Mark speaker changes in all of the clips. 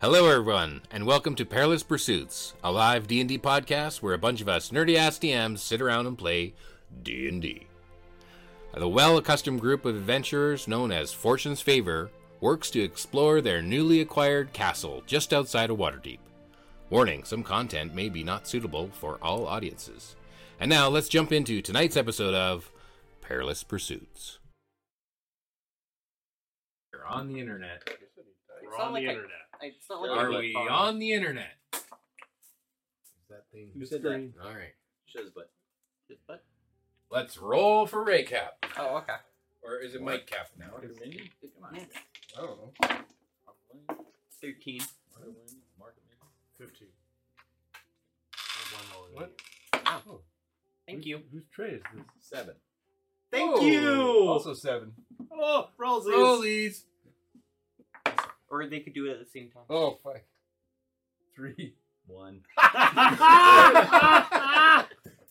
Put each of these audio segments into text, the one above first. Speaker 1: Hello, everyone, and welcome to Perilous Pursuits, a live D&D podcast where a bunch of us nerdy ass DMs sit around and play D&D. The well-accustomed group of adventurers known as Fortune's Favor works to explore their newly acquired castle just outside of Waterdeep. Warning, some content may be not suitable for all audiences. And now let's jump into tonight's episode of Perilous Pursuits. We're on the internet.
Speaker 2: We're on the internet.
Speaker 3: It's not
Speaker 2: Are
Speaker 3: I
Speaker 2: we
Speaker 3: got phone.
Speaker 1: on the internet?
Speaker 2: Who said that?
Speaker 1: All right.
Speaker 2: Shiz butt. Shiz butt?
Speaker 1: Let's roll for Ray Cap.
Speaker 3: Oh, okay.
Speaker 1: Or is it Mike Cap now?
Speaker 2: Come on.
Speaker 1: I don't know.
Speaker 3: 13.
Speaker 4: Fifteen.
Speaker 2: What?
Speaker 1: Oh.
Speaker 2: Hmm?
Speaker 3: Thank you.
Speaker 4: Whose tray is this?
Speaker 2: Seven.
Speaker 3: Thank
Speaker 1: Oh.
Speaker 3: you!
Speaker 4: Also seven.
Speaker 2: Oh,
Speaker 3: Rolls
Speaker 1: Rollies.
Speaker 3: Or they could do it at the same time.
Speaker 1: Oh, fuck.
Speaker 4: Three.
Speaker 2: one.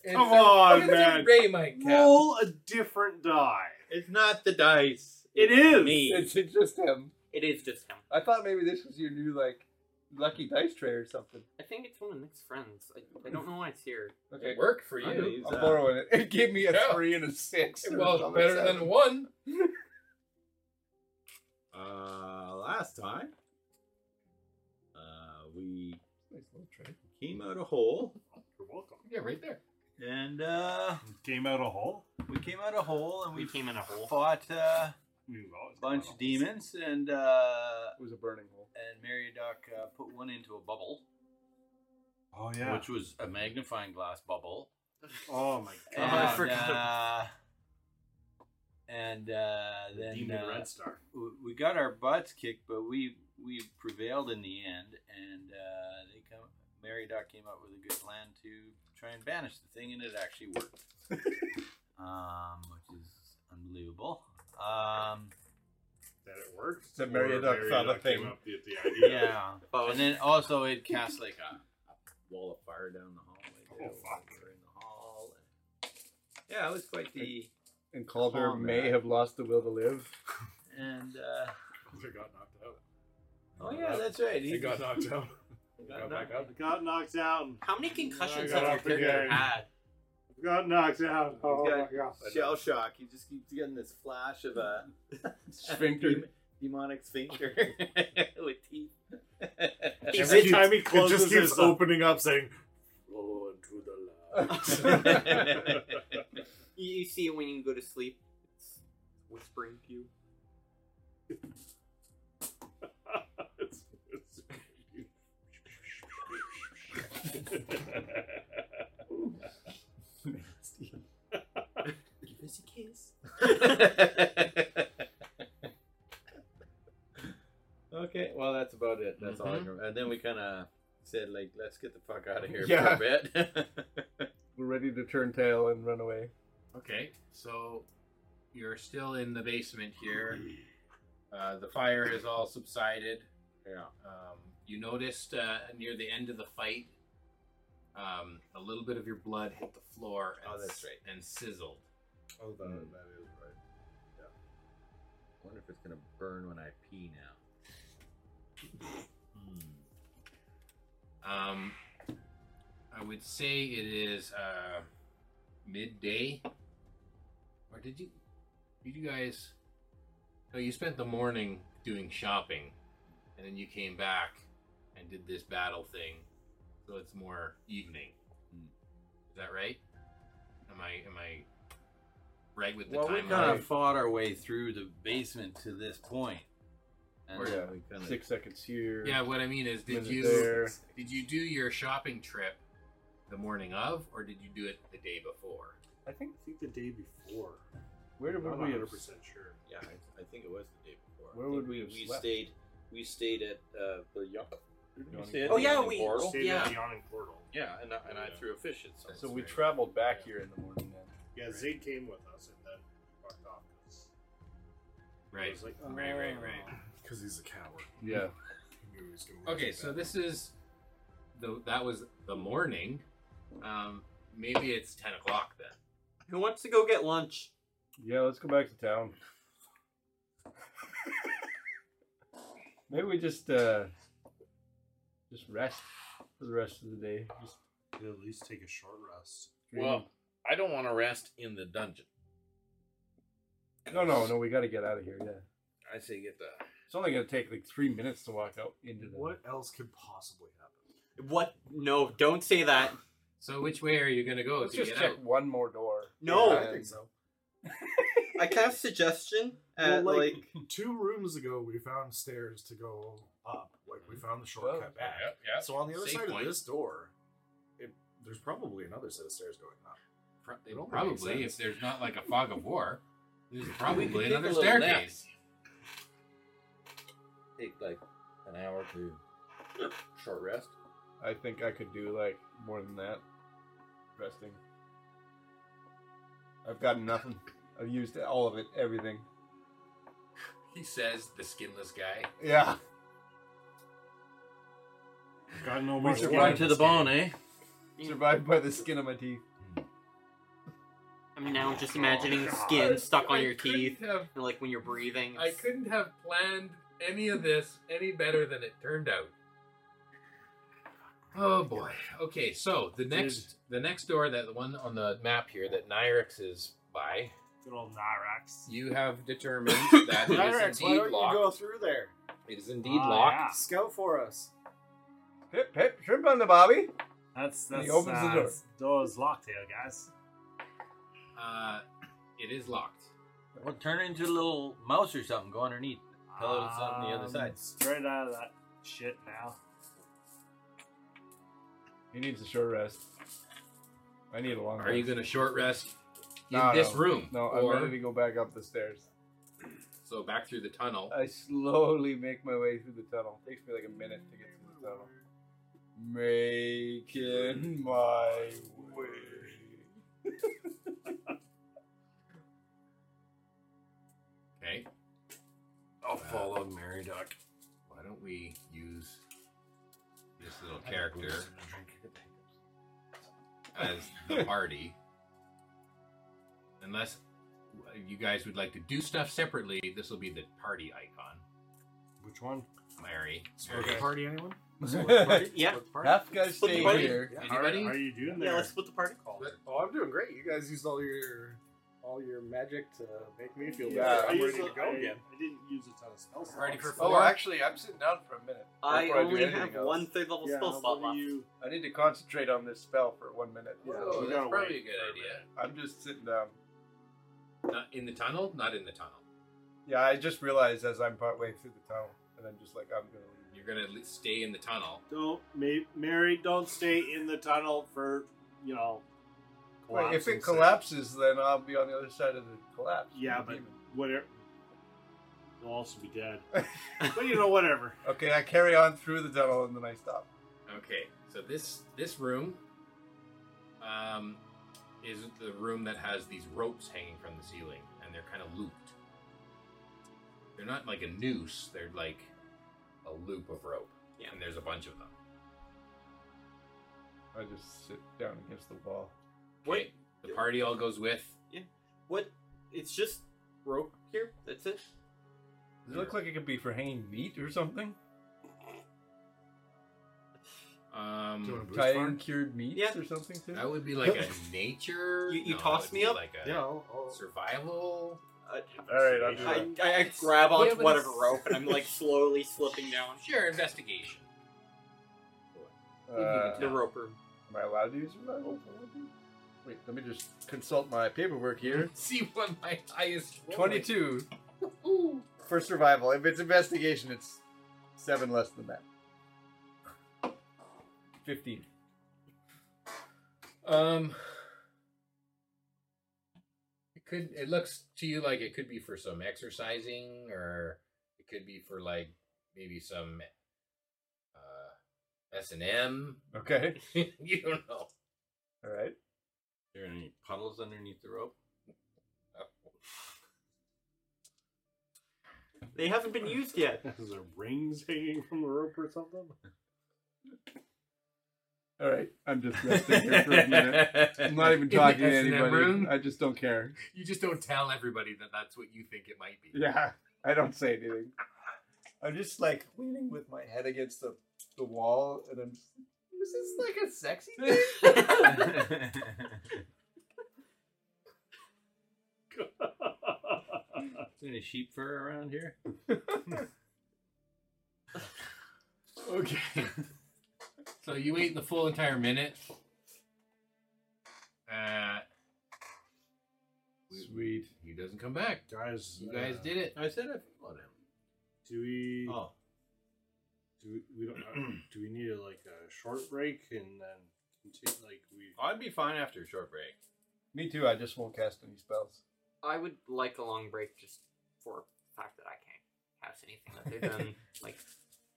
Speaker 1: It's
Speaker 4: Come on,
Speaker 1: it's a
Speaker 4: man.
Speaker 1: Ray Mike Cap.
Speaker 4: Roll a different die.
Speaker 2: It's not the dice.
Speaker 4: It is.
Speaker 2: Me.
Speaker 5: It's it's just him.
Speaker 3: It is just him.
Speaker 5: I thought maybe this was your new like lucky dice tray or something.
Speaker 3: I think it's one of Nick's friends. I, I don't know why it's here.
Speaker 5: Okay,
Speaker 1: It worked for
Speaker 2: I
Speaker 1: you.
Speaker 2: use
Speaker 5: I'm
Speaker 2: that.
Speaker 5: borrowing it. It gave me a
Speaker 1: Yeah.
Speaker 5: three and a six.
Speaker 1: It
Speaker 5: or
Speaker 1: was
Speaker 5: something,
Speaker 1: better
Speaker 5: seven.
Speaker 1: than one.
Speaker 2: Uh, last time, uh, we
Speaker 5: Nice little tray.
Speaker 2: came out a hole,
Speaker 4: You're welcome.
Speaker 1: Yeah, right there.
Speaker 2: and uh,
Speaker 4: Came out a hole.
Speaker 2: we came out a hole, and
Speaker 3: We
Speaker 2: we
Speaker 3: came in a hole.
Speaker 2: fought uh,
Speaker 4: We were always
Speaker 2: a bunch
Speaker 4: going
Speaker 2: of
Speaker 4: out.
Speaker 2: demons, and uh,
Speaker 5: It was a burning hole.
Speaker 2: and Meriadoc uh, put one into a bubble,
Speaker 4: Oh yeah.
Speaker 2: which was a magnifying glass bubble.
Speaker 4: oh my
Speaker 2: And,
Speaker 3: Oh, I forgot
Speaker 2: Uh, and uh, then
Speaker 4: Demon
Speaker 2: uh,
Speaker 4: Red Star.
Speaker 2: w- we got our butts kicked, but we we prevailed in the end. And uh, they come, Mary Doc came up with a good plan to try and banish the thing, and it actually worked, um, which is unbelievable. Um,
Speaker 4: That it works.
Speaker 5: So Mary
Speaker 4: Or
Speaker 5: Duck
Speaker 4: Mary
Speaker 5: found a
Speaker 4: Duck came
Speaker 5: thing.
Speaker 4: up with the idea.
Speaker 2: yeah, and then also it cast like a wall of fire down the hallway. there,
Speaker 4: Oh, fuck.
Speaker 2: over In the hall. yeah, it was quite the
Speaker 5: And Calder
Speaker 2: Calm
Speaker 5: may
Speaker 2: down.
Speaker 5: have lost the will to live.
Speaker 2: and. Uh,
Speaker 4: They got knocked out.
Speaker 2: Oh yeah, that's right.
Speaker 4: They
Speaker 2: He
Speaker 4: got knocked out.
Speaker 2: got knocked
Speaker 4: out. Got knocked out.
Speaker 3: How many
Speaker 4: I
Speaker 3: concussions
Speaker 4: got
Speaker 3: has your
Speaker 4: up
Speaker 3: character
Speaker 4: again.
Speaker 3: had?
Speaker 4: Got knocked out. Oh
Speaker 6: He's got
Speaker 4: my god.
Speaker 6: shell shock. He just keeps getting this flash of a
Speaker 5: Sphincter.
Speaker 6: demonic sphincter.
Speaker 3: With teeth.
Speaker 4: Every
Speaker 3: He's-
Speaker 4: time he closes,
Speaker 6: just keeps
Speaker 4: his opening up, saying, "Roll into the light."
Speaker 3: You, you see it when you go to sleep. It's whispering to you.
Speaker 4: It's- it's-
Speaker 3: Give us a kiss.
Speaker 6: okay, well that's about it. That's all I
Speaker 1: Mhm.
Speaker 4: Mm-hmm.
Speaker 6: can remember. And then we kind of said like, let's get the fuck out of here
Speaker 5: Yeah.
Speaker 6: for a bit.
Speaker 5: We're ready to turn tail and run away.
Speaker 1: Okay, so you're still in the basement here. Uh, the fire has all subsided.
Speaker 6: yeah.
Speaker 1: Um, you noticed uh, near the end of the fight, um, a little bit of your blood hit the floor and,
Speaker 6: Oh, that's right.
Speaker 1: and sizzled.
Speaker 6: Oh, that,
Speaker 2: Mm.
Speaker 6: that is right. Yeah. wonder if it's gonna burn when I pee now.
Speaker 1: Um, I would say it is uh, midday. Or did you? Did you guys? No, you spent the morning doing shopping, and then you came back and did this battle thing. So it's more evening.
Speaker 6: Hmm.
Speaker 1: Is that right? Am I am I right with the
Speaker 2: well, we
Speaker 1: timeline?
Speaker 2: kind of fought our way through the basement to this point. And
Speaker 1: Or-
Speaker 5: Yeah.
Speaker 6: we kinda-
Speaker 5: Six seconds here.
Speaker 1: Yeah, what I mean is, did
Speaker 5: minute
Speaker 1: you
Speaker 5: there.
Speaker 1: did you do your shopping trip the morning of, or did you do it the day before?
Speaker 5: I think.
Speaker 4: I think the day before.
Speaker 5: Where
Speaker 4: I'm
Speaker 5: did
Speaker 4: not
Speaker 5: we? have-
Speaker 4: 100 percent sure.
Speaker 6: Yeah, I, I think it was the day before. I
Speaker 5: Where
Speaker 6: think
Speaker 5: would we
Speaker 6: we
Speaker 5: have
Speaker 6: we
Speaker 5: slept?
Speaker 6: stayed? We stayed at uh, the Yuck. Didn't we
Speaker 5: Yawning
Speaker 6: stay at
Speaker 3: Portal?
Speaker 6: the
Speaker 3: Oh, yeah,
Speaker 6: Yawning
Speaker 3: we-
Speaker 6: Portal?
Speaker 4: Stayed
Speaker 3: yeah.
Speaker 4: at the yawning portal.
Speaker 6: Yeah, and I, and I
Speaker 4: Yeah.
Speaker 6: threw a fish at someone.
Speaker 5: So we traveled back here in the morning then.
Speaker 4: Yeah, Zig came with us and then fucked off. 'cause he
Speaker 1: Right.
Speaker 4: was like, "Oh,
Speaker 3: Right, right, right.
Speaker 4: Because he's a coward.
Speaker 5: Yeah.
Speaker 4: He knew he was gonna
Speaker 1: Okay,
Speaker 4: lose
Speaker 1: so
Speaker 4: that.
Speaker 1: this is the that was the morning. Um, maybe it's ten o'clock then.
Speaker 3: Who wants to go get lunch?
Speaker 5: Yeah, let's go back to town. Maybe we just uh Just rest for the rest of the day. Just
Speaker 4: Could at least take a short rest.
Speaker 5: dream.
Speaker 1: Well, I don't want to rest in the dungeon.
Speaker 5: no, no, no. We got to get out of here. Yeah,
Speaker 1: I say get the
Speaker 5: it's only gonna take like three minutes to walk out into the.
Speaker 4: What else could possibly happen?
Speaker 3: What? No, don't say that.
Speaker 1: So which way are you gonna go
Speaker 5: Let's
Speaker 1: to
Speaker 5: just
Speaker 1: get
Speaker 5: check
Speaker 1: out?
Speaker 5: one more door.
Speaker 3: No.
Speaker 4: I
Speaker 5: And-
Speaker 4: think so.
Speaker 3: I cast suggestion at
Speaker 4: Well,
Speaker 3: like,
Speaker 4: like- Two rooms ago, we found stairs to go up. Like we found the
Speaker 5: Well,
Speaker 4: shortcut back.
Speaker 1: Yeah,
Speaker 4: So on the other
Speaker 1: Safe
Speaker 4: side
Speaker 1: point.
Speaker 4: of this door, it, there's probably another set of stairs going up.
Speaker 1: Pro-
Speaker 4: It only
Speaker 1: probably if
Speaker 4: makes sense.
Speaker 1: there's not like a fog of war, there's
Speaker 2: We could
Speaker 1: probably
Speaker 2: take
Speaker 1: another
Speaker 2: a little nap.
Speaker 1: staircase.
Speaker 6: Take like an hour to short rest.
Speaker 5: I think I could do like more than that. Resting. I've gotten nothing. I've used all of it, everything.
Speaker 1: He says the skinless guy.
Speaker 5: Yeah.
Speaker 4: Got no
Speaker 5: more should
Speaker 2: One
Speaker 5: Right.
Speaker 2: to the bone, eh?
Speaker 5: Survived by the skin of my teeth.
Speaker 3: I'm now just imagining skin stuck on your teeth,
Speaker 1: Have,
Speaker 3: and like when you're breathing.
Speaker 7: I couldn't have planned any of this any better than it turned out.
Speaker 1: oh boy. Okay, so the next the next door that the one on the map here that Nyrix is by,
Speaker 4: Good old Nyrax.
Speaker 1: you have determined that it is
Speaker 4: Nyrax, why
Speaker 1: indeed
Speaker 4: don't you go Ah,
Speaker 1: locked.
Speaker 4: through there?
Speaker 1: It is indeed locked.
Speaker 8: Ah.
Speaker 4: Scout for us.
Speaker 5: Pip, pip, shrimp on the bobby.
Speaker 9: That's
Speaker 5: And
Speaker 9: that's
Speaker 5: he opens the
Speaker 9: uh,
Speaker 5: door.
Speaker 9: it's- Door's locked here, guys.
Speaker 1: Uh, it is locked.
Speaker 2: Well, turn into a little mouse or something. Go underneath. Tell her it's on the other
Speaker 9: Um,
Speaker 2: side.
Speaker 9: Straight out of that shit now.
Speaker 5: He needs a short rest. I need a long
Speaker 1: Are you
Speaker 5: rest.
Speaker 1: going to short rest in
Speaker 5: No,
Speaker 1: this
Speaker 5: no.
Speaker 1: room?
Speaker 5: No,
Speaker 1: or
Speaker 5: I'm ready to go back up the stairs.
Speaker 1: so back through the tunnel.
Speaker 5: I slowly make my way through the tunnel. takes me like a minute to get through the tunnel. Making my way.
Speaker 1: Okay.
Speaker 4: I'll follow Mary Duck.
Speaker 1: Uh, Why don't we use this little character as the party? Unless you guys would like to do stuff separately, this will be the party icon.
Speaker 4: Which one?
Speaker 1: Mary.
Speaker 4: Split the party, anyone?
Speaker 3: Yeah.
Speaker 4: Split the party?
Speaker 5: Half guys
Speaker 3: Split
Speaker 5: stay
Speaker 3: the buddy.
Speaker 5: here.
Speaker 4: Yeah.
Speaker 9: How are,
Speaker 1: Anybody?
Speaker 9: how are you doing
Speaker 3: Yeah,
Speaker 9: there?
Speaker 3: let's split the party.
Speaker 4: Oh, I'm doing great. You guys used all your all your magic to make me feel better.
Speaker 5: Yeah,
Speaker 9: I
Speaker 4: I'm
Speaker 9: used
Speaker 4: ready to
Speaker 9: a-
Speaker 4: go
Speaker 9: I-
Speaker 4: again.
Speaker 9: I didn't use a ton of spell slots.
Speaker 1: Ready for
Speaker 9: but-
Speaker 1: four?
Speaker 5: Oh, actually, I'm sitting down for a minute.
Speaker 3: I
Speaker 5: before do
Speaker 3: only
Speaker 5: anything
Speaker 3: have
Speaker 5: else.
Speaker 3: one third level
Speaker 9: Yeah,
Speaker 3: spell slot
Speaker 9: what
Speaker 3: left.
Speaker 9: do you?
Speaker 5: I need to concentrate on this spell for one minute.
Speaker 4: Yeah.
Speaker 1: Oh,
Speaker 9: we
Speaker 1: that's
Speaker 9: gotta
Speaker 1: probably a
Speaker 9: wait
Speaker 1: good
Speaker 9: for a
Speaker 1: idea.
Speaker 5: I'm just sitting down.
Speaker 1: Not in the tunnel? Not in the tunnel.
Speaker 5: Yeah, I just realized as I'm partway through the tunnel, and I'm just like, I'm gonna leave.
Speaker 1: You're going to stay in the tunnel.
Speaker 9: Don't, Ma- Mary, don't stay in the tunnel for, you know.
Speaker 5: Wait, if
Speaker 9: collapsing
Speaker 5: it collapses, then I'll be on the other side of the collapse.
Speaker 9: soon. Yeah,
Speaker 5: The
Speaker 9: but
Speaker 5: demon.
Speaker 9: whatever. You'll also be dead. but you know, whatever.
Speaker 5: Okay, I carry on through the tunnel and then I stop.
Speaker 1: Okay, so this this room um, is the room that has these ropes hanging from the ceiling, and they're kind of looped. They're not like a noose; they're like a loop of rope,
Speaker 3: Yeah.
Speaker 1: and there's a bunch of them.
Speaker 5: I just sit down against the wall.
Speaker 1: Wait, the party all goes with.
Speaker 3: What? It's just rope here. That's it.
Speaker 5: Does it look like it could be for hanging meat or something?
Speaker 4: Do you
Speaker 1: Um,
Speaker 4: want to boost
Speaker 5: Tying
Speaker 4: farm?
Speaker 5: cured meats
Speaker 3: Yeah.
Speaker 5: or something too?
Speaker 1: that would be like a nature.
Speaker 3: You- you
Speaker 1: that
Speaker 3: toss
Speaker 1: would
Speaker 3: me
Speaker 1: be
Speaker 3: up?
Speaker 1: Like a
Speaker 4: Yeah, I'll, I'll,
Speaker 1: survival.
Speaker 5: Alright, I'll do
Speaker 3: I,
Speaker 5: that.
Speaker 3: I, I grab
Speaker 1: Yeah,
Speaker 3: onto
Speaker 1: but
Speaker 3: whatever
Speaker 1: it's-
Speaker 3: rope and I'm like slowly slipping down.
Speaker 1: Sure, investigation.
Speaker 5: Uh,
Speaker 3: the rope room.
Speaker 5: am I allowed to use survival? Wait, let me just consult my paperwork here.
Speaker 1: See what my highest. roll is.
Speaker 5: 22 for survival. If it's investigation, it's seven less than that. 15.
Speaker 1: Um, it could. It looks to you like it could be for some exercising, or it could be for like maybe some uh, S and M.
Speaker 5: Okay.
Speaker 1: You don't know.
Speaker 5: All right.
Speaker 2: Are there any puddles underneath the rope?
Speaker 3: They haven't been used yet.
Speaker 9: Is there rings hanging from the rope or something?
Speaker 5: All right. I'm just resting here for a minute. I'm not even talking to
Speaker 1: In the
Speaker 5: anybody.
Speaker 1: room?
Speaker 5: I just don't care.
Speaker 1: You just don't tell everybody that that's what you think it might be.
Speaker 5: Yeah. I don't say anything. I'm just like leaning with my head against the the wall, and I'm just. Is this like a sexy thing?
Speaker 10: Doing a sheep fur around here?
Speaker 11: Okay.
Speaker 1: So you wait the full entire minute. Uh,
Speaker 12: Sweet.
Speaker 1: he doesn't come back.
Speaker 8: Guys,
Speaker 1: You guys
Speaker 8: uh,
Speaker 1: did it.
Speaker 10: I said I followed him.
Speaker 8: Do we?
Speaker 10: Oh,
Speaker 8: Do we, we don't? do we need a, like a short break and then continue? Like we?
Speaker 10: I'd be fine after a short break.
Speaker 5: Me too. I just won't cast any spells.
Speaker 3: I would like a long break just for the fact that I can't cast anything other than like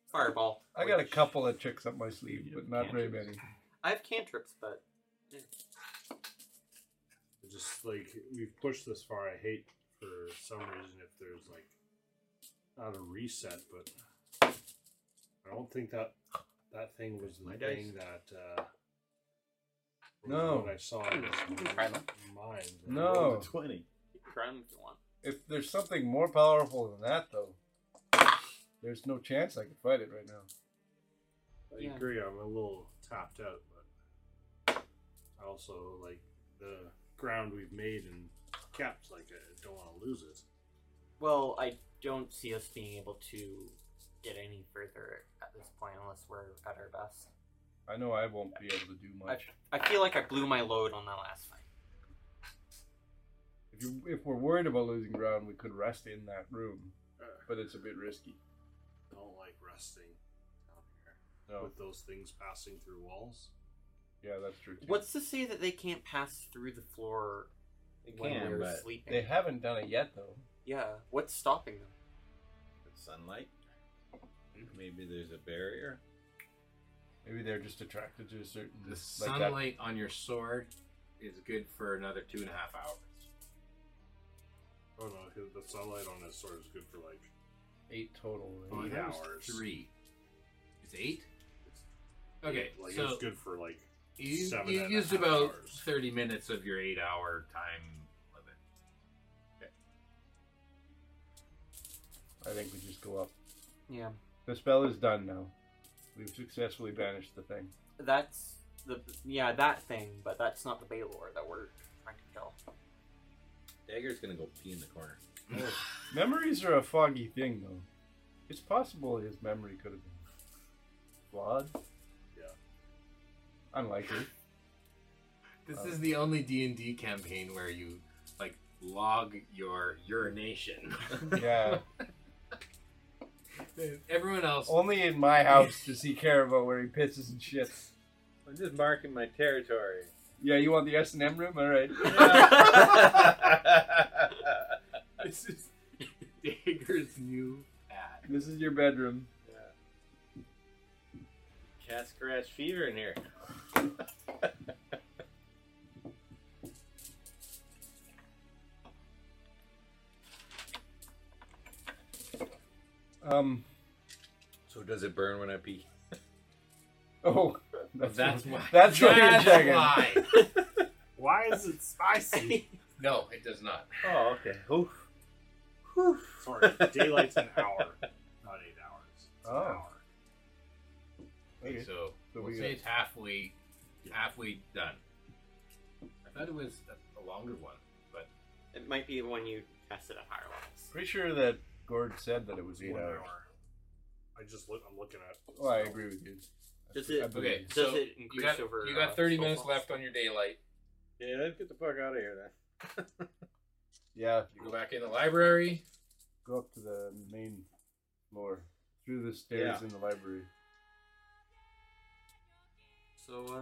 Speaker 3: fireball.
Speaker 5: I got a
Speaker 3: which-
Speaker 5: couple of tricks up my sleeve, but not very many.
Speaker 3: I have cantrips, but
Speaker 8: just like we've pushed this far. I hate for some reason if there's like not a reset, but I don't think that that thing was the
Speaker 10: My dice.
Speaker 8: thing that. uh was
Speaker 5: No.
Speaker 8: what I saw in this
Speaker 3: Try them.
Speaker 8: mind.
Speaker 5: No. Oh.
Speaker 6: Twenty.
Speaker 3: you can try them if you want.
Speaker 5: If there's something more powerful than that, though, there's no chance I could fight it right now.
Speaker 8: I
Speaker 3: Yeah.
Speaker 8: agree. I'm a little tapped out, but I also like the ground we've made and kept. Like I don't want to lose it.
Speaker 3: Well, I don't see us being able to get any further at this point unless we're at our best.
Speaker 5: I know I won't be able to do much.
Speaker 3: I feel like I blew my load on that last fight.
Speaker 5: If, you, if we're worried about losing ground, we could rest in that room, but it's a bit risky.
Speaker 8: I don't like resting down here
Speaker 5: No,
Speaker 8: with those things passing through walls.
Speaker 5: yeah, that's true. Too.
Speaker 3: What's to say that they can't pass through the floor
Speaker 6: They
Speaker 3: when
Speaker 6: can,
Speaker 3: we're
Speaker 6: but-
Speaker 3: sleeping?
Speaker 5: They haven't done it yet, though.
Speaker 3: yeah. What's stopping them?
Speaker 6: With sunlight. Maybe there's a barrier.
Speaker 5: Maybe they're just attracted to a certain
Speaker 1: The
Speaker 5: like that
Speaker 1: sunlight on your sword is good for another two and a half hours.
Speaker 8: Oh no, his- the sunlight on his sword is good for like
Speaker 5: eight total. right?
Speaker 8: Eight
Speaker 1: That was
Speaker 8: hours.
Speaker 1: Three. It's eight. Okay,
Speaker 8: like
Speaker 1: so
Speaker 8: it's good for like
Speaker 1: you,
Speaker 8: seven
Speaker 1: you
Speaker 8: and a
Speaker 1: used
Speaker 8: half
Speaker 1: about
Speaker 8: hours.
Speaker 1: thirty minutes of your eight-hour time limit.
Speaker 5: I think we just go up.
Speaker 3: Yeah.
Speaker 5: The spell is done now. We've successfully banished the thing.
Speaker 3: That's the yeah that thing, but that's not the Baylor that we're trying to kill.
Speaker 6: Dagger's gonna go pee in the corner.
Speaker 5: Memories are a foggy thing, though. It's possible his memory could have been flawed.
Speaker 8: Yeah.
Speaker 5: Unlikely.
Speaker 1: This
Speaker 5: Um,
Speaker 1: is the only D and D campaign where you like log your urination.
Speaker 5: Yeah.
Speaker 1: Everyone else,
Speaker 5: Only in my house does he care about where he pisses and shits.
Speaker 6: I'm just marking my territory.
Speaker 5: Yeah, you want the S and M room? All right.
Speaker 1: this is Dagger's new ad.
Speaker 5: This is your bedroom.
Speaker 6: Cat's grass fever in here.
Speaker 5: Um.
Speaker 6: So does it burn when I pee?
Speaker 5: Oh,
Speaker 1: That's why.
Speaker 5: That's what you're
Speaker 1: That's
Speaker 5: checking.
Speaker 1: why.
Speaker 8: Why is it spicy?
Speaker 1: No, it does not.
Speaker 6: Oh, okay. Oof.
Speaker 8: Sorry, daylight's an hour, not eight hours. It's an
Speaker 5: Oh.
Speaker 8: hour.
Speaker 5: Okay.
Speaker 1: So,
Speaker 5: So
Speaker 1: we'll
Speaker 5: we
Speaker 1: say
Speaker 5: got-
Speaker 1: it's halfway, halfway done. I thought it was a, a longer one, but
Speaker 3: It might be when you cast it at higher levels.
Speaker 5: Pretty sure that Gord said that it was eight
Speaker 8: One
Speaker 5: hours.
Speaker 8: hour. I just look. I'm looking at.
Speaker 5: Oh, I agree with you.
Speaker 3: Does
Speaker 5: I
Speaker 3: it?
Speaker 5: believe
Speaker 1: okay.
Speaker 5: you.
Speaker 3: Does
Speaker 1: So
Speaker 3: it
Speaker 1: you
Speaker 3: increase
Speaker 1: got
Speaker 3: over?
Speaker 1: you
Speaker 3: uh,
Speaker 1: got 30
Speaker 3: spell
Speaker 1: minutes
Speaker 3: slots?
Speaker 1: left on your daylight.
Speaker 6: Yeah, let's get the fuck out of here then.
Speaker 5: Yeah,
Speaker 1: You go back in the library.
Speaker 5: go up to the main floor through the stairs in the library.
Speaker 3: So uh,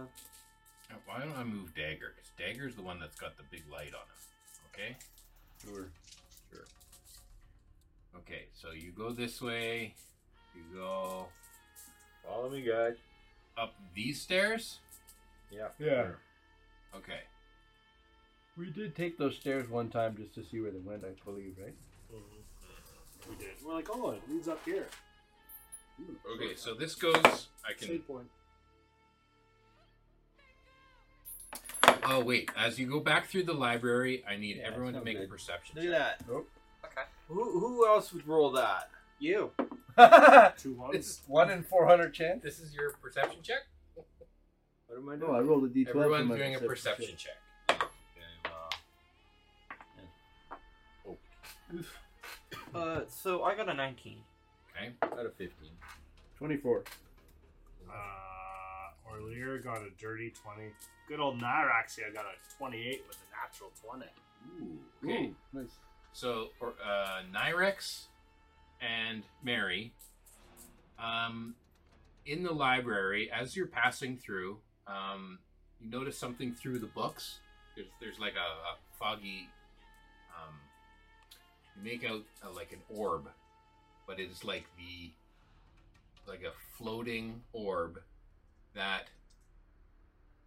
Speaker 1: Now, Why don't I move Dagger? Because Dagger's the one that's got the big light on him. Okay?
Speaker 5: Sure.
Speaker 1: Okay, so you go this way. You go
Speaker 6: Follow me, guys.
Speaker 1: up these stairs.
Speaker 6: Yeah.
Speaker 5: Yeah.
Speaker 1: Okay.
Speaker 5: We did take those stairs one time just to see where they went, I believe, right?
Speaker 8: We did. We're like, oh, it leads up here. Ooh,
Speaker 1: Okay, so this goes. I can.
Speaker 8: shade point.
Speaker 1: Oh, wait. As you go back through the library, I need
Speaker 6: Yeah,
Speaker 1: everyone to
Speaker 6: sounds
Speaker 1: make a
Speaker 6: good.
Speaker 1: perception
Speaker 10: Look at
Speaker 1: check.
Speaker 10: that.
Speaker 5: Oh.
Speaker 3: okay.
Speaker 10: Who, who else would roll that?
Speaker 3: You.
Speaker 9: Two
Speaker 7: This
Speaker 9: ones.
Speaker 7: is
Speaker 5: One in 400 chance?
Speaker 7: this is your perception check.
Speaker 5: What am I
Speaker 8: No, I rolled a d12. for
Speaker 7: Everyone's
Speaker 8: my
Speaker 7: doing a perception check.
Speaker 3: Uh, so I got a 19.
Speaker 1: Okay.
Speaker 6: Out of 15.
Speaker 8: 24.
Speaker 9: Uh, Orlear got a dirty 20. Good old Nyraxia got a 28 with a natural 20.
Speaker 1: Okay.
Speaker 8: Ooh, nice.
Speaker 1: So, or, uh, Nyrex and Mary, um, in the library, as you're passing through, um, you notice something through the books. There's, there's like a, a foggy, um, you make out uh like an orb, but it's like the, like a floating orb that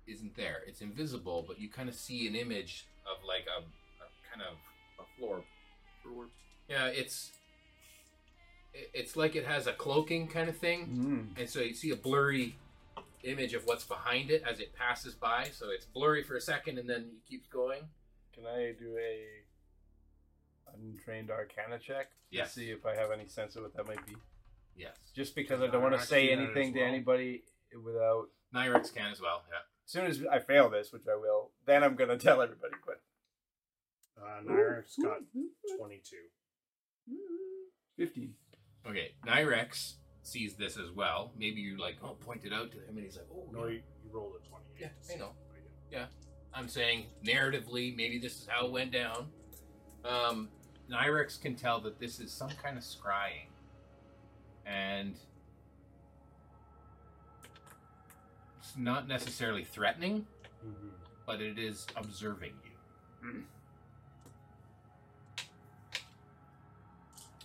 Speaker 1: isn't there. It's invisible, but you kind of see an image of like a, a kind of
Speaker 6: A floor.
Speaker 1: yeah, it's it- it's like it has a cloaking kind of thing,
Speaker 5: Mm-hmm.
Speaker 1: and so you see a blurry image of what's behind it as it passes by. So it's blurry for a second, and then it keeps going.
Speaker 5: Can I do a untrained arcana check?
Speaker 1: Yes.
Speaker 5: To see if I have any sense of what that might be.
Speaker 1: Yes,
Speaker 5: Just because I don't want to say
Speaker 9: Actually, that
Speaker 5: anything
Speaker 9: as
Speaker 5: to
Speaker 9: well.
Speaker 5: anybody without.
Speaker 1: Nyrex can as well. Yeah,
Speaker 5: As soon as I fail this, which I will, then I'm going to tell everybody. But
Speaker 9: Uh, Nyrax got 22.
Speaker 8: 15.
Speaker 1: okay. Nyrex sees this as well. Maybe you like oh, point it out to him, and he's like, oh
Speaker 9: No,
Speaker 1: yeah.
Speaker 9: you, you rolled a 28.
Speaker 1: Yeah,
Speaker 9: to
Speaker 1: I know.
Speaker 9: see.
Speaker 1: I'm saying narratively, maybe this is how it went down. Um, Nyrex can tell that this is some kind of scrying, and it's not necessarily threatening,
Speaker 9: Mhm.
Speaker 5: Mm-hmm.
Speaker 1: but it is observing you.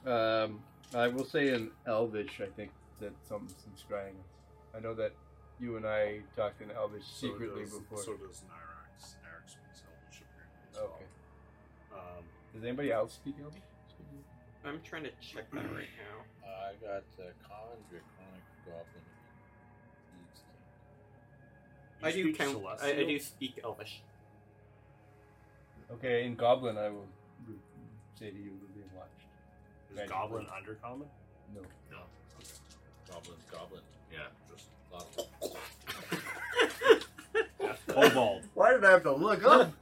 Speaker 5: um, I will say in Elvish, I think that something's scrying us. I know that you and I talked in Elvish
Speaker 9: So
Speaker 5: secretly
Speaker 9: does-
Speaker 5: before. Oh,
Speaker 9: So does Nyrax. Nyrax speaks Elvish apparently as
Speaker 5: okay.
Speaker 9: well. Um,
Speaker 5: Does anybody else speak Elvish?
Speaker 3: I'm trying to check that right now.
Speaker 6: I got uh, Common, Draconic, Goblin, and Thieves.
Speaker 9: you
Speaker 3: I do
Speaker 9: speak
Speaker 3: count. I, I
Speaker 9: Celestial?
Speaker 3: do speak Elvish.
Speaker 5: Okay, in Goblin, I will re- say to you, we're being watched.
Speaker 9: Is Goblin undercommon?
Speaker 5: No.
Speaker 1: No,
Speaker 6: Goblins, Goblin.
Speaker 1: yeah.
Speaker 6: Just a lot of
Speaker 9: Kobold.
Speaker 8: Why did I have to look up?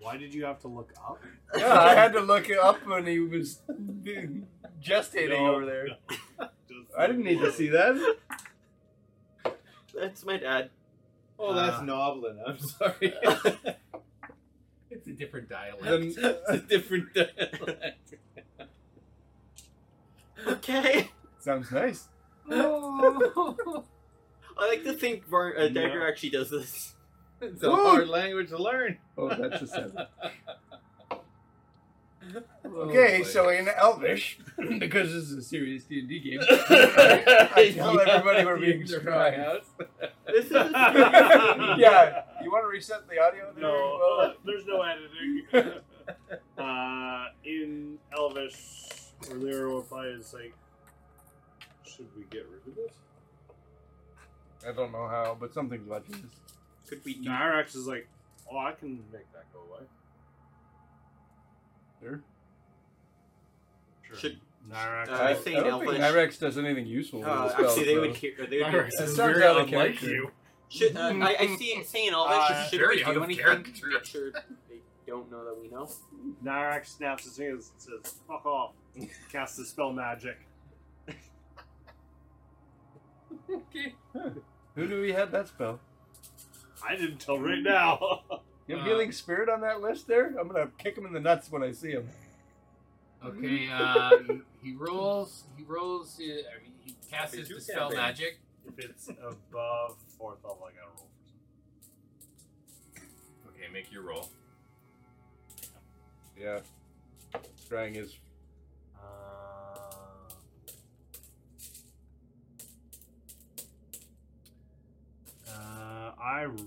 Speaker 9: Why did you have to look up?
Speaker 5: Yeah, I had to look it up when he was gestating
Speaker 9: No,
Speaker 5: over there.
Speaker 9: no. Just-
Speaker 5: I didn't need to see that.
Speaker 3: That's my dad.
Speaker 6: Oh, that's
Speaker 5: Ah.
Speaker 3: Uh.
Speaker 6: Noblin. I'm sorry.
Speaker 1: It's a different dialect.
Speaker 5: Then-
Speaker 6: it's a different dialect.
Speaker 3: Okay.
Speaker 5: sounds nice.
Speaker 3: I like to think Var- uh,
Speaker 9: No.
Speaker 3: Dagger actually does this.
Speaker 6: It's a
Speaker 5: Woo!
Speaker 6: hard language to learn.
Speaker 5: Oh, that's a seven.
Speaker 6: Oh,
Speaker 5: Okay,
Speaker 6: boy.
Speaker 5: so in Elvish, because this is a serious D and D game,
Speaker 6: I
Speaker 5: tell everybody we're being described.
Speaker 3: This is
Speaker 5: yeah. You want to reset the audio? There?
Speaker 9: No, uh, there's no editing. uh, in Elvish, Orlero replies like, "Should we get rid of this?"
Speaker 5: I don't know how, but something's watching this.
Speaker 3: could we do?
Speaker 9: Nyrax is like, "Oh, I can make that go away."
Speaker 5: Sure.
Speaker 9: Sure.
Speaker 3: Should-
Speaker 9: Nyrax?
Speaker 3: Uh, I think-
Speaker 5: I don't think
Speaker 3: Elvish-
Speaker 5: Nyrex does anything useful. with
Speaker 3: Uh,
Speaker 5: his spells,
Speaker 3: actually, they
Speaker 5: though.
Speaker 3: would hear. They
Speaker 9: Um,
Speaker 3: would
Speaker 5: It
Speaker 3: hear
Speaker 5: sounds out of character.
Speaker 3: should, uh, I, I see saying Elvish.
Speaker 9: Uh,
Speaker 3: should we
Speaker 1: very out
Speaker 3: do
Speaker 1: of
Speaker 3: anything
Speaker 1: character.
Speaker 3: to make sure they don't know that we know?
Speaker 9: Nyrax snaps his fingers and says, "Fuck off!" Cast the spell magic.
Speaker 5: Who knew he had that spell?
Speaker 9: I didn't till right now.
Speaker 5: You have
Speaker 1: Uh,
Speaker 5: healing spirit on that list there? I'm gonna kick him in the nuts when I see him.
Speaker 1: Okay, uh, he- he rolls. He rolls. Uh, I mean, he casts his
Speaker 6: Two
Speaker 1: dispel
Speaker 6: campaigns.
Speaker 1: magic.
Speaker 9: if it's above fourth level, I gotta roll.
Speaker 1: Okay, make your roll.
Speaker 5: Yeah. Trying his
Speaker 9: Uh, Uh, I rolled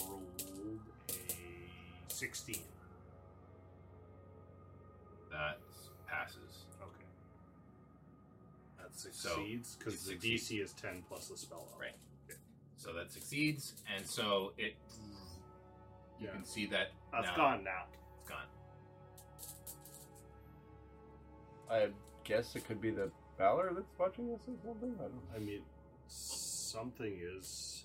Speaker 9: a 16.
Speaker 1: That passes.
Speaker 9: Okay. That
Speaker 1: So,
Speaker 9: succeeds because the
Speaker 1: it
Speaker 9: DC is 10 plus the spell. level.
Speaker 1: Right. So that succeeds, and so it. You
Speaker 9: Yeah.
Speaker 1: can see that
Speaker 9: That's
Speaker 1: now
Speaker 9: gone now.
Speaker 1: It's gone.
Speaker 5: I guess it could be the Valor that's watching this or something. I don't know.
Speaker 8: I mean, something is.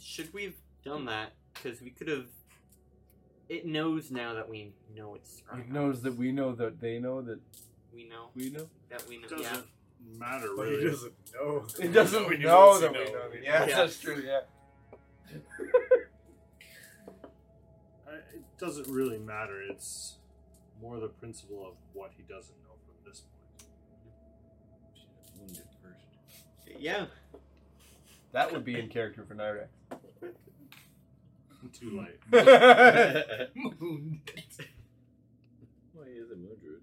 Speaker 3: Should we have done that? Because we could have. It knows now that we know it's.
Speaker 5: It knows that we know that they know that
Speaker 3: We know
Speaker 5: we know.
Speaker 3: that we know.
Speaker 8: Doesn't
Speaker 3: Yeah.
Speaker 8: matter
Speaker 4: But he
Speaker 8: really.
Speaker 4: doesn't know. He
Speaker 5: It doesn't Oh, know that
Speaker 4: doesn't
Speaker 5: we know.
Speaker 4: know.
Speaker 5: that-
Speaker 4: Yeah.
Speaker 5: that's true. Yeah.
Speaker 8: I- it doesn't really matter. It's more the principle of what he doesn't know from this point.
Speaker 6: Wounded first.
Speaker 3: Yeah.
Speaker 5: That would be in character for Nyrax.
Speaker 8: Too late.
Speaker 6: Well, he is a moon druid.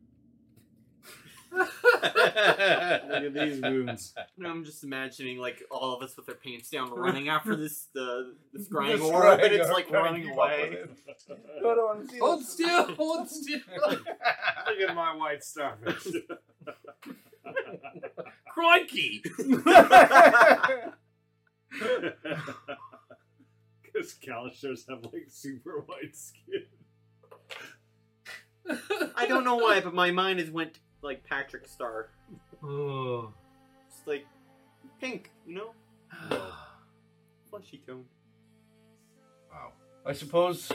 Speaker 8: Look at these wounds.
Speaker 3: No, I'm just imagining like all of us with our pants down, running after this the this scrying
Speaker 5: Just
Speaker 3: orb, and
Speaker 5: crying
Speaker 3: it's
Speaker 5: out,
Speaker 3: like
Speaker 5: trying to
Speaker 3: running
Speaker 5: keep up
Speaker 3: away.
Speaker 5: with it. No, I don't want to see
Speaker 13: Hold
Speaker 5: this.
Speaker 13: still, hold still.
Speaker 4: Look at my white starfish.
Speaker 13: Crikey!
Speaker 8: Because Kalishars have like super white skin.
Speaker 3: I don't know why, but my mind has went like Patrick Star,
Speaker 13: Oh.
Speaker 3: just like pink, you know, fleshy tone.
Speaker 5: Wow. I suppose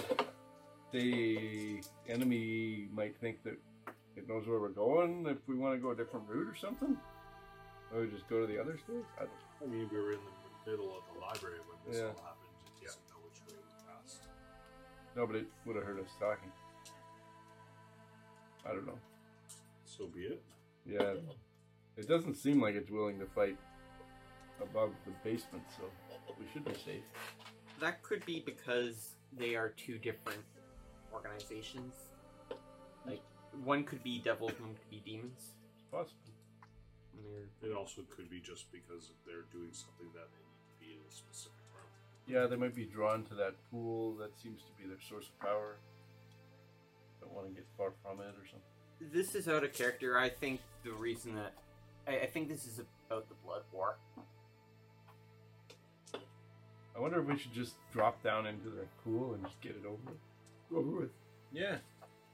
Speaker 5: the enemy might think that it knows where we're going if we want to go a different route or something. Or we just go to the other stairs? I don't
Speaker 8: I mean, we were in the middle of the library when this
Speaker 5: Yeah.
Speaker 8: all happened. It doesn't know which way to cast.
Speaker 5: No, but it would have heard us talking. I don't know.
Speaker 8: So be it.
Speaker 5: Yeah. It doesn't seem like it's willing to fight above the basement, so we should be safe.
Speaker 3: That could be because they are two different organizations. Like one could be devils, one could be demons.
Speaker 5: It's possible.
Speaker 3: And they're
Speaker 8: It also could be just because they're doing something that they need to be in a specific realm.
Speaker 5: Yeah, they might be drawn to that pool that seems to be their source of power. Don't want to get far from it or something.
Speaker 3: this is out of character. I think the reason that I, I think this is about the blood war.
Speaker 5: I wonder if we should just drop down into the pool and just get it over with. Over with.
Speaker 6: Yeah.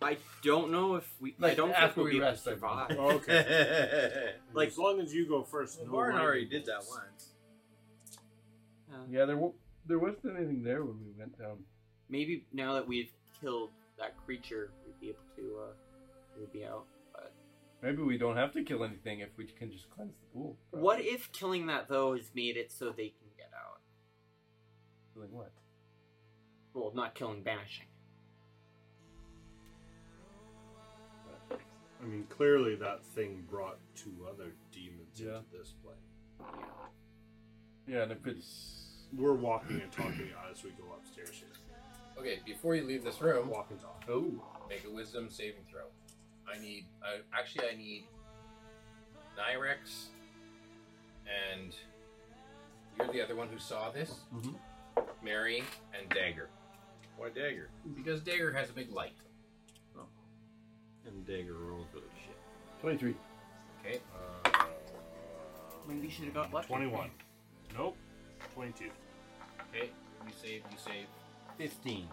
Speaker 3: I don't know if we. I
Speaker 5: Like,
Speaker 3: don't think
Speaker 5: after
Speaker 3: we'll
Speaker 5: we
Speaker 3: be able to
Speaker 5: rest, I mean.
Speaker 3: survive.
Speaker 8: Oh, Okay.
Speaker 3: Like-
Speaker 8: as long as you go first.
Speaker 14: Well,
Speaker 8: no
Speaker 14: Warren
Speaker 8: one
Speaker 14: already
Speaker 8: goes.
Speaker 14: did that once.
Speaker 3: Uh,
Speaker 5: Yeah, there w- there wasn't anything there when we went down.
Speaker 3: Maybe now that we've killed that creature, we'd be able to. Uh, we'd be out.
Speaker 5: Maybe we don't have to kill anything if we can just cleanse the pool. probably.
Speaker 3: What if killing that though has made it so they can get out?
Speaker 5: Doing what?
Speaker 3: Well, not killing, banishing.
Speaker 8: I mean, clearly that thing brought two other demons
Speaker 5: Yeah.
Speaker 8: into this play.
Speaker 5: Yeah, and if it's
Speaker 8: We're walking and talking as we go upstairs here.
Speaker 1: Okay, before you leave this room,
Speaker 8: Walk and talk.
Speaker 5: oh,
Speaker 1: make a wisdom saving throw. I need, I, actually, I need Nyrex, and you're the other one who saw this.
Speaker 5: Mhm.
Speaker 1: Mary and Dagger,
Speaker 6: Why dagger?
Speaker 1: because Dagger has a big light.
Speaker 6: And dagger rolls really shit.
Speaker 5: 23.
Speaker 1: Okay,
Speaker 3: Maybe you should have got lucky.
Speaker 8: 21. Nope. 22.
Speaker 1: okay, you save, you save.
Speaker 6: Fifteen.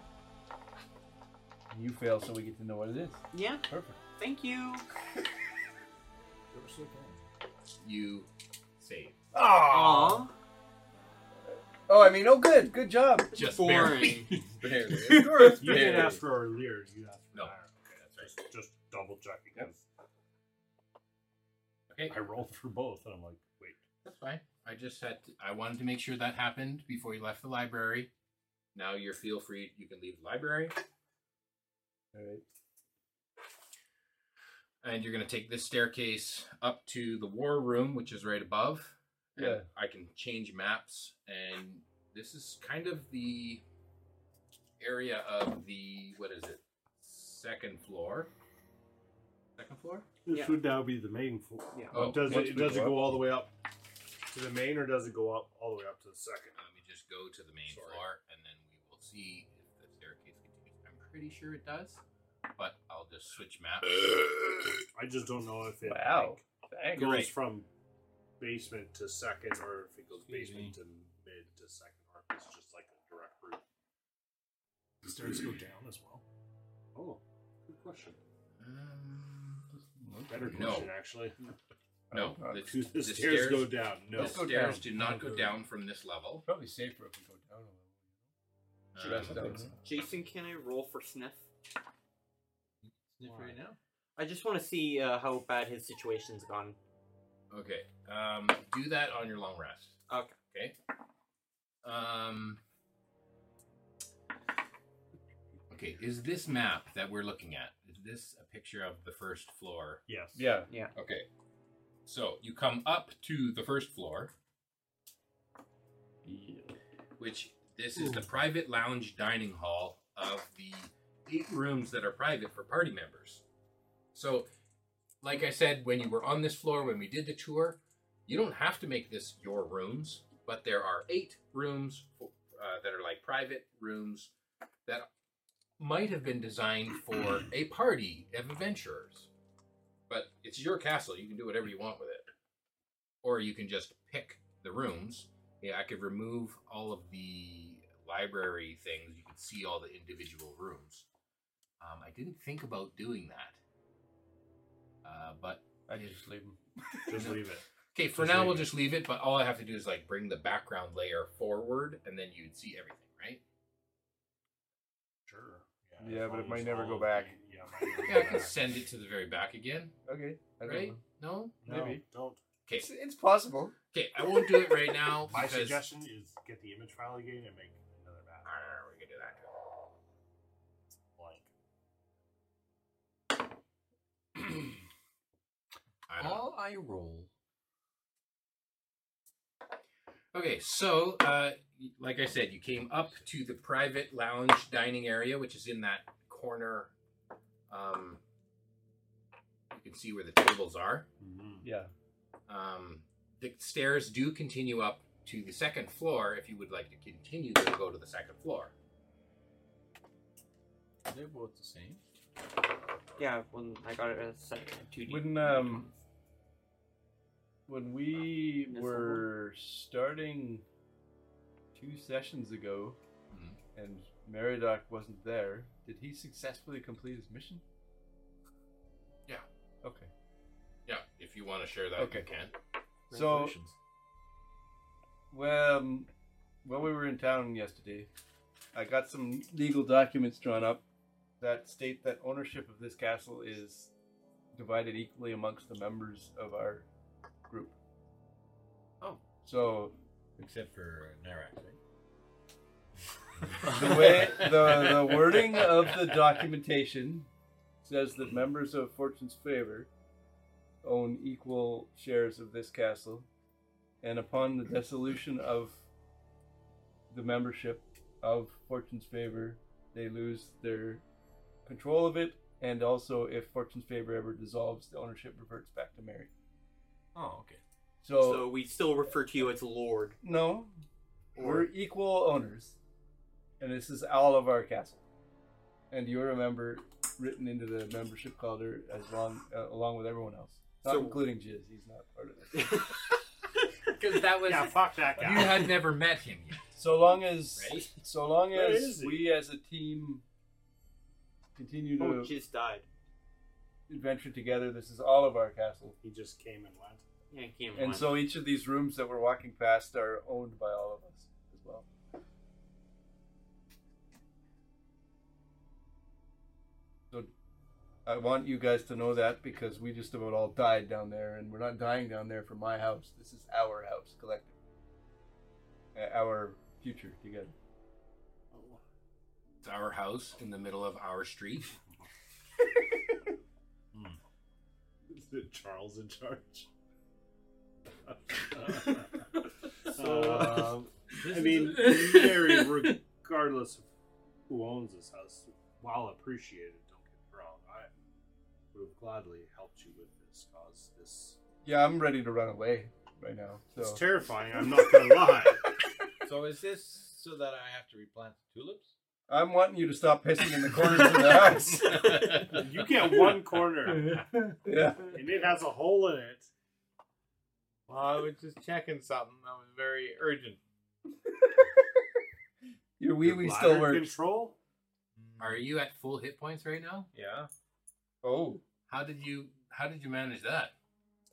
Speaker 5: You fail, so we get to know what it is.
Speaker 3: Yeah.
Speaker 5: Perfect.
Speaker 3: Thank you.
Speaker 1: You save.
Speaker 3: Aww.
Speaker 5: Oh, I mean, oh, good, good job.
Speaker 1: Just
Speaker 3: boring.
Speaker 6: Barely.
Speaker 8: You didn't ask for earlier. You asked for
Speaker 1: No.
Speaker 8: Iron.
Speaker 1: Okay, that's right.
Speaker 8: Just, just double checking. 'cause
Speaker 1: Okay,
Speaker 8: I rolled for both, and I'm like, wait.
Speaker 1: that's fine. I just had, to, I wanted to make sure that happened before you left the library. Now you're feel free. You can leave the library,
Speaker 5: All right.
Speaker 1: and you're gonna take this staircase up to the war room, which is right above. And
Speaker 5: Yeah.
Speaker 1: I can change maps, and this is kind of the area of the what is it? Second floor. Second floor.
Speaker 8: This
Speaker 3: Yeah.
Speaker 8: would now be the main floor.
Speaker 3: Yeah.
Speaker 1: Oh,
Speaker 8: does
Speaker 5: once
Speaker 8: it,
Speaker 5: we
Speaker 8: does it
Speaker 5: go
Speaker 8: go all the way up to the main, or does it go up all the way up to the second?
Speaker 1: Let me just go to the main
Speaker 8: Sorry.
Speaker 1: floor, and then we will see if the staircase continues. I'm pretty sure it does, but I'll just switch maps.
Speaker 8: I just don't know if it
Speaker 5: Wow.
Speaker 8: like,
Speaker 5: Thanks.
Speaker 8: goes
Speaker 1: Right.
Speaker 8: from basement to second, or if it goes
Speaker 1: Excuse
Speaker 8: basement to mid to second, or if it's just like a direct route. The stairs go down as well. Oh, good question.
Speaker 1: Um,
Speaker 9: Better
Speaker 1: No.
Speaker 9: question, actually.
Speaker 1: No,
Speaker 5: Uh,
Speaker 1: the,
Speaker 9: The,
Speaker 1: the
Speaker 9: stairs, go down. No.
Speaker 1: The
Speaker 5: Let's go
Speaker 1: stairs
Speaker 5: down.
Speaker 1: do not go down from this level.
Speaker 5: Probably safer if we go down a little. Should
Speaker 1: Um,
Speaker 5: I step down?
Speaker 3: Jason, can I roll for sniff?
Speaker 2: Sniff right now.
Speaker 3: I just want to see uh, how bad his situation's gone.
Speaker 1: Okay. Um, do that on your long rest.
Speaker 3: Okay.
Speaker 1: Okay. Um. Okay. Is this map that we're looking at? Is this a picture of the first floor?
Speaker 9: Yes.
Speaker 5: Yeah.
Speaker 1: Okay. So you come up to the first floor, which this is the private lounge dining hall of the eight rooms that are private for party members. So, like I said, when you were on this floor, when we did the tour, you don't have to make this your rooms, but there are eight rooms uh, that are like private rooms that might have been designed for a party of adventurers but it's your castle. You can do whatever you want with it, or you can just pick the rooms. Yeah, I could remove all of the library things. You can see all the individual rooms. Um, I didn't think about doing that, uh, but
Speaker 5: I could just leave him.
Speaker 9: Just leave it.
Speaker 1: okay. For
Speaker 9: Just
Speaker 1: now,
Speaker 9: leave
Speaker 1: we'll
Speaker 9: it.
Speaker 1: just leave it. But all I have to do is like bring the background layer forward, and then you'd see everything, right?
Speaker 9: Sure.
Speaker 5: Yeah,
Speaker 9: as
Speaker 5: but it
Speaker 9: long
Speaker 5: might
Speaker 9: as
Speaker 5: never
Speaker 9: all
Speaker 5: go
Speaker 9: of
Speaker 5: back.
Speaker 9: the- Yeah, it might never
Speaker 1: Yeah, I
Speaker 9: go
Speaker 1: can
Speaker 9: back.
Speaker 1: send it to the very back again,
Speaker 5: Okay. I don't
Speaker 1: right?
Speaker 5: know.
Speaker 1: No.
Speaker 9: No,
Speaker 5: Maybe.
Speaker 9: don't.
Speaker 1: Okay.
Speaker 8: It's, it's possible.
Speaker 1: Okay. I won't do it right now
Speaker 9: My
Speaker 1: because
Speaker 9: suggestion is get the image file again and make another map.
Speaker 1: All right, we can do that. Too.
Speaker 9: Blank.
Speaker 1: I don't know.
Speaker 6: All I roll.
Speaker 1: Okay, so uh, y- like I said, you came up to the private lounge dining area, which is in that corner. Um, you can see where the tables are.
Speaker 9: Mhm.
Speaker 5: Yeah.
Speaker 1: Um, the stairs do continue up to the second floor. If you would like to continue, to go to the second floor.
Speaker 2: They're both the same.
Speaker 3: Yeah, when I got it as second two D.
Speaker 5: Wouldn't, um, When we
Speaker 3: Missile.
Speaker 5: were starting two sessions ago,
Speaker 1: Mhm.
Speaker 5: and Meridoc wasn't there, did he successfully complete his mission?
Speaker 1: Yeah.
Speaker 5: Okay.
Speaker 1: Yeah, if you want to share that,
Speaker 5: Okay.
Speaker 1: you can.
Speaker 5: So, well, um, when we were in town yesterday, I got some legal documents drawn up that state that ownership of this castle is divided equally amongst the members of our group.
Speaker 3: Oh.
Speaker 5: So
Speaker 6: Except for uh, Narak, right?
Speaker 5: the way the, the wording of the documentation says that members of Fortune's favor own equal shares of this castle, and upon the dissolution of the membership of Fortune's favor, they lose their control of it, and also if Fortune's favor ever dissolves, the ownership reverts back to Mary.
Speaker 2: Oh, okay.
Speaker 5: So,
Speaker 3: So we still refer to you as Lord.
Speaker 5: no, we're equal owners, and this is all of our castle. And you're a member written into the membership calendar as long uh, along with everyone else, not
Speaker 3: So-
Speaker 5: including Jizz. He's not part of this.
Speaker 1: Because that was
Speaker 9: Yeah, fuck that guy.
Speaker 1: you had never met him yet,
Speaker 5: So long as
Speaker 1: right?
Speaker 5: so long
Speaker 9: Where
Speaker 5: as
Speaker 9: is he?
Speaker 5: we as a team continue
Speaker 3: Oh,
Speaker 5: to
Speaker 3: just died.
Speaker 5: adventure together, this is all of our castle.
Speaker 9: He just came and went.
Speaker 3: Yeah, he came
Speaker 5: And
Speaker 3: one.
Speaker 5: so each of these rooms that we're walking past are owned by all of us as well. So I want you guys to know that because we just about all died down there, and we're not dying down there for my house. This is our house collective, Uh, our future together.
Speaker 1: It's our house in the middle of our street.
Speaker 9: Is it Charles in charge?
Speaker 3: So-
Speaker 9: Um, I mean, Mary, regardless of who owns this house, while appreciated, don't get me wrong, I would have gladly helped you with this cause. This
Speaker 5: Yeah, I'm ready to run away right now.
Speaker 9: it's
Speaker 5: So
Speaker 9: terrifying. I'm not gonna lie.
Speaker 2: So is this so that I have to replant the tulips?
Speaker 5: I'm wanting you to stop pissing in the corners of the house.
Speaker 9: You get one corner,
Speaker 5: Yeah.
Speaker 9: and it has a hole in it.
Speaker 4: Well, I was just checking something. I was very urgent.
Speaker 5: Your wee wee still
Speaker 9: Bladder
Speaker 5: works.
Speaker 9: Control.
Speaker 5: Mm.
Speaker 1: Are you at full hit points right now?
Speaker 2: Yeah.
Speaker 5: Oh.
Speaker 1: How did you? How did you manage that?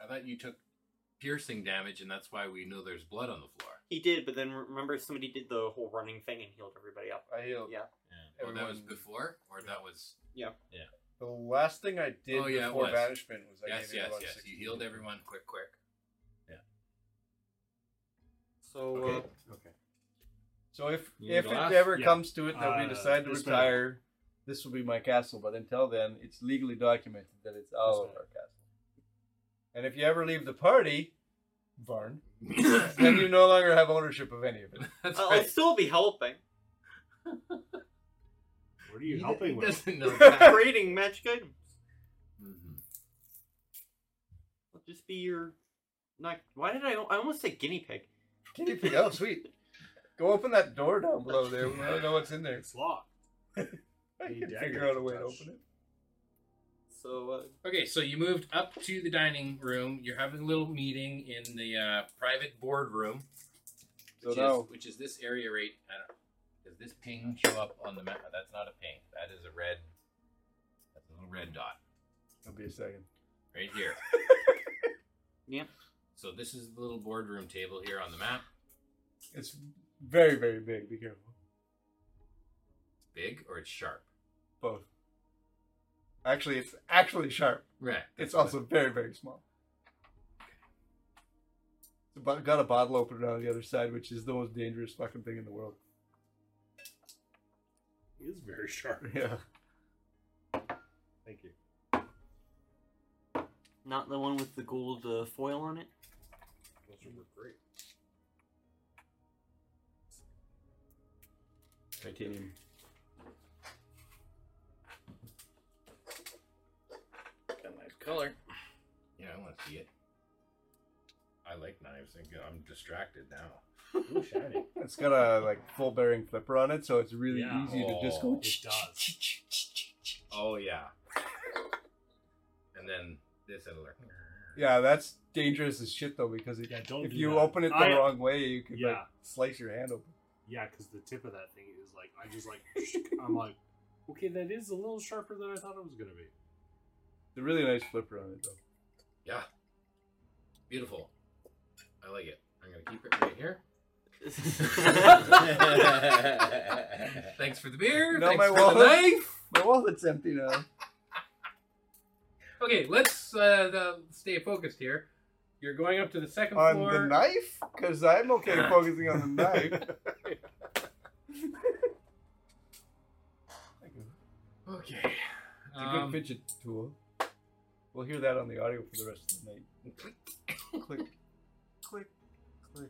Speaker 1: I thought you took piercing damage, and that's why we know there's blood on the floor.
Speaker 3: He did, but then remember somebody did the whole running thing and healed everybody up.
Speaker 5: I healed.
Speaker 3: Yeah.
Speaker 1: Oh, that was
Speaker 5: Everyone-
Speaker 1: before, or that was
Speaker 5: The last thing I did
Speaker 1: Oh, yeah, it
Speaker 5: before
Speaker 1: was.
Speaker 5: banishment was I
Speaker 1: yes,
Speaker 5: gave
Speaker 1: yes,
Speaker 5: everyone
Speaker 1: yes.
Speaker 5: 60.
Speaker 1: You healed everyone quick, quick.
Speaker 3: So uh,
Speaker 2: Okay. Okay.
Speaker 5: So if
Speaker 2: You
Speaker 5: if
Speaker 2: need
Speaker 5: it
Speaker 2: the last-
Speaker 5: ever
Speaker 9: yeah.
Speaker 5: comes to it that
Speaker 9: Uh,
Speaker 5: we decide to
Speaker 9: this
Speaker 5: retire, this will be my castle. But until then, it's legally documented that it's all of
Speaker 9: minute.
Speaker 5: our castle. And if you ever leave the party, Varn, then you no longer have ownership of any of it.
Speaker 1: That's
Speaker 3: I'll
Speaker 1: right.
Speaker 3: still be helping.
Speaker 9: What are you
Speaker 1: He d-
Speaker 9: helping
Speaker 1: he
Speaker 9: with?
Speaker 1: doesn't know that.
Speaker 3: Trading magic items.
Speaker 9: Mm-hmm.
Speaker 1: Mhm.
Speaker 3: I'll just be your. Not. Why did I? I almost say guinea pig.
Speaker 5: Guinea pig. Oh, sweet. Go open that door down below there. We don't know what's in there.
Speaker 9: It's locked.
Speaker 5: I
Speaker 9: Any
Speaker 5: can
Speaker 9: dagger
Speaker 5: figure out a
Speaker 9: to
Speaker 5: way to
Speaker 9: touch.
Speaker 5: open it.
Speaker 3: So uh,
Speaker 1: Okay, so you moved up to the dining room. You're having a little meeting in the uh, private boardroom,
Speaker 5: So
Speaker 1: which,
Speaker 5: now-
Speaker 1: is, which is this area right. I don't Does this ping show up on the map? That's not a ping. That is a red. That's a little red dot
Speaker 5: It'll be a second.
Speaker 1: right here.
Speaker 3: Yep.
Speaker 1: So this is the little boardroom table here on the map.
Speaker 5: It's very very big. Be careful.
Speaker 1: It's big or it's sharp.
Speaker 5: Both. Actually, it's actually sharp.
Speaker 1: Right.
Speaker 5: It's also very, very small. It's about- got a bottle opener on the other side, which is the most dangerous fucking thing in the world.
Speaker 9: He is very sharp.
Speaker 5: Yeah.
Speaker 9: Thank you.
Speaker 3: not the one with the gold uh, foil on it.
Speaker 9: Those were great.
Speaker 5: Titanium.
Speaker 1: Got a nice color. Yeah, I want to see it. I like knives. I go- I'm distracted now.
Speaker 9: Ooh, shiny.
Speaker 5: It's got a like full bearing flipper on it, so it's really
Speaker 9: Yeah.
Speaker 5: easy to just go.
Speaker 1: Oh.
Speaker 9: It does.
Speaker 1: Oh yeah. and then this it'll like.
Speaker 5: Yeah, that's dangerous as shit though, because it,
Speaker 9: Yeah, don't
Speaker 5: if
Speaker 9: do
Speaker 5: you
Speaker 9: that.
Speaker 5: open it the
Speaker 9: I-
Speaker 5: wrong way, you could like
Speaker 9: Yeah.
Speaker 5: slice your hand open.
Speaker 9: Yeah, because the tip of that thing is like, I just like, I'm like, okay, that is a little sharper than I thought it was going to be.
Speaker 5: It's a really nice flipper on it though.
Speaker 1: Yeah. Beautiful. I like it. I'm gonna keep it right here. Thanks for the beer.
Speaker 5: No,
Speaker 1: Thanks
Speaker 5: my
Speaker 1: for
Speaker 5: wallet.
Speaker 1: the knife.
Speaker 5: My wallet's empty now.
Speaker 1: Okay, let's uh, uh, stay focused here. You're going up to the second
Speaker 5: on
Speaker 1: floor.
Speaker 5: the knife, because I'm okay focusing on the knife. It's
Speaker 1: Okay.
Speaker 5: a
Speaker 1: Um,
Speaker 5: good fidget tool. We'll hear that on the audio for the rest of the night. Click, click, click.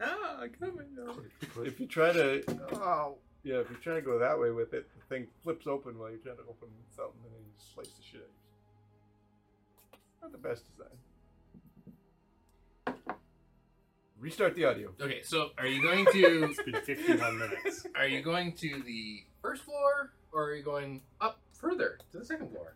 Speaker 5: Ah, I got my nose. If you try to, oh, yeah, if you try to go that way with it, the thing flips open while you're trying to open something, and then you slice the shit out. of yourself. Not the best design. Restart the audio.
Speaker 1: Okay, so are you going to
Speaker 9: It's been 51 minutes.
Speaker 1: are you going to the first floor or are you going up further to the second floor?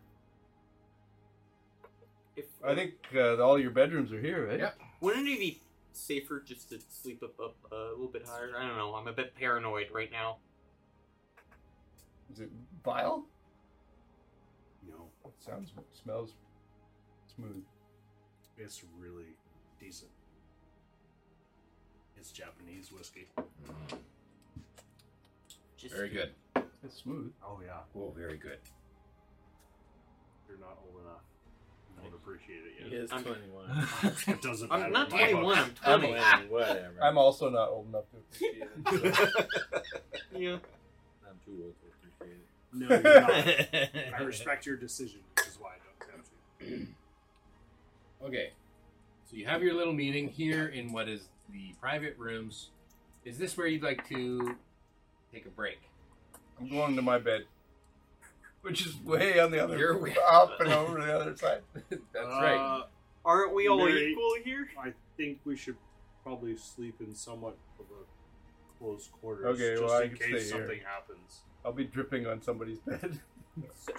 Speaker 3: If
Speaker 5: I think uh, all your bedrooms are here, right?
Speaker 1: Yep.
Speaker 3: uh, wouldn't it be safer just to sleep up up uh, a little bit higher? I don't know. I'm a bit paranoid right now.
Speaker 5: Is it vile?
Speaker 9: No,
Speaker 5: It sounds, smells smooth.
Speaker 9: it's really decent. It's Japanese whiskey.
Speaker 3: Just
Speaker 1: Very good.
Speaker 5: It's smooth.
Speaker 9: Oh, yeah.
Speaker 1: Oh, very good.
Speaker 9: You're not old enough. You don't appreciate it
Speaker 6: He
Speaker 9: yet.
Speaker 6: is
Speaker 3: I'm-
Speaker 6: 21.
Speaker 9: It doesn't matter.
Speaker 3: I'm not
Speaker 9: in my book.
Speaker 3: 21. I'm
Speaker 6: I'm
Speaker 3: 20.
Speaker 6: winning, whatever.
Speaker 5: I'm also not old enough to appreciate it. so-
Speaker 3: yeah.
Speaker 6: I'm too old to appreciate it.
Speaker 9: No, you're not. I respect your decision, which is why I don't tempt you.
Speaker 1: Okay. So you have your little meeting here in what is the private rooms. Is this where you'd like to take a break?
Speaker 5: I'm going to my bed, which is way on the other
Speaker 1: You're way-
Speaker 5: up and over the other side.
Speaker 1: That's right.
Speaker 9: Uh,
Speaker 3: Aren't we all
Speaker 9: Mary-
Speaker 3: equal here?
Speaker 9: I think we should probably sleep in somewhat of a close quarters,
Speaker 5: Okay,
Speaker 9: just
Speaker 5: well, I
Speaker 9: in
Speaker 5: can
Speaker 9: case
Speaker 5: stay here.
Speaker 9: something happens.
Speaker 5: I'll be dripping on somebody's bed.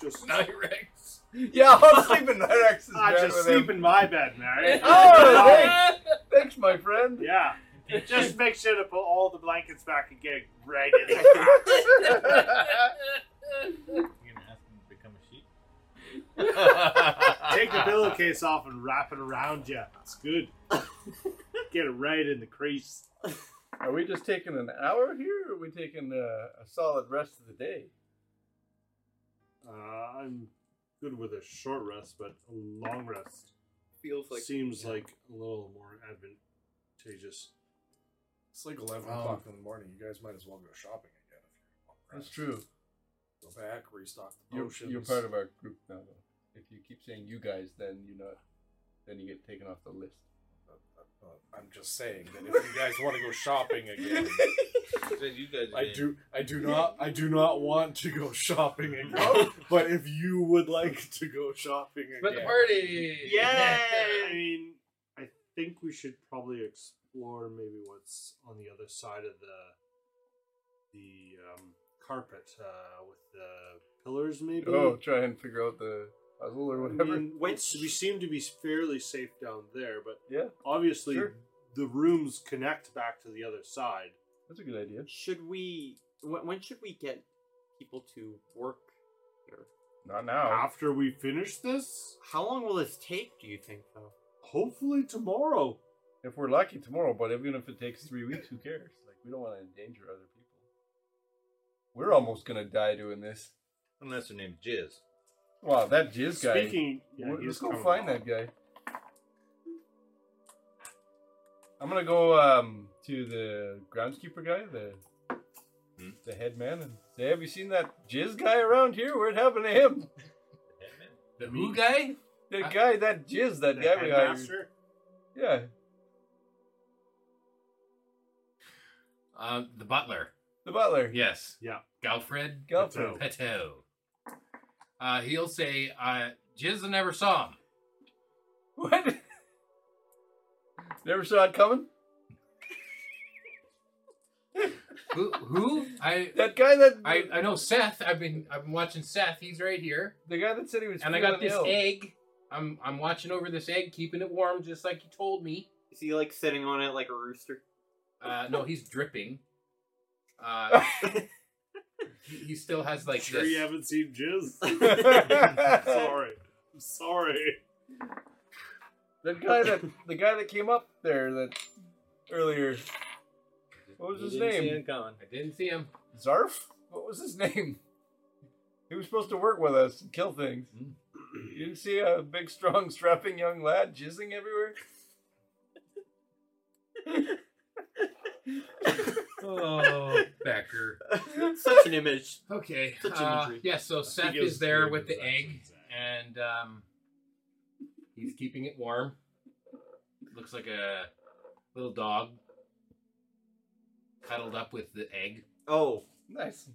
Speaker 9: Just
Speaker 1: Nyrex.
Speaker 5: yeah, I'll sleep in Irex's
Speaker 9: I
Speaker 5: bed
Speaker 9: just
Speaker 5: with
Speaker 9: sleep
Speaker 5: him.
Speaker 9: in my bed, Mary.
Speaker 5: Oh, Thanks, my friend.
Speaker 9: yeah. Just make sure to put all the blankets back and get right in there.
Speaker 6: You're gonna ask him to become a sheep?
Speaker 8: Take
Speaker 2: Ah,
Speaker 8: the pillowcase off and wrap it around you. It's good. Get it right in the crease.
Speaker 5: Are we just taking an hour here, or are we taking a, a solid rest of the day?
Speaker 8: Uh, I'm good with a short rest, but a long rest
Speaker 3: Feels like
Speaker 8: seems like a little more advantageous.
Speaker 4: It's like 11
Speaker 5: Um,
Speaker 4: o'clock in the morning. You guys might as well go shopping again if you're on
Speaker 5: That's
Speaker 4: rest.
Speaker 5: true.
Speaker 4: Go back, restock the
Speaker 5: You're,
Speaker 4: potions.
Speaker 5: you're part of our group now, though. If you keep saying you guys, then you're not. Then you get taken off the list.
Speaker 4: Uh, I'm just saying that if you guys want to go shopping again,
Speaker 6: you guys
Speaker 4: I
Speaker 6: did.
Speaker 4: do. I do not. I do not want to go shopping again. but if you would like to go shopping
Speaker 15: But the
Speaker 4: again,
Speaker 15: party.
Speaker 8: I mean, I think we should probably explore maybe what's on the other side of the the um, carpet uh, with the pillars, maybe.
Speaker 5: Oh, try and figure out the puzzle or
Speaker 8: I
Speaker 5: whatever.
Speaker 8: mean,
Speaker 3: Which-
Speaker 8: we seem to be fairly safe down there, but
Speaker 5: Yeah.
Speaker 8: obviously
Speaker 5: Sure.
Speaker 8: the rooms connect back to the other side.
Speaker 5: That's a good idea.
Speaker 3: Should we? When, when should we get people to work here?
Speaker 5: Not now.
Speaker 8: After we finish this,
Speaker 3: How long will this take? Do you think, though?
Speaker 8: hopefully tomorrow.
Speaker 5: If we're lucky tomorrow, but even if it takes three weeks, who cares? Like we don't want to endanger other people. We're almost gonna die doing this.
Speaker 6: Unless her name's Jizz.
Speaker 5: Wow, that jizz guy.
Speaker 8: Speaking, yeah,
Speaker 5: Well,
Speaker 8: he's
Speaker 5: let's go
Speaker 8: coming
Speaker 5: find
Speaker 8: along.
Speaker 5: that guy. I'm gonna go um, to the groundskeeper guy, the
Speaker 1: Hmm?
Speaker 5: the head man, and say, "Have you seen that jizz guy around here? What happened to him?
Speaker 15: The who guy?
Speaker 5: That
Speaker 15: Uh,
Speaker 5: guy, that jizz, that
Speaker 8: The
Speaker 5: guy we hired.
Speaker 8: headmaster?
Speaker 5: Yeah,
Speaker 1: Um, the butler.
Speaker 5: the butler.
Speaker 1: Yes.
Speaker 8: Yeah.
Speaker 1: Galfred
Speaker 5: Galfred.
Speaker 1: Peto. Uh, he'll say, uh, Jizz I never saw him.
Speaker 5: What? Never saw it coming.
Speaker 1: Who? Who? I,
Speaker 5: That guy that
Speaker 1: I, I know Seth. I've been, I've been watching Seth. He's right here.
Speaker 5: the guy that said he was
Speaker 1: and I got
Speaker 5: feeling
Speaker 1: this
Speaker 5: ill.
Speaker 1: egg. I'm, I'm watching over this egg, keeping it warm, just like you told me.
Speaker 3: Is he like sitting on it like a rooster?
Speaker 1: Uh, no, he's dripping. Uh, he, he still has like
Speaker 8: sure
Speaker 1: this.
Speaker 8: you haven't seen jizz.
Speaker 5: that
Speaker 8: sorry, I'm sorry.
Speaker 5: guy that the guy that came up there that earlier. What was
Speaker 6: You
Speaker 5: his
Speaker 6: didn't see
Speaker 5: name?
Speaker 6: it coming.
Speaker 1: I didn't see him.
Speaker 5: Zarf? What was his name? He was supposed to work with us and kill things.
Speaker 6: Hmm.
Speaker 5: You didn't see a big, strong, strapping young lad jizzing everywhere?
Speaker 1: Oh, Becker.
Speaker 3: Such an image.
Speaker 1: Okay.
Speaker 3: Such
Speaker 1: uh,
Speaker 3: imagery.
Speaker 1: yeah, so Seth
Speaker 8: He goes
Speaker 1: is there
Speaker 8: through
Speaker 1: with the egg,
Speaker 8: transactions, uh,
Speaker 1: and um, he's keeping it warm. Looks like a little dog cuddled up with the egg.
Speaker 3: Oh,
Speaker 5: Nice.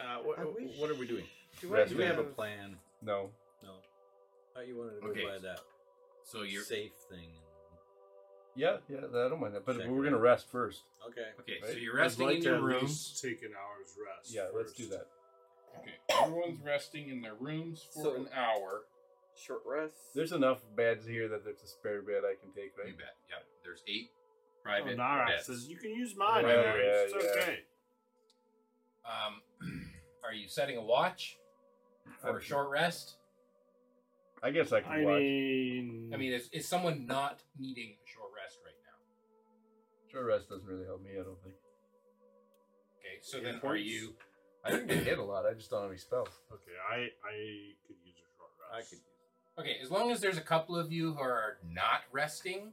Speaker 6: Uh, what,
Speaker 3: I wish-
Speaker 6: what are we doing?
Speaker 3: do
Speaker 5: Rest
Speaker 6: Do we
Speaker 5: in.
Speaker 6: have a plan?
Speaker 5: No.
Speaker 6: No. thought you wanted to go
Speaker 1: Okay.
Speaker 6: buy that
Speaker 3: Oh,
Speaker 1: So you're
Speaker 6: safe thing.
Speaker 5: Yeah, yeah, I don't mind that. But
Speaker 6: Check
Speaker 5: we're
Speaker 6: it
Speaker 5: going to
Speaker 6: out.
Speaker 5: rest first.
Speaker 6: Okay.
Speaker 1: okay. So
Speaker 5: Right.
Speaker 1: you're
Speaker 8: I'd
Speaker 1: resting
Speaker 8: like
Speaker 1: in
Speaker 8: to
Speaker 1: your
Speaker 8: at
Speaker 1: room.
Speaker 8: least Take an hour's rest.
Speaker 5: Yeah, let let's do
Speaker 8: first.
Speaker 5: that.
Speaker 4: Okay, everyone's resting in their rooms for
Speaker 3: So-
Speaker 4: an hour.
Speaker 3: short rest.
Speaker 5: There's enough beds here that there's a spare bed I can take,
Speaker 1: You
Speaker 5: right?
Speaker 1: bet. Yeah. There's eight
Speaker 8: Oh,
Speaker 1: private
Speaker 8: Narak
Speaker 1: beds.
Speaker 8: says you can use mine.
Speaker 5: Yeah,
Speaker 8: Narak.
Speaker 5: yeah,
Speaker 8: it's
Speaker 5: yeah.
Speaker 8: okay.
Speaker 1: Um, are you setting a watch for a
Speaker 5: I'm-
Speaker 1: short rest?
Speaker 5: I guess I can
Speaker 8: I
Speaker 5: watch.
Speaker 8: mean,
Speaker 1: I mean, is, is
Speaker 8: Mm.
Speaker 1: someone not needing a short rest right now?
Speaker 5: Short rest doesn't really help me, I don't think.
Speaker 1: Okay. So
Speaker 8: Yeah,
Speaker 1: then, are
Speaker 8: points.
Speaker 1: you?
Speaker 5: I didn't get hit a lot. I just don't have any spells.
Speaker 8: okay. I I could use a short
Speaker 6: I
Speaker 8: rest.
Speaker 6: could.
Speaker 1: Okay, as long as there's a couple of you who are not resting,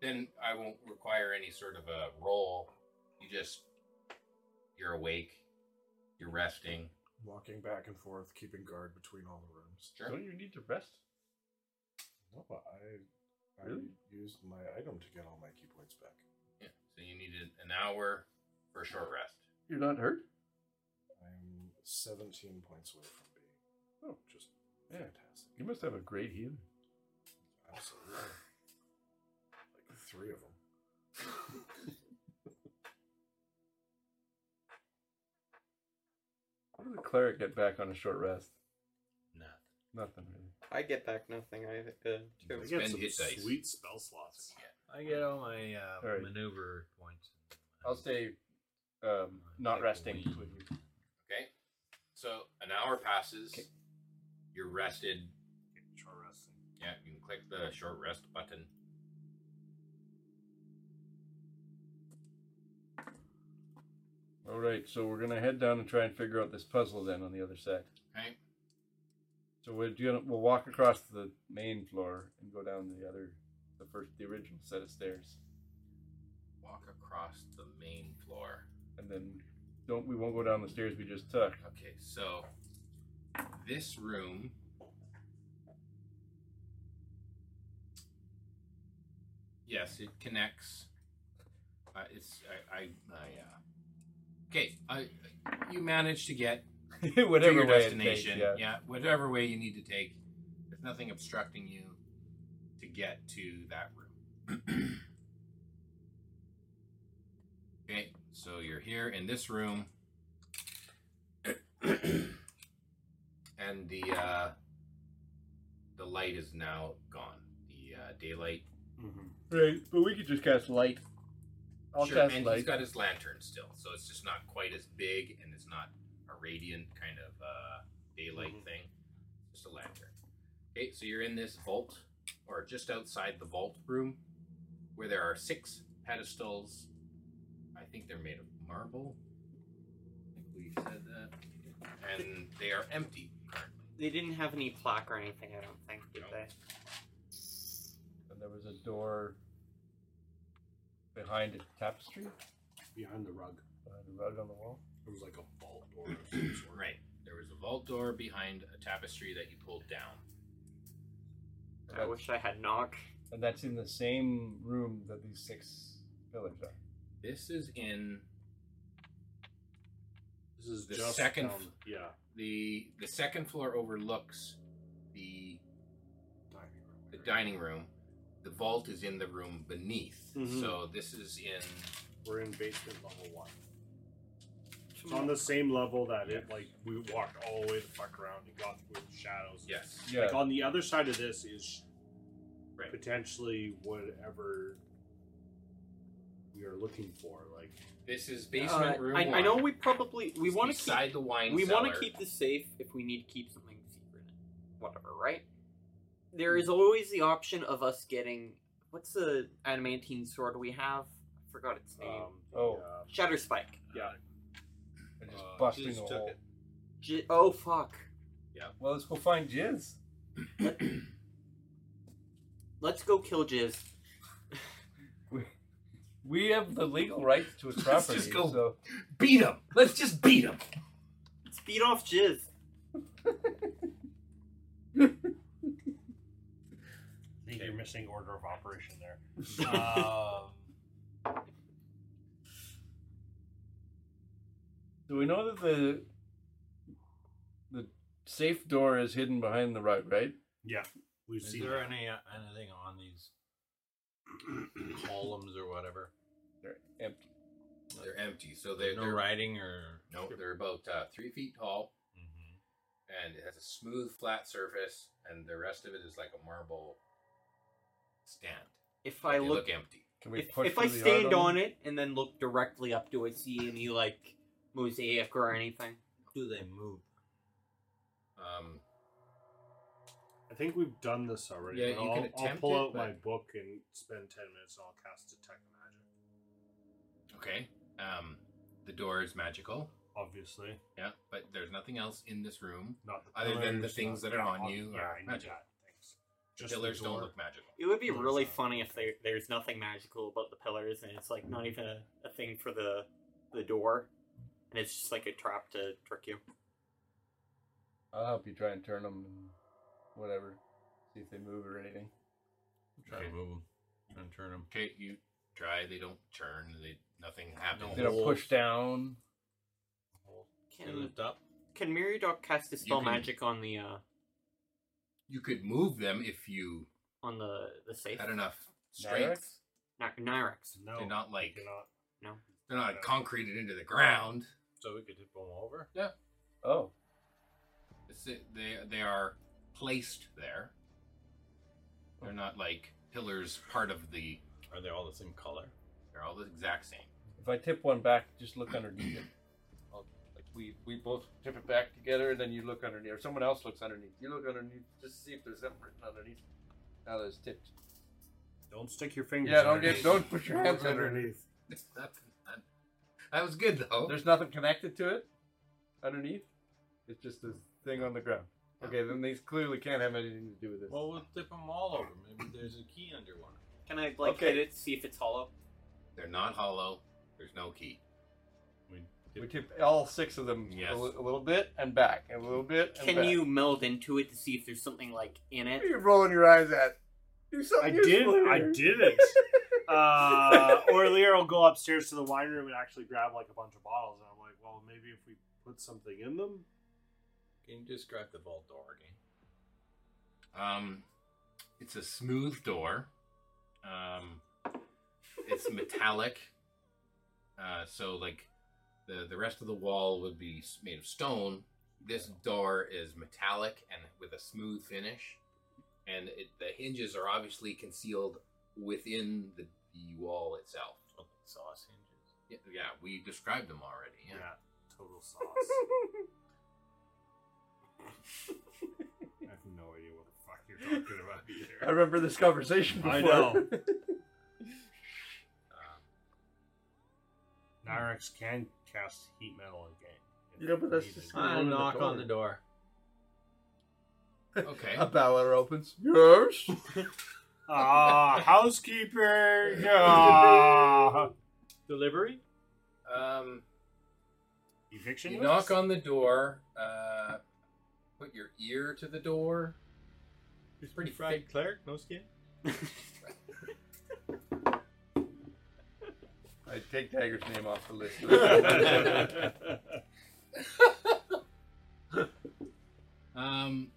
Speaker 1: then I won't require any sort of a roll. You just you're awake, you're resting.
Speaker 4: Walking back and forth, keeping guard between all the rooms.
Speaker 1: Sure.
Speaker 5: Don't you need to rest?
Speaker 4: No, but I, I
Speaker 5: Really?
Speaker 4: used my item to get all my key points back.
Speaker 1: Yeah. So you need an an hour for a short rest.
Speaker 5: You're not hurt?
Speaker 4: I'm 17 points away from being
Speaker 5: Oh.
Speaker 4: just
Speaker 5: Yeah.
Speaker 4: fantastic.
Speaker 5: You must have a great healer.
Speaker 4: Absolutely. like three of them.
Speaker 5: How did the cleric get back on a short rest?
Speaker 6: Nah.
Speaker 5: Nothing really.
Speaker 3: I get back nothing. I uh,
Speaker 8: I
Speaker 3: two.
Speaker 8: get
Speaker 1: Spend
Speaker 8: some
Speaker 1: hit dice.
Speaker 8: sweet spell slots.
Speaker 6: I get all my uh,
Speaker 5: All right.
Speaker 6: maneuver points.
Speaker 5: I'll stay um, not
Speaker 6: Like
Speaker 5: resting.
Speaker 6: we-
Speaker 5: with you.
Speaker 1: Okay. So an hour passes. You're rested.
Speaker 9: Short resting.
Speaker 1: Yeah, you can click the short rest button.
Speaker 5: All right, so we're gonna head down and try and figure out this puzzle then on the other side.
Speaker 1: Okay.
Speaker 5: So we're gonna we'll walk across the main floor and go down the other, the first, the original set of stairs,
Speaker 1: Walk across the main floor.
Speaker 5: and then don't we won't go down the stairs we just took.
Speaker 1: Okay, so this room Yes, it connects. Uh, it's I I, I uh, Okay, I you managed to get
Speaker 5: Whatever
Speaker 1: to your
Speaker 5: way it
Speaker 1: destination.
Speaker 5: takes, yeah.
Speaker 1: whatever way you need to take. There's nothing obstructing you to get to that room. okay, so you're here in this room, and the uh, the light is now gone. The uh, daylight.
Speaker 5: Right, but we could just cast light. I'll
Speaker 1: sure,
Speaker 5: cast
Speaker 1: and he's
Speaker 5: light.
Speaker 1: got his lantern still, so it's just not quite as big, and it's not a radiant kind of uh, daylight thing. Just a lantern. Okay, so you're in this vault, or just outside the vault room, where there are six pedestals. I think they're made of marble. I think we said that, and they are empty currently.
Speaker 3: They didn't have any plaque or anything, I don't think, did
Speaker 1: No.
Speaker 3: they?
Speaker 5: and there was a door behind a tapestry,
Speaker 9: Behind the rug.
Speaker 5: behind a rug on the wall.
Speaker 9: There was like a vault door of some sort.
Speaker 1: Right. There was a vault door behind a tapestry that you pulled down.
Speaker 3: I wish I had knock.
Speaker 5: And that's in the same room that these six pillars are.
Speaker 1: This is in
Speaker 9: This is
Speaker 1: The
Speaker 9: just
Speaker 1: second-
Speaker 9: down- yeah.
Speaker 1: the the second floor overlooks the
Speaker 9: Dining room.
Speaker 1: the dining room. The vault is in the room beneath.
Speaker 2: Mm-hmm.
Speaker 9: Mhm.
Speaker 1: So this is in
Speaker 9: We're in basement level one. It's
Speaker 3: Uh,
Speaker 9: on the same level that it like we walked all the way the fuck around and got through the shadows.
Speaker 1: yes.
Speaker 5: Yeah.
Speaker 9: Like on the other side of this is
Speaker 1: Right.
Speaker 9: potentially whatever we are looking for. Like
Speaker 1: This is basement
Speaker 3: Uh,
Speaker 1: room.
Speaker 3: I, I know
Speaker 1: one.
Speaker 3: we probably we
Speaker 1: It's
Speaker 3: want to
Speaker 1: beside
Speaker 3: keep
Speaker 1: the wine
Speaker 3: we
Speaker 1: cellar.
Speaker 3: want to keep this safe if we need to keep something secret, whatever, right? There is always the option of us getting what's the adamantine sword we have? I forgot its name.
Speaker 9: um
Speaker 5: Oh.
Speaker 9: uh,
Speaker 3: Shatter Spike.
Speaker 9: yeah.
Speaker 5: And just
Speaker 9: Uh,
Speaker 5: busting
Speaker 2: Jizz
Speaker 5: the
Speaker 2: took
Speaker 5: wall.
Speaker 2: it.
Speaker 3: J- oh fuck.
Speaker 5: Well, let's go find Jizz.
Speaker 3: Let's go kill Jizz.
Speaker 5: We have the legal rights to his property.
Speaker 1: Let's just go.
Speaker 5: So
Speaker 1: beat him. Let's just beat him.
Speaker 3: Let's beat off Jizz.
Speaker 9: I think you're missing order of operation there. um,
Speaker 5: So we know that the the safe door is hidden behind the rug, right?
Speaker 9: yeah. We've
Speaker 2: Is
Speaker 9: seen
Speaker 2: there
Speaker 9: that.
Speaker 2: any uh, anything on these columns or whatever?
Speaker 5: They're empty.
Speaker 1: They're empty. So they're,
Speaker 2: no
Speaker 1: they're
Speaker 2: writing or
Speaker 1: No, they're about uh, three feet tall,
Speaker 5: Mm-hmm.
Speaker 2: Mhm.
Speaker 1: and it has a smooth, flat surface, and the rest of it is like a marble stand.
Speaker 3: If I
Speaker 1: they
Speaker 3: look,
Speaker 1: look empty.
Speaker 5: Can we
Speaker 3: if,
Speaker 5: push
Speaker 3: if I
Speaker 5: really
Speaker 3: stand
Speaker 5: hard
Speaker 3: on
Speaker 5: them?
Speaker 3: it and then look directly up, do I see any like mosaic or anything?
Speaker 2: Do they move?
Speaker 1: Um,
Speaker 9: I think we've done this already.
Speaker 1: Yeah,
Speaker 9: but
Speaker 1: you
Speaker 9: I'll,
Speaker 1: can
Speaker 9: I'll
Speaker 1: attempt
Speaker 9: pull
Speaker 1: it,
Speaker 9: out my
Speaker 1: but-
Speaker 9: book and spend ten minutes and I'll cast detect magic.
Speaker 1: Okay. Um, the door is magical.
Speaker 9: Obviously,
Speaker 1: Yeah, but there's nothing else in this room.
Speaker 9: not the
Speaker 1: Other than the
Speaker 9: pillars,
Speaker 1: things
Speaker 9: not-
Speaker 1: that are
Speaker 9: yeah,
Speaker 1: on
Speaker 9: ob-
Speaker 1: you
Speaker 9: Yeah,
Speaker 1: are
Speaker 9: I know
Speaker 1: magic.
Speaker 9: that. Thanks.
Speaker 1: The
Speaker 9: Just the
Speaker 1: pillars don't
Speaker 9: door.
Speaker 1: look magical.
Speaker 3: It would be
Speaker 9: No, it's
Speaker 3: really
Speaker 9: not.
Speaker 3: funny if there there's nothing magical about the pillars and it's like not even a, a thing for the the door. And it's just like a trap to trick you.
Speaker 5: I'll help you try and turn them and whatever. See if they move or anything.
Speaker 2: Try to move them and turn them.
Speaker 1: Okay, you try. They don't turn. They nothing happens.
Speaker 5: They don't push down.
Speaker 2: They
Speaker 3: Can
Speaker 2: lift up.
Speaker 3: can Miriadoc cast a spell
Speaker 1: can-
Speaker 3: magic on the uh
Speaker 1: You could move them if you
Speaker 3: on the the safe?
Speaker 1: had enough strength.
Speaker 3: Not Nyrex.
Speaker 9: No,
Speaker 1: They're not like
Speaker 9: you're not.
Speaker 1: they're not concreted into the ground.
Speaker 2: So we could tip them over.
Speaker 5: Oh.
Speaker 1: It's, they they are placed there. They're not like pillars. Part of the.
Speaker 2: Are they all the same color?
Speaker 1: They're all the exact same.
Speaker 5: If I tip one back, just look underneath it.
Speaker 2: I'll like
Speaker 5: we we both tip it back together, and then you look underneath, or someone else looks underneath. You look underneath just to see if there's something written underneath. Now there's tipped.
Speaker 9: Don't stick your fingers.
Speaker 5: Yeah, don't
Speaker 9: underneath.
Speaker 5: get don't put your hands
Speaker 9: Look
Speaker 5: underneath.
Speaker 7: That was good though.
Speaker 5: There's nothing connected to it underneath. It's just this thing on the ground. Okay, then these clearly can't have anything to do with this.
Speaker 2: Well, we'll tip them all over. Maybe there's a key under one.
Speaker 3: Can I like
Speaker 5: Okay.
Speaker 3: hit it, see if it's hollow?
Speaker 1: They're not hollow. There's no key.
Speaker 5: We tip all six of them
Speaker 1: Yes.
Speaker 5: a, li- a little bit and back, and a little bit. And
Speaker 3: Can
Speaker 5: back.
Speaker 3: you meld into it to see if there's something like in it?
Speaker 5: What are you rolling your eyes at? Do something.
Speaker 9: I
Speaker 5: useful
Speaker 9: did. I
Speaker 5: here.
Speaker 9: did it. Uh, or later, I'll go upstairs to the wine room and actually grab like a bunch of bottles. And I'm like, well, maybe if we put something in them.
Speaker 2: Can you describe the vault door again?
Speaker 1: Um, it's a smooth door. Um, it's metallic. Uh, so like the the rest of the wall would be s- made of stone. This door is metallic and with a smooth finish, and it, the hinges are obviously concealed within the, the wall itself.
Speaker 2: Oh, Sauce hinges.
Speaker 1: Yeah, yeah, we described them already. Yeah.
Speaker 9: total sauce. I have no idea what the fuck you're talking about
Speaker 5: I
Speaker 9: either.
Speaker 5: remember this conversation before.
Speaker 9: I know.
Speaker 1: Um,
Speaker 9: Nyrex can cast heat metal again.
Speaker 5: Yeah, but that's just-
Speaker 9: Needed.
Speaker 5: Open the
Speaker 2: knock
Speaker 5: door.
Speaker 2: on the door.
Speaker 1: okay.
Speaker 2: Um,
Speaker 5: a baller opens. Yes.
Speaker 9: Ah, housekeeper. Ah. Delivery.
Speaker 1: Um,
Speaker 9: Eviction.
Speaker 1: you
Speaker 9: notice?
Speaker 1: knock on the door. Uh, put your ear to the door.
Speaker 2: It's
Speaker 1: pretty
Speaker 2: fried
Speaker 1: thick.
Speaker 2: cleric, no skin.
Speaker 5: I take Tiger's name off the list.
Speaker 1: Um,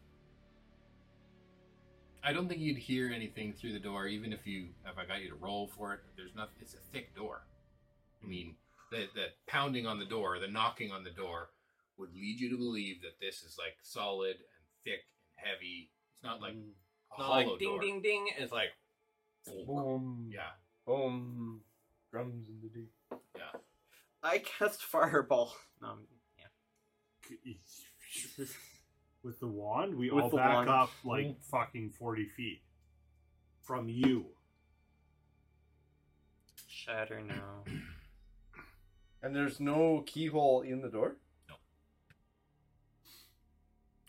Speaker 1: I don't think you'd hear anything through the door, even if you if I got you to roll for it. There's nothing. It's a thick door. I mean, the the pounding on the door, the knocking on the door, would lead you to believe that this is like solid and thick and heavy. It's not like a
Speaker 2: Not
Speaker 1: hollow
Speaker 2: like ding
Speaker 1: door.
Speaker 2: ding ding. It's like
Speaker 5: Boom.
Speaker 1: Yeah.
Speaker 5: Boom. Drums in the deep.
Speaker 3: I cast fireball. Um, yeah.
Speaker 9: With the wand, we
Speaker 3: With
Speaker 9: all
Speaker 3: the
Speaker 9: back
Speaker 3: wand.
Speaker 9: up like fucking forty feet from you.
Speaker 3: Shatter now.
Speaker 5: And there's no keyhole in the door.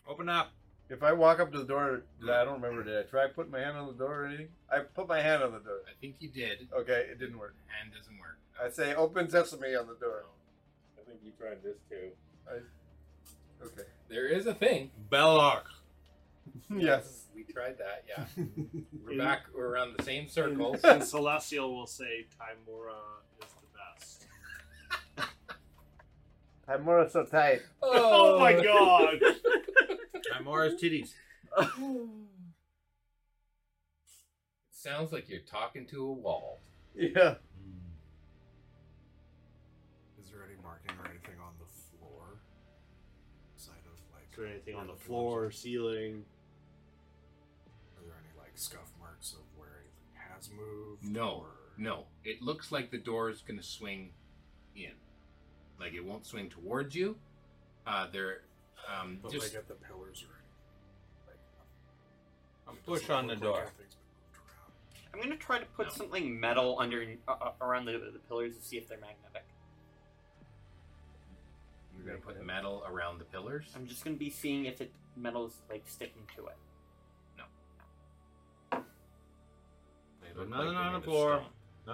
Speaker 2: open up.
Speaker 5: If I walk up to the door, I don't remember. Did I try put my hand on the door or anything? I put my hand on the door.
Speaker 1: I think you did,
Speaker 5: Okay, it didn't work.
Speaker 1: and doesn't work.
Speaker 5: I say open sesame on the door.
Speaker 6: I think you tried this too.
Speaker 5: Okay.
Speaker 1: There is a thing.
Speaker 2: Belloc.
Speaker 5: Yes.
Speaker 1: We tried that. Yeah, we're
Speaker 9: In-
Speaker 1: back. We're around the same
Speaker 9: And,
Speaker 1: circles.
Speaker 8: Oh
Speaker 9: and Celestial will say Timora is the best.
Speaker 5: I'm more so tight.
Speaker 9: Oh, my god!
Speaker 2: I'm Aura's titties.
Speaker 1: sounds like you're talking to a wall.
Speaker 5: Yeah.
Speaker 4: Is there any marking or anything on the floor? Side of like.
Speaker 9: Is there anything on the
Speaker 4: where
Speaker 9: floor,
Speaker 4: comes-
Speaker 9: ceiling?
Speaker 4: Are there any like scuff marks of where anything has moved?
Speaker 1: No,
Speaker 4: or-
Speaker 1: no. It looks like the door is going to swing in. Like it won't swing towards you. Uh, there, um,
Speaker 4: But
Speaker 1: just
Speaker 4: like at the pillars or anything. Like,
Speaker 2: I'm
Speaker 4: it
Speaker 2: push
Speaker 4: doesn't
Speaker 2: on the
Speaker 4: look like
Speaker 2: door.
Speaker 4: anything's been moved around.
Speaker 3: I'm gonna try to put
Speaker 1: No.
Speaker 3: something metal under uh, uh, around the, the pillars to see if they're magnetic.
Speaker 1: you're going to put metal around the pillars.
Speaker 3: I'm just gonna be seeing if it metal's like sticking to it.
Speaker 1: They
Speaker 2: But
Speaker 1: look
Speaker 2: nothing
Speaker 1: they're
Speaker 2: on the
Speaker 1: made of
Speaker 2: floor.
Speaker 1: stone.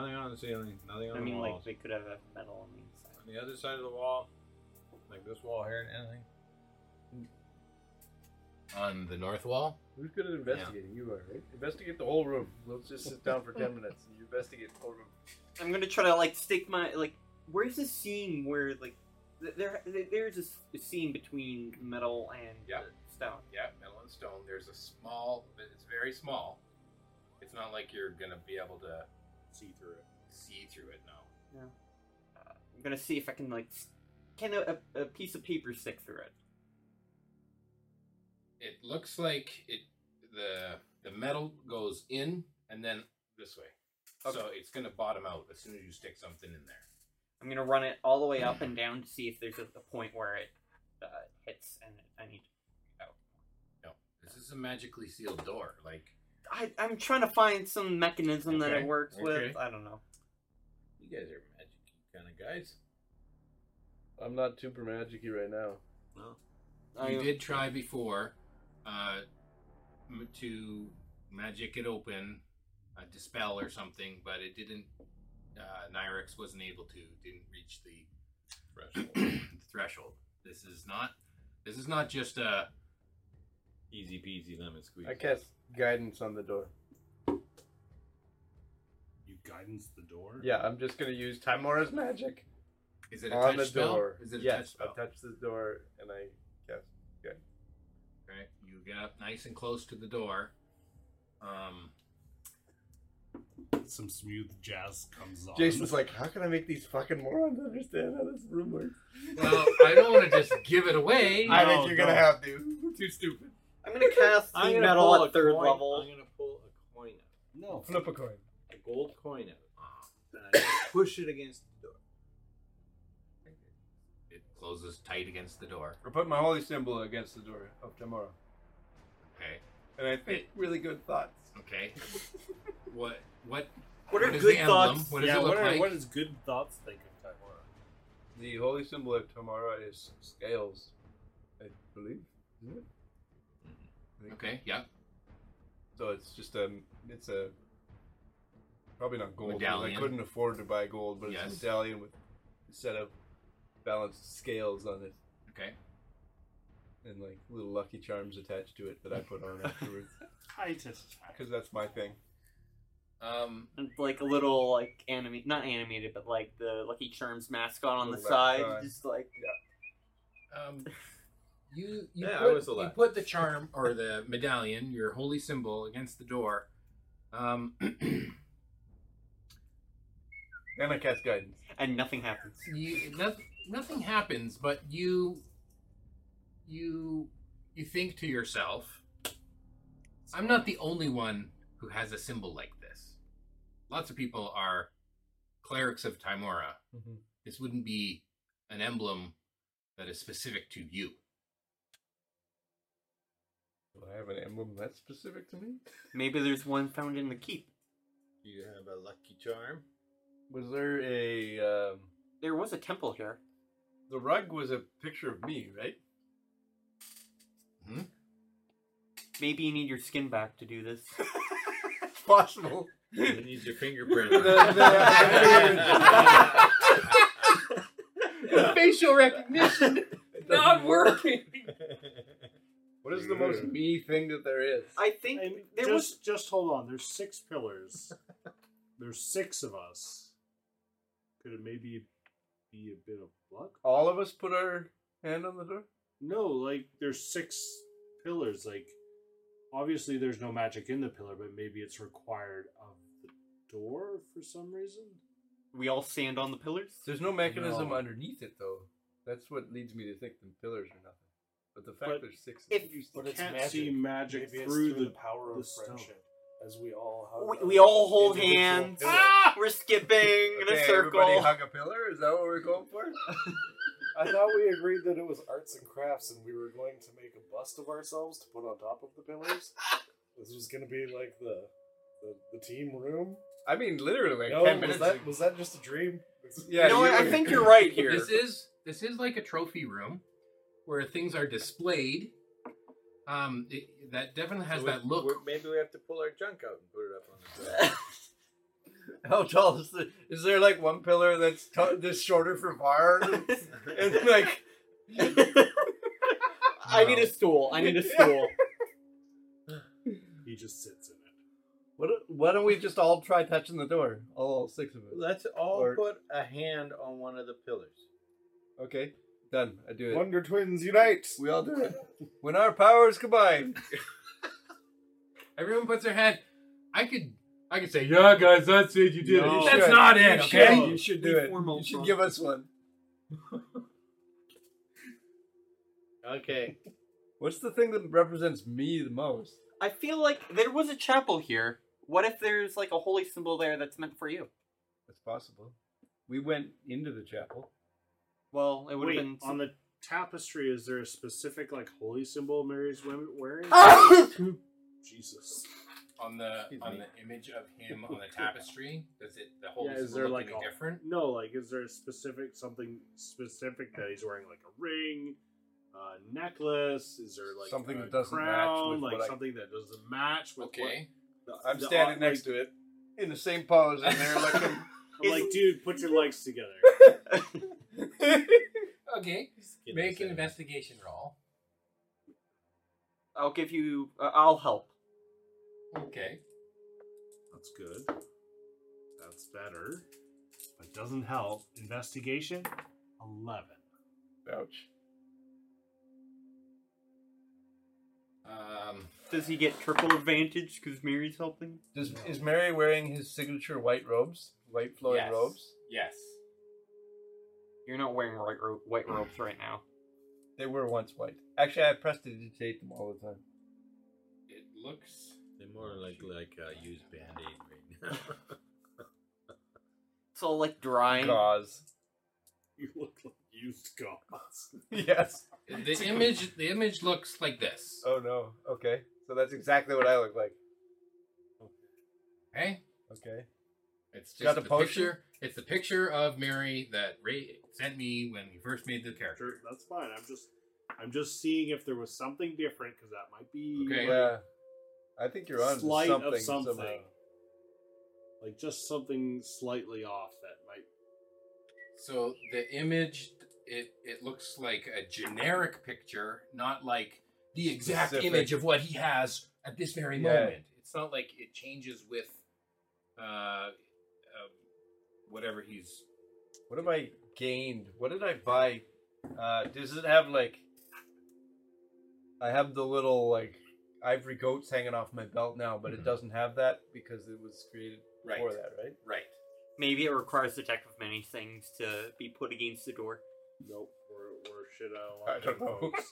Speaker 2: Nothing on the ceiling. Nothing on
Speaker 3: I mean,
Speaker 2: the
Speaker 3: like
Speaker 2: walls.
Speaker 3: they could have had metal on the inside.
Speaker 2: on the other side of the wall, like this wall here, anything.
Speaker 1: On the north wall.
Speaker 5: Who's good at investigating? You are, right? Investigate the whole room. Let's just sit down for 10 minutes and you investigate the whole room.
Speaker 3: I'm gonna try to like stick my like. Where's the seam where like th- there th- there's a, s- a seam between metal and
Speaker 1: Yeah.
Speaker 3: uh, stone?
Speaker 1: Yeah, metal and stone. There's a small, but it's very small. It's not like you're going to be able to
Speaker 4: See through it.
Speaker 1: see through it. No.
Speaker 3: Uh, I'm gonna see if I can like s- can a, a, a piece of paper stick through it.
Speaker 1: It looks like it. The the metal goes in and then this way. So it's going to bottom out as soon as you stick something in there.
Speaker 3: I'm gonna run it all the way up and down to see if there's a, a point where it uh, hits, and I need.
Speaker 1: No, this is a magically sealed door. Like
Speaker 3: I, I'm trying to find some mechanism that
Speaker 1: Okay,
Speaker 3: it works
Speaker 1: okay.
Speaker 3: with. I don't know.
Speaker 6: You guys are magic kind of guys.
Speaker 5: I'm not super magicy right now.
Speaker 6: No.
Speaker 3: I,
Speaker 1: you did try before uh, m- to magic it open, uh, dispel or something, but it didn't. Uh, Nyrex wasn't able to. Didn't reach the threshold. threshold. This is not. This is not just a.
Speaker 6: Easy peasy lemon squeeze.
Speaker 5: I cast guidance on the door.
Speaker 8: You guidance the door?
Speaker 5: Yeah, I'm just gonna use Timora's magic
Speaker 1: Is it a
Speaker 5: on
Speaker 1: touch
Speaker 5: the
Speaker 1: spell?
Speaker 5: door.
Speaker 1: Is it a touch
Speaker 5: yes,
Speaker 1: spell?
Speaker 5: I touch the door and I cast.
Speaker 1: Right. You get up nice and close to the door. Um,
Speaker 8: Some smooth jazz comes
Speaker 1: Oh,
Speaker 8: on.
Speaker 5: Jason's like, how can I make these fucking morons understand how this room works?
Speaker 1: well, I don't want to just give it away.
Speaker 5: I
Speaker 8: No,
Speaker 5: think you're gonna
Speaker 8: don't.
Speaker 5: have to. We're too stupid.
Speaker 3: I'm gonna cast the metal at third level.
Speaker 6: I'm gonna pull a coin out,
Speaker 8: no.
Speaker 5: Flip a coin.
Speaker 6: a gold coin out, and I'm gonna push it against the door.
Speaker 1: It closes tight against the door.
Speaker 5: Or put my holy symbol against the door of Tamora.
Speaker 1: Okay.
Speaker 5: And I think really good thoughts.
Speaker 1: Okay. what? What?
Speaker 3: What are
Speaker 1: is
Speaker 3: good
Speaker 1: the emblem?
Speaker 3: thoughts?
Speaker 1: What does
Speaker 8: yeah,
Speaker 1: it look
Speaker 8: what, are,
Speaker 1: like?
Speaker 8: what is good thoughts think of Tymora?
Speaker 5: The holy symbol of Tamora is scales, I believe. Isn't it? I think-
Speaker 1: Okay, yeah.
Speaker 5: So it's just a, it's a, probably not gold. because I
Speaker 1: Medallion.
Speaker 5: couldn't afford to buy gold, but it's a
Speaker 1: Yes.
Speaker 5: medallion with a set of balanced scales on it
Speaker 1: Okay.
Speaker 5: and like little lucky charms attached to it that I put on afterwards
Speaker 8: Titus.
Speaker 5: because that's my thing.
Speaker 1: Um,
Speaker 3: And like a little like anime, not animated, but like the Lucky Charms mascot on the
Speaker 5: Little
Speaker 3: side,
Speaker 5: mascot.
Speaker 3: just like
Speaker 1: um, you you,
Speaker 6: Yeah, I
Speaker 1: put,
Speaker 6: was
Speaker 1: you
Speaker 6: alive.
Speaker 1: put the charm or the medallion, your holy symbol, against the door. Um,
Speaker 5: And I cast guidance.
Speaker 3: and nothing happens.
Speaker 1: you, nothing, nothing happens, but you you you think to yourself, I'm not the only one who has a symbol like this. Lots of people are clerics of Timora. This wouldn't be an emblem that is specific to you.
Speaker 5: Do I have an emblem that's specific to me?
Speaker 3: Maybe there's one found in the keep.
Speaker 6: Do you have a lucky charm?
Speaker 5: Was there a um,
Speaker 3: There was a temple here.
Speaker 5: the rug was a picture of me, right?
Speaker 3: Maybe you need your skin back to do this.
Speaker 5: It's possible.
Speaker 6: You need your fingerprint.
Speaker 5: The- the-
Speaker 1: facial recognition not working.
Speaker 5: What is the most me thing that there is?
Speaker 3: I think
Speaker 8: And
Speaker 3: there
Speaker 8: just,
Speaker 3: was
Speaker 8: just hold on. There's six pillars. There's six of us. Could it maybe be a bit of luck?
Speaker 5: All of us put our hand on the door.
Speaker 8: No, like there's six pillars. Like obviously there's no magic in the pillar, but maybe it's required of the door for some reason.
Speaker 3: we all stand on the pillars.
Speaker 5: There's no mechanism
Speaker 8: No.
Speaker 5: underneath it, though. That's what leads me to think the pillars are nothing. But the fact
Speaker 8: But
Speaker 5: there's six.
Speaker 3: if-
Speaker 8: But you can't see magic
Speaker 9: Maybe
Speaker 8: through,
Speaker 9: it's through,
Speaker 8: the,
Speaker 9: the power
Speaker 8: the
Speaker 9: of
Speaker 8: stone.
Speaker 9: friendship, as we all have.
Speaker 3: We,
Speaker 9: our
Speaker 3: we all hold
Speaker 9: individual
Speaker 3: hands.
Speaker 9: pillars.
Speaker 3: We're skipping in a
Speaker 5: Okay, everybody
Speaker 3: circle.
Speaker 5: hug a pillar. Is that what we're going for?
Speaker 9: I thought we agreed that it was arts and crafts, and we were going to make a bust of ourselves to put on top of the pillars. this was going to be like the the, the team room.
Speaker 5: I mean, literally, like
Speaker 9: No,
Speaker 5: ten minutes.
Speaker 9: was that
Speaker 5: ago.
Speaker 9: was that just a dream?
Speaker 5: Yeah,
Speaker 3: no,
Speaker 5: you
Speaker 3: I, I
Speaker 5: were-
Speaker 3: think you're right here.
Speaker 1: This is this is like a trophy room where things are displayed. Um, it, that definitely has
Speaker 6: So we-
Speaker 1: that look.
Speaker 6: we're- Maybe we have to pull our junk out and put it up on the door.
Speaker 5: How tall is the? Is there like one pillar that's t- this shorter for bar? and like
Speaker 3: I need a stool. I need a stool.
Speaker 8: he just sits in it.
Speaker 5: What, why don't we just all try touching the door? All six of us.
Speaker 6: Let's all
Speaker 5: Or-
Speaker 6: put a hand on one of the pillars.
Speaker 5: Okay, done. I do it.
Speaker 9: Wonder Twins unite!
Speaker 5: We all do it. When our powers combine.
Speaker 1: Everyone puts their hand. I could I could say, yeah, guys, that's it. You did.
Speaker 8: No.
Speaker 1: it.
Speaker 8: You
Speaker 1: That's
Speaker 5: should.
Speaker 1: not it.
Speaker 5: You
Speaker 1: Okay.
Speaker 5: should, you should do it.
Speaker 3: Formal
Speaker 5: You should
Speaker 3: front.
Speaker 5: give us one.
Speaker 6: Okay.
Speaker 5: What's the thing that represents me the most?
Speaker 3: I feel like there was a chapel here. What if there's like a holy symbol there that's meant for you?
Speaker 5: That's possible. We went into the chapel.
Speaker 3: Well, it would
Speaker 9: Wait,
Speaker 3: have been
Speaker 9: on the tapestry, is there a specific like holy symbol Mary's we- wearing?
Speaker 8: Oh!
Speaker 9: Jesus.
Speaker 1: On the
Speaker 5: Excuse
Speaker 1: on
Speaker 5: me.
Speaker 1: the image of him on the tapestry, does it the whole
Speaker 9: Yeah,
Speaker 1: is
Speaker 9: is there
Speaker 1: look
Speaker 9: like
Speaker 1: any
Speaker 9: a-
Speaker 1: different?
Speaker 9: No, like, is there a specific something specific that he's wearing, like a ring, a necklace? Is there like
Speaker 5: Something
Speaker 9: a
Speaker 5: that doesn't match
Speaker 9: crown?
Speaker 5: with
Speaker 9: like
Speaker 5: what I-
Speaker 9: something that doesn't match with
Speaker 1: Okay.
Speaker 9: What,
Speaker 5: I'm standing next to it in the same pose, and they're um, looking.
Speaker 9: I'm like, dude, put your legs together.
Speaker 1: Okay. Make an investigation roll.
Speaker 3: I'll give you. Uh, I'll help.
Speaker 1: Okay.
Speaker 9: That's good. That's better. But doesn't help. Investigation, eleven.
Speaker 5: Ouch.
Speaker 1: Um
Speaker 3: Does he get triple advantage because Mary's helping?
Speaker 5: Does, Is Mary wearing his signature white robes, white flowing
Speaker 1: Yes.
Speaker 5: robes?
Speaker 1: yes.
Speaker 3: You're not wearing white, ro- white robes right now.
Speaker 5: They were once white. Actually, I prestidigitate them all the time.
Speaker 1: It looks
Speaker 2: They more like like uh, use band aid right now.
Speaker 3: It's all like drying.
Speaker 5: Gauze.
Speaker 9: You look like used gods.
Speaker 5: Yes.
Speaker 1: the image the image looks like this.
Speaker 5: Oh no. Okay. So that's exactly what I look like.
Speaker 1: Okay?
Speaker 5: Okay.
Speaker 1: It's
Speaker 5: Got
Speaker 1: just
Speaker 5: the
Speaker 1: the,
Speaker 5: potion?
Speaker 1: picture. It's the picture of Mary that Ray sent me when we first made the
Speaker 9: Sure,
Speaker 1: character.
Speaker 9: that's fine. I'm just, I'm just seeing if there was something different because that might be
Speaker 1: Okay.
Speaker 5: Yeah. I think you're on
Speaker 9: slight
Speaker 5: something.
Speaker 9: of something,
Speaker 5: somehow.
Speaker 9: like just something slightly off that might.
Speaker 1: So the image it it looks like a generic picture, not like the exact
Speaker 5: Specific.
Speaker 1: image of what he has at this very
Speaker 5: Yeah.
Speaker 1: moment. It's not like it changes with uh, uh whatever he's
Speaker 5: What have I gained? What did I buy? Uh, does it have like? I have the little like ivory goats hanging off my belt now, but it
Speaker 1: Mhm.
Speaker 5: doesn't have that because it was created
Speaker 1: right.
Speaker 5: for that, right?
Speaker 1: Right.
Speaker 3: Maybe it requires the deck of many things to be put against the door.
Speaker 9: Nope, we're, we're shit out.
Speaker 5: I don't know.
Speaker 9: folks.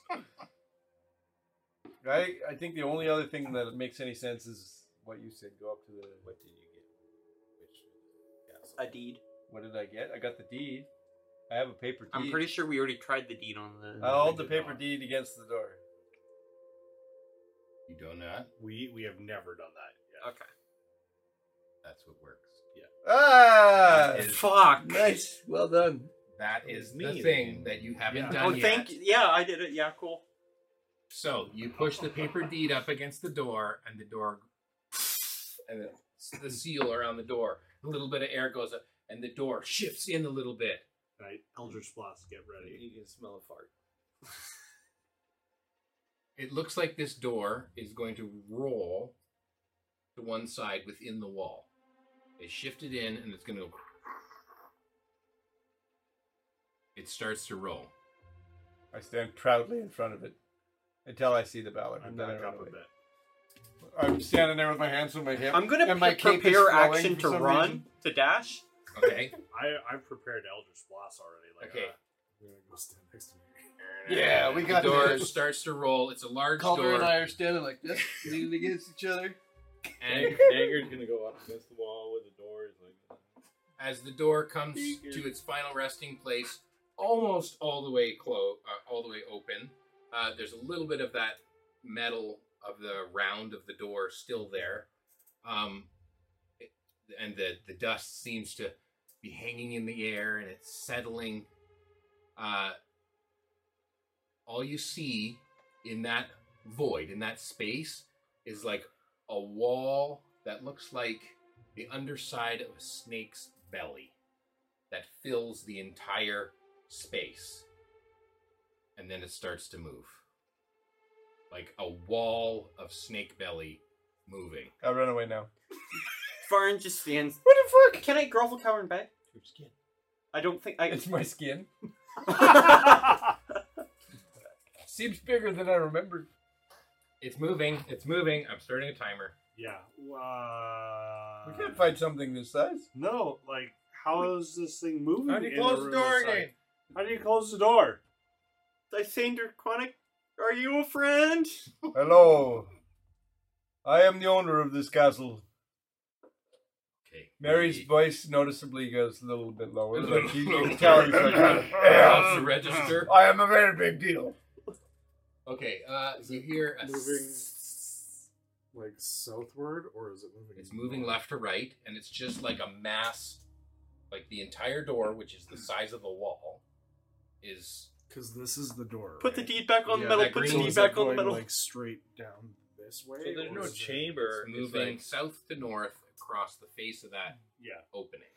Speaker 5: I I think the only other thing that makes any sense is what you said. Go up to the. What did you get?
Speaker 3: A deed.
Speaker 5: What did I get? I got the deed. I have a paper deed.
Speaker 3: I'm pretty sure we already tried the deed on the.
Speaker 5: I hold the paper deed against the door.
Speaker 1: You do not.
Speaker 9: We we have never done that yet.
Speaker 3: Okay.
Speaker 1: That's what works.
Speaker 5: Ah!
Speaker 1: That is,
Speaker 3: Fuck.
Speaker 5: Nice. Well done.
Speaker 1: that is
Speaker 2: Me
Speaker 1: the
Speaker 2: and
Speaker 1: thing
Speaker 2: him.
Speaker 1: that you haven't
Speaker 2: Yeah.
Speaker 1: done
Speaker 3: Oh,
Speaker 1: yet.
Speaker 3: thank you. Yeah, I did it. Yeah, cool.
Speaker 1: So you push the paper deed up against the door, and the door, and the, the seal around the door. A little bit of air goes up, and the door shifts in a little bit.
Speaker 9: Right, Eldritch Blast, get ready.
Speaker 2: you can smell a fart.
Speaker 1: It looks like this door is going to roll to one side within the wall. It shifted in, and it's going to go. It starts to roll.
Speaker 5: I stand proudly in front of it until I see the ballot.
Speaker 9: I'm
Speaker 5: and then I
Speaker 9: back
Speaker 5: run
Speaker 9: up a
Speaker 5: away.
Speaker 9: bit.
Speaker 5: I'm standing there with my hands on my hip.
Speaker 3: I'm gonna
Speaker 5: and my
Speaker 3: p-
Speaker 5: cape is
Speaker 3: prepare
Speaker 5: flowing
Speaker 3: action
Speaker 5: for
Speaker 3: to
Speaker 5: some
Speaker 3: run
Speaker 5: reason.
Speaker 3: to dash.
Speaker 1: Okay.
Speaker 9: I I've prepared Eldritch Blast already. Like,
Speaker 1: Okay.
Speaker 9: uh,
Speaker 4: I'm gonna go stand next to me.
Speaker 5: Yeah, we got
Speaker 1: the door
Speaker 5: this.
Speaker 1: starts to roll. It's a large
Speaker 5: Calder
Speaker 1: door,
Speaker 5: and I are standing like this, leaning against each other.
Speaker 1: and
Speaker 2: Dagger's gonna go up against the wall with the doors like.
Speaker 1: as the door comes to its final resting place, almost all the way clo- uh, all the way open. Uh, there's a little bit of that metal of the round of the door still there, um, it- and the the dust seems to be hanging in the air and it's settling. Uh, all you see in that void, in that space, is like a wall that looks like the underside of a snake's belly that fills the entire space. And then it starts to move. Like a wall of snake belly moving.
Speaker 5: I run away now.
Speaker 3: Farn just stands. What the fuck? Can I grovel cover in bed?
Speaker 2: Your skin.
Speaker 3: I don't think I.
Speaker 5: It's my skin.
Speaker 3: I
Speaker 5: Seems bigger than I remembered.
Speaker 1: It's moving. It's moving. I'm starting a timer.
Speaker 9: yeah. Uh,
Speaker 5: We can't find something this size.
Speaker 9: No, like, how is this thing moving?
Speaker 5: How do you
Speaker 9: in the
Speaker 5: close the
Speaker 9: room
Speaker 5: door
Speaker 9: outside?
Speaker 5: again?
Speaker 9: How do you close the door?
Speaker 3: say draconic. Are you a friend?
Speaker 5: Hello. I am the owner of this castle.
Speaker 1: Hey,
Speaker 5: Mary's
Speaker 1: we-
Speaker 5: voice noticeably goes a little bit lower.
Speaker 1: A
Speaker 5: Like
Speaker 1: little
Speaker 5: you, you
Speaker 1: lower.
Speaker 5: can tell he's like,
Speaker 1: Off the register.
Speaker 5: I am a very big deal.
Speaker 1: Okay, uh, you hear a
Speaker 4: moving
Speaker 1: s-
Speaker 4: like southward, or is it moving?
Speaker 1: It's moving left to right, and it's just like a mass, like the entire door, which is the size of the wall, is
Speaker 4: Because this is the door.
Speaker 3: Put the
Speaker 4: right?
Speaker 3: deed back on the
Speaker 5: Yeah,
Speaker 3: metal.
Speaker 1: that
Speaker 3: Put the
Speaker 1: green
Speaker 3: deed
Speaker 1: one's
Speaker 3: back on the
Speaker 4: going,
Speaker 3: metal.
Speaker 4: like straight down this way.
Speaker 2: So there's
Speaker 4: or
Speaker 2: no
Speaker 4: is it-
Speaker 2: chamber.
Speaker 1: it's
Speaker 2: It's
Speaker 1: moving
Speaker 2: like-
Speaker 1: south to north across the face of that
Speaker 9: Yeah.
Speaker 1: opening.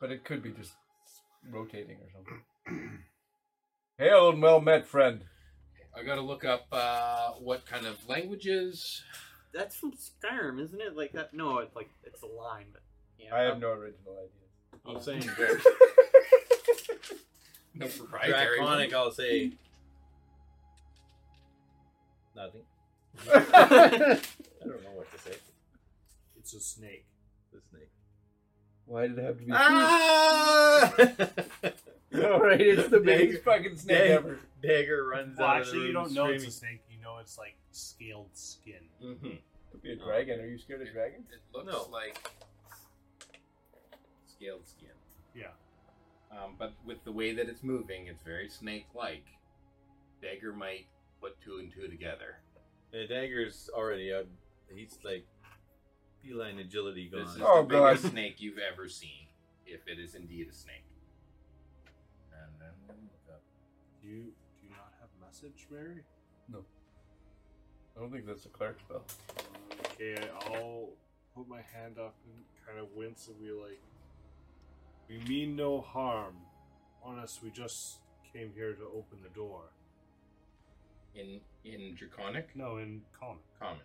Speaker 5: But it could be just rotating or something. hey, old well met friend.
Speaker 1: I gotta look up uh, what kind of languages.
Speaker 3: That's from Skyrim, isn't it? Like that? No, it's like it's a line, but yeah.
Speaker 5: I have no original idea.
Speaker 2: I'm saying
Speaker 1: No proprietary.
Speaker 2: draconic. I'll say nothing. I don't know what to say.
Speaker 9: It's a snake.
Speaker 2: The snake.
Speaker 5: Why did it have to be?
Speaker 8: All right, it's the big.
Speaker 5: fucking snake
Speaker 2: Dang.
Speaker 5: ever.
Speaker 2: Dagger runs
Speaker 9: Well,
Speaker 2: out of the
Speaker 9: actually,
Speaker 2: room
Speaker 9: you don't know it's
Speaker 2: screaming.
Speaker 9: a snake. You know it's like scaled skin.
Speaker 1: Mm-hmm.
Speaker 5: Could be a dragon. Are you scared of dragons?
Speaker 1: It looks
Speaker 2: No.
Speaker 1: like scaled skin.
Speaker 9: Yeah.
Speaker 1: Um, but with the way that it's moving, it's very snake-like. Dagger might put two and two together.
Speaker 2: The dagger's already out. He's like feline agility gone.
Speaker 1: This is
Speaker 5: Oh,
Speaker 1: the
Speaker 5: God.
Speaker 1: biggest snake you've ever seen, if it is indeed a snake. And then we'll look up.
Speaker 9: Do you do you not have message, Mary?
Speaker 5: I don't think that's a cleric spell.
Speaker 9: Okay, I'll put my hand up and kind of wince and be like, "We mean no harm. Honest, we just came here to open the door."
Speaker 1: in in draconic
Speaker 9: No, in common.
Speaker 1: common.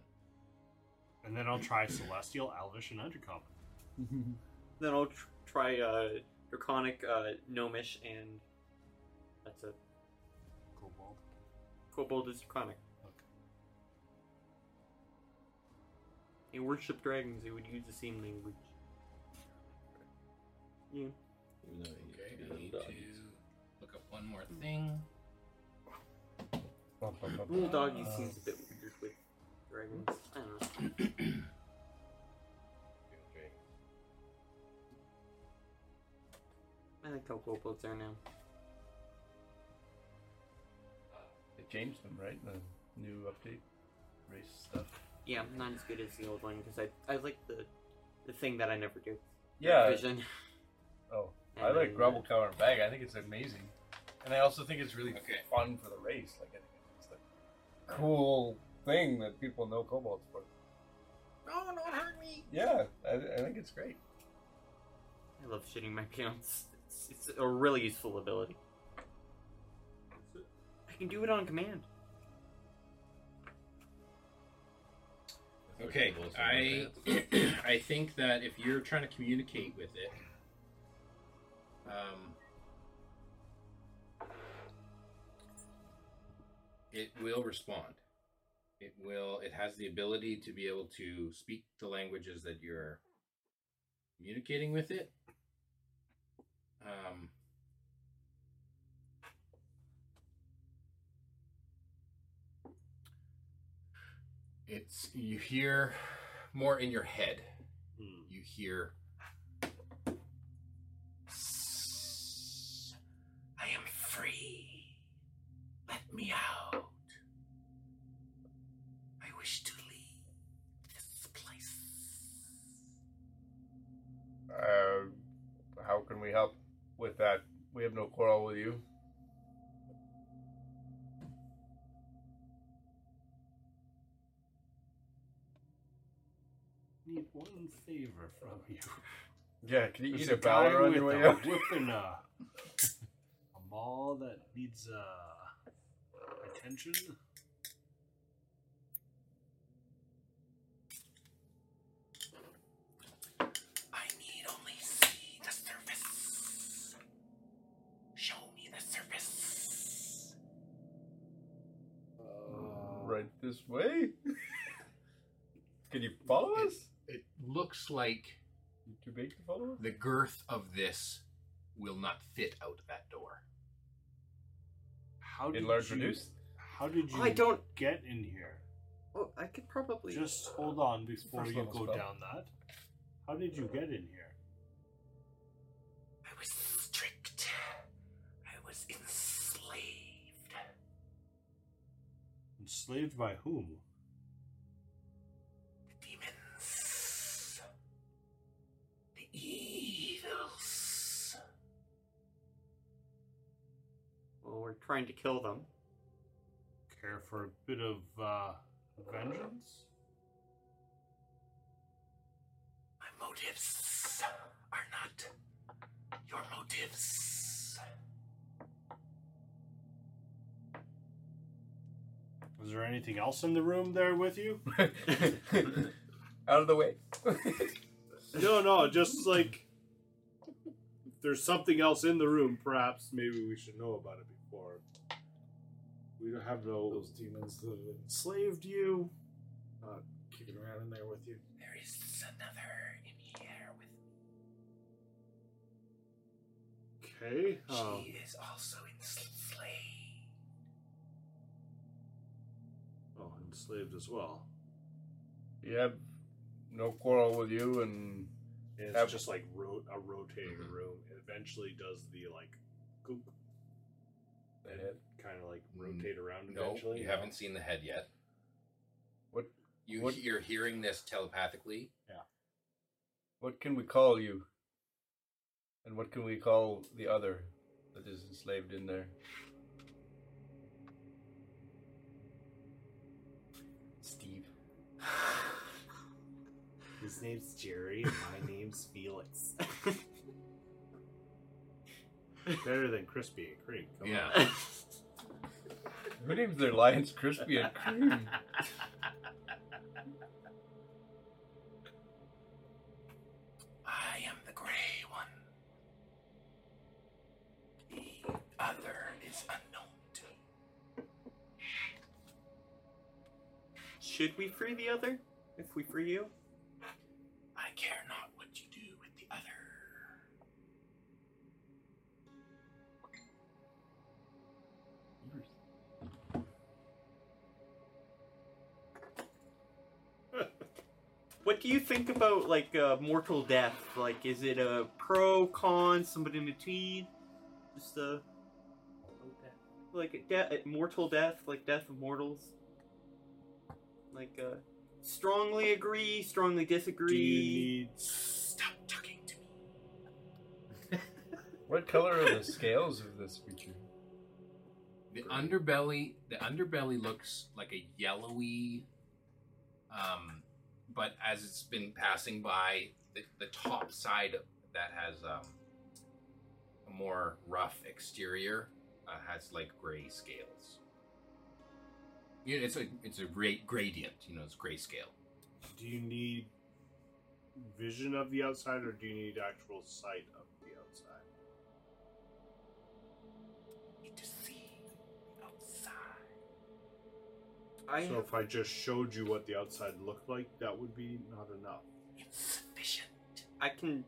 Speaker 9: And then I'll try celestial, elvish, and undercommon.
Speaker 3: Then I'll tr- try uh, draconic, uh, gnomish, and that's a
Speaker 9: Cobalt.
Speaker 3: kobold is draconic. They worship dragons. They would use the same language. Yeah.
Speaker 2: Even though he-
Speaker 1: Okay,
Speaker 2: he's
Speaker 1: I
Speaker 2: a
Speaker 1: need to
Speaker 2: dog.
Speaker 1: look up one more thing.
Speaker 5: Bum, bum, Uh, bum, bum.
Speaker 3: Little doggy seems a bit weird with dragons. I don't know. I like how kobolds are now.
Speaker 5: They changed them, right? The new update, race stuff.
Speaker 3: Yeah, not as good as the old one because I I like the the thing that I never do.
Speaker 5: Yeah.
Speaker 3: Vision.
Speaker 5: Oh, I
Speaker 3: And uh,
Speaker 5: like
Speaker 3: then-
Speaker 5: Grovel Cover and Bag. I think it's amazing, and I also think it's really
Speaker 1: Okay.
Speaker 5: fun for the race. Like I think it's a cool thing that people know Cobalt for.
Speaker 1: No, don't hurt me.
Speaker 5: Yeah, I, I think it's great.
Speaker 3: I love shitting my pants. It's, it's a really useful ability. I can do it on command.
Speaker 1: Okay, I I think that if you're trying to communicate with it, um, it will respond. It will. It has the ability to be able to speak the languages that you're communicating with it. Um. It's you hear more in your head.
Speaker 9: Hmm.
Speaker 1: You hear. "Sss, I am free. Let me out. I wish to leave this place.
Speaker 5: Uh, how can we help with that? We have no quarrel with you.
Speaker 9: Need one favor from you.
Speaker 5: Yeah, can you
Speaker 9: There's
Speaker 5: eat
Speaker 9: a
Speaker 5: a
Speaker 9: guy
Speaker 5: Balor on
Speaker 9: with
Speaker 5: your way
Speaker 9: a
Speaker 5: out?
Speaker 9: whip and a, a maul that needs uh, attention.
Speaker 1: I need only see the surface. Show me the surface.
Speaker 5: Right this way. can you follow us?
Speaker 1: It looks like
Speaker 5: You too big to follow us?
Speaker 1: the girth of this will not fit out that door.
Speaker 9: How did
Speaker 5: In large
Speaker 9: you,
Speaker 5: reduce?
Speaker 9: How did you
Speaker 3: Oh, I don't.
Speaker 9: get in here?
Speaker 3: Well, I could probably.
Speaker 9: Just hold on before
Speaker 5: uh, First
Speaker 9: you
Speaker 5: level
Speaker 9: go
Speaker 5: spell.
Speaker 9: down that. How did you get in here?
Speaker 7: I was strict. I was enslaved.
Speaker 9: Enslaved by whom?
Speaker 7: Demons. The evils.
Speaker 3: Well, we're trying to kill them.
Speaker 9: Care for a bit of uh, vengeance?
Speaker 7: My motives are not your motives.
Speaker 9: Was there anything else in the room there with you?
Speaker 5: Out of the way.
Speaker 9: no, no, just like if there's something else in the room, perhaps maybe we should know about it before. We don't have no
Speaker 4: Those demons that have enslaved you, uh, kicking around in there with you.
Speaker 7: There is another in here with
Speaker 9: Okay. Um,
Speaker 7: She is also enslaved.
Speaker 9: oh, enslaved as well.
Speaker 5: He had no quarrel with you, and
Speaker 9: And it's
Speaker 5: Have-
Speaker 9: just like ro- a rotating room. It eventually does the like goop and kind of like rotate around
Speaker 1: No,
Speaker 9: eventually.
Speaker 1: you haven't seen the head yet.
Speaker 5: What-
Speaker 1: You
Speaker 5: what-
Speaker 1: you're hearing this telepathically?
Speaker 5: what can we call you? And what can we call the other that is enslaved in there? Steve.
Speaker 9: His name's Jerry and my name's Felix. Better than Crispy and Cream. Come
Speaker 1: Yeah.
Speaker 5: Who names their lions Crispy and Cream?
Speaker 7: I am the gray one. The other is unknown to me.
Speaker 3: Should we free the other? If we free you?
Speaker 7: I care not what you do with the other.
Speaker 3: What do you think about like uh, mortal death? Like, is it a pro, con, somebody in between? Just a like death, mortal death, like death of mortals. Like, uh, strongly agree, strongly
Speaker 9: on. Do
Speaker 3: disagree.
Speaker 9: you need
Speaker 7: Stop talking to me.
Speaker 5: What color are the scales of this creature?
Speaker 1: The underbelly, the underbelly looks like a yellowy, um, but as it's been passing by, the, the top side of- that has um, a more rough exterior uh, has like gray scales. You know, it's a it's a ra- gradient. You know, it's grayscale.
Speaker 9: do you need vision of the outside or do you need actual sight of the outside?
Speaker 7: Need to see outside.
Speaker 3: I
Speaker 9: so if I just showed you what the outside looked like, that would be not enough.
Speaker 7: Insufficient.
Speaker 3: I can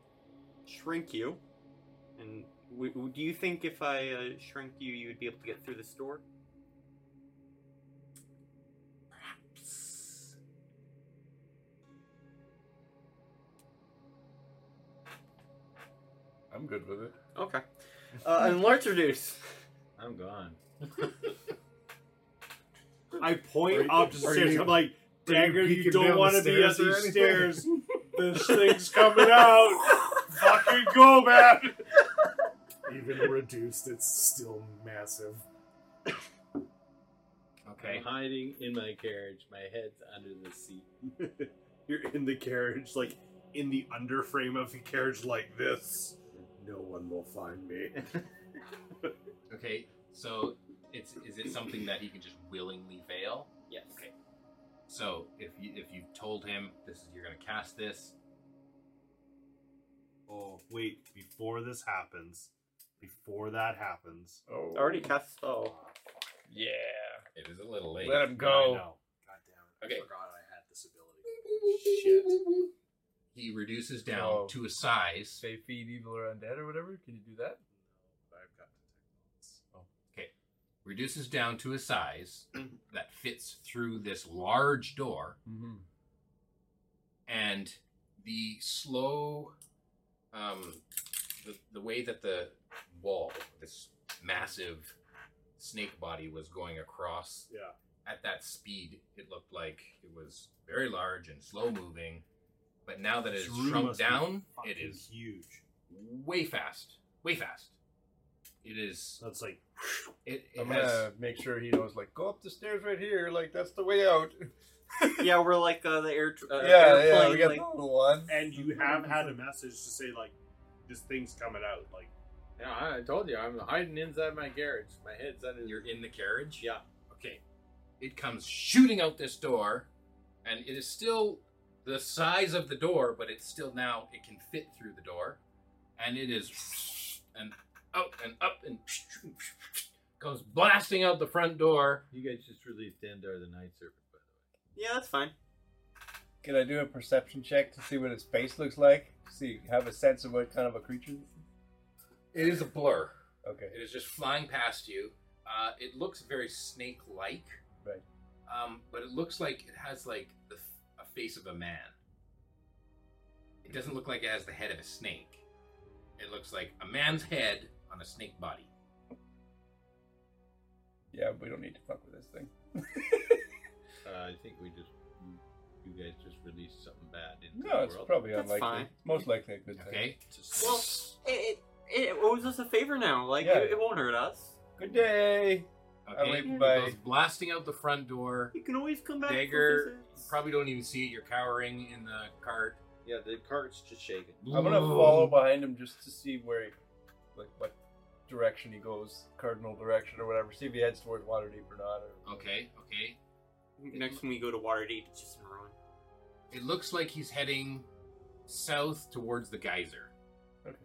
Speaker 3: shrink you. And w- w- do you think if I uh, shrink you, you would be able to get through this door?
Speaker 7: Perhaps.
Speaker 5: I'm good with it.
Speaker 3: Okay. Uh, and large reduce.
Speaker 6: I'm gone.
Speaker 9: I point
Speaker 4: Are-
Speaker 9: up to the
Speaker 4: are
Speaker 9: stairs.
Speaker 4: you-
Speaker 9: I'm like,
Speaker 4: you
Speaker 9: Dagger, you
Speaker 4: peeking
Speaker 9: don't
Speaker 4: down
Speaker 9: want to
Speaker 4: the
Speaker 9: be at
Speaker 4: stairs or
Speaker 9: these
Speaker 4: anything?"
Speaker 9: stairs. this thing's coming out. Fucking go, man.
Speaker 4: Even reduced, it's still massive.
Speaker 1: Okay.
Speaker 6: I'm hiding in my carriage. My head's under the seat.
Speaker 9: You're in the carriage, like in the underframe of the carriage, like this. No one will find me.
Speaker 1: Okay. So, it's is it something that he can just willingly fail?
Speaker 3: Yes.
Speaker 1: Okay. So if you if you've told him this is you're gonna cast this,
Speaker 9: oh, wait! Before this happens, before that happens,
Speaker 5: Oh.
Speaker 3: I already cast spell.
Speaker 5: Yeah.
Speaker 1: it is a little late.
Speaker 5: Let him
Speaker 9: I
Speaker 5: go.
Speaker 9: know. God damn it!
Speaker 1: Okay.
Speaker 9: I forgot I had this ability.
Speaker 1: Shit. He reduces down
Speaker 5: Oh.
Speaker 1: to a size.
Speaker 5: Say feed evil or undead or whatever. Can you do that?
Speaker 9: But I've got detect
Speaker 1: Okay, reduces down to a size that fits through this large door,
Speaker 5: Mm-hmm.
Speaker 1: and the slow, um, the, the way that the wall, this massive snake body, was going across
Speaker 9: Yeah.
Speaker 1: at that speed, it looked like it was very large and slow moving. But now that it
Speaker 9: This
Speaker 1: is
Speaker 9: room
Speaker 1: shrunk
Speaker 9: must be
Speaker 1: down,
Speaker 9: fucking
Speaker 1: it is
Speaker 9: huge.
Speaker 1: way fast, way fast. It is.
Speaker 9: That's like
Speaker 1: It, it
Speaker 5: I'm
Speaker 1: has.
Speaker 5: gonna make sure he knows. Like, go up the stairs right here. Like, that's the way out.
Speaker 3: yeah, we're like uh, the air. tr- Uh,
Speaker 5: yeah,
Speaker 3: airplane,
Speaker 5: yeah. We got
Speaker 3: like,
Speaker 5: the one.
Speaker 9: and you have had a message to say like this thing's coming out like
Speaker 6: Yeah, I I told you, I'm hiding inside my garage. My head's under.
Speaker 1: You're in the carriage.
Speaker 6: Yeah.
Speaker 1: Okay. It comes shooting out this door, and it is still the size of the door, but it's still now it can fit through the door, and it is and out and up and comes blasting out the front door.
Speaker 6: You guys just released Dandar the Night Serpent, by the
Speaker 3: yeah, that's fine.
Speaker 5: Can I do a perception check to see what his face looks like? See, have a sense of what kind of a creature. this is?
Speaker 1: It is a blur.
Speaker 5: Okay.
Speaker 1: It is just flying past you. Uh, it looks very snake-like,
Speaker 5: Right.
Speaker 1: Um, but it looks like it has like the, f- a face of a man. It doesn't look like it has the head of a snake. It looks like a man's head on a snake body.
Speaker 5: Yeah, we don't need to fuck with this thing.
Speaker 6: way. Uh, I think we just, you guys just released something bad into
Speaker 5: No,
Speaker 6: the
Speaker 5: it's
Speaker 6: world.
Speaker 5: probably
Speaker 3: That's
Speaker 5: unlikely.
Speaker 3: fine.
Speaker 5: Most likely a good thing.
Speaker 1: Okay.
Speaker 3: Well, it it, it owes us a favor now. Like
Speaker 5: Yeah.
Speaker 3: it, it won't hurt us.
Speaker 5: Good day. I'll
Speaker 1: Okay.
Speaker 5: wait
Speaker 1: It
Speaker 5: by-
Speaker 1: goes blasting out the front door.
Speaker 3: You can always come back. for
Speaker 1: Dagger. You
Speaker 3: visits.
Speaker 1: probably don't even see it. You're cowering in the cart.
Speaker 6: Yeah, the cart's just shaking.
Speaker 5: I'm gonna
Speaker 1: Ooh.
Speaker 5: follow behind him just to see where, he, like, what direction he goes, cardinal direction or whatever. See if he heads towards Waterdeep or not. Or...
Speaker 1: Okay. Okay.
Speaker 3: Next time we go to Waterdeep, it's just in ruin.
Speaker 1: It looks like he's heading south towards the geyser.
Speaker 5: Okay.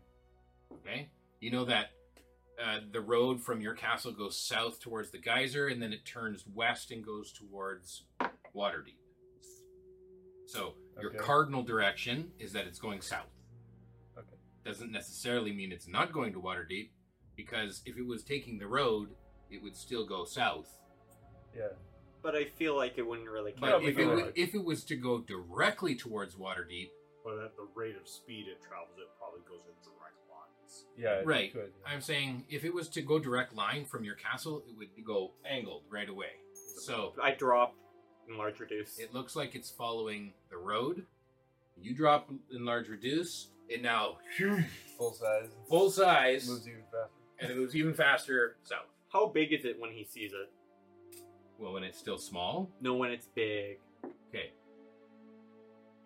Speaker 1: Okay. You know that uh, the road from your castle goes south towards the geyser, and then it turns west and goes towards Waterdeep. So your
Speaker 5: Okay.
Speaker 1: cardinal direction is that it's going south.
Speaker 5: Okay.
Speaker 1: Doesn't necessarily mean it's not going to Waterdeep, because if it was taking the road, it would still go south.
Speaker 5: Yeah.
Speaker 3: But I feel like it wouldn't really
Speaker 1: But
Speaker 3: count.
Speaker 5: Probably
Speaker 1: if it,
Speaker 5: go
Speaker 1: would,
Speaker 5: right.
Speaker 1: if it was to go directly towards Waterdeep,
Speaker 9: but at the rate of speed it travels it probably goes in direct lines.
Speaker 5: Yeah. it
Speaker 1: Right.
Speaker 5: Could, yeah.
Speaker 1: I'm saying if it was to go direct line from your castle, it would go angled right away. So
Speaker 3: I drop and large reduce.
Speaker 1: it looks like it's following the road. You drop in large reduce. It now
Speaker 5: Full size.
Speaker 1: full size
Speaker 5: Moves even faster.
Speaker 1: and it moves even faster south.
Speaker 3: How big is it when he sees it?
Speaker 1: Well, when it's still small,
Speaker 3: No, when it's big.
Speaker 1: okay.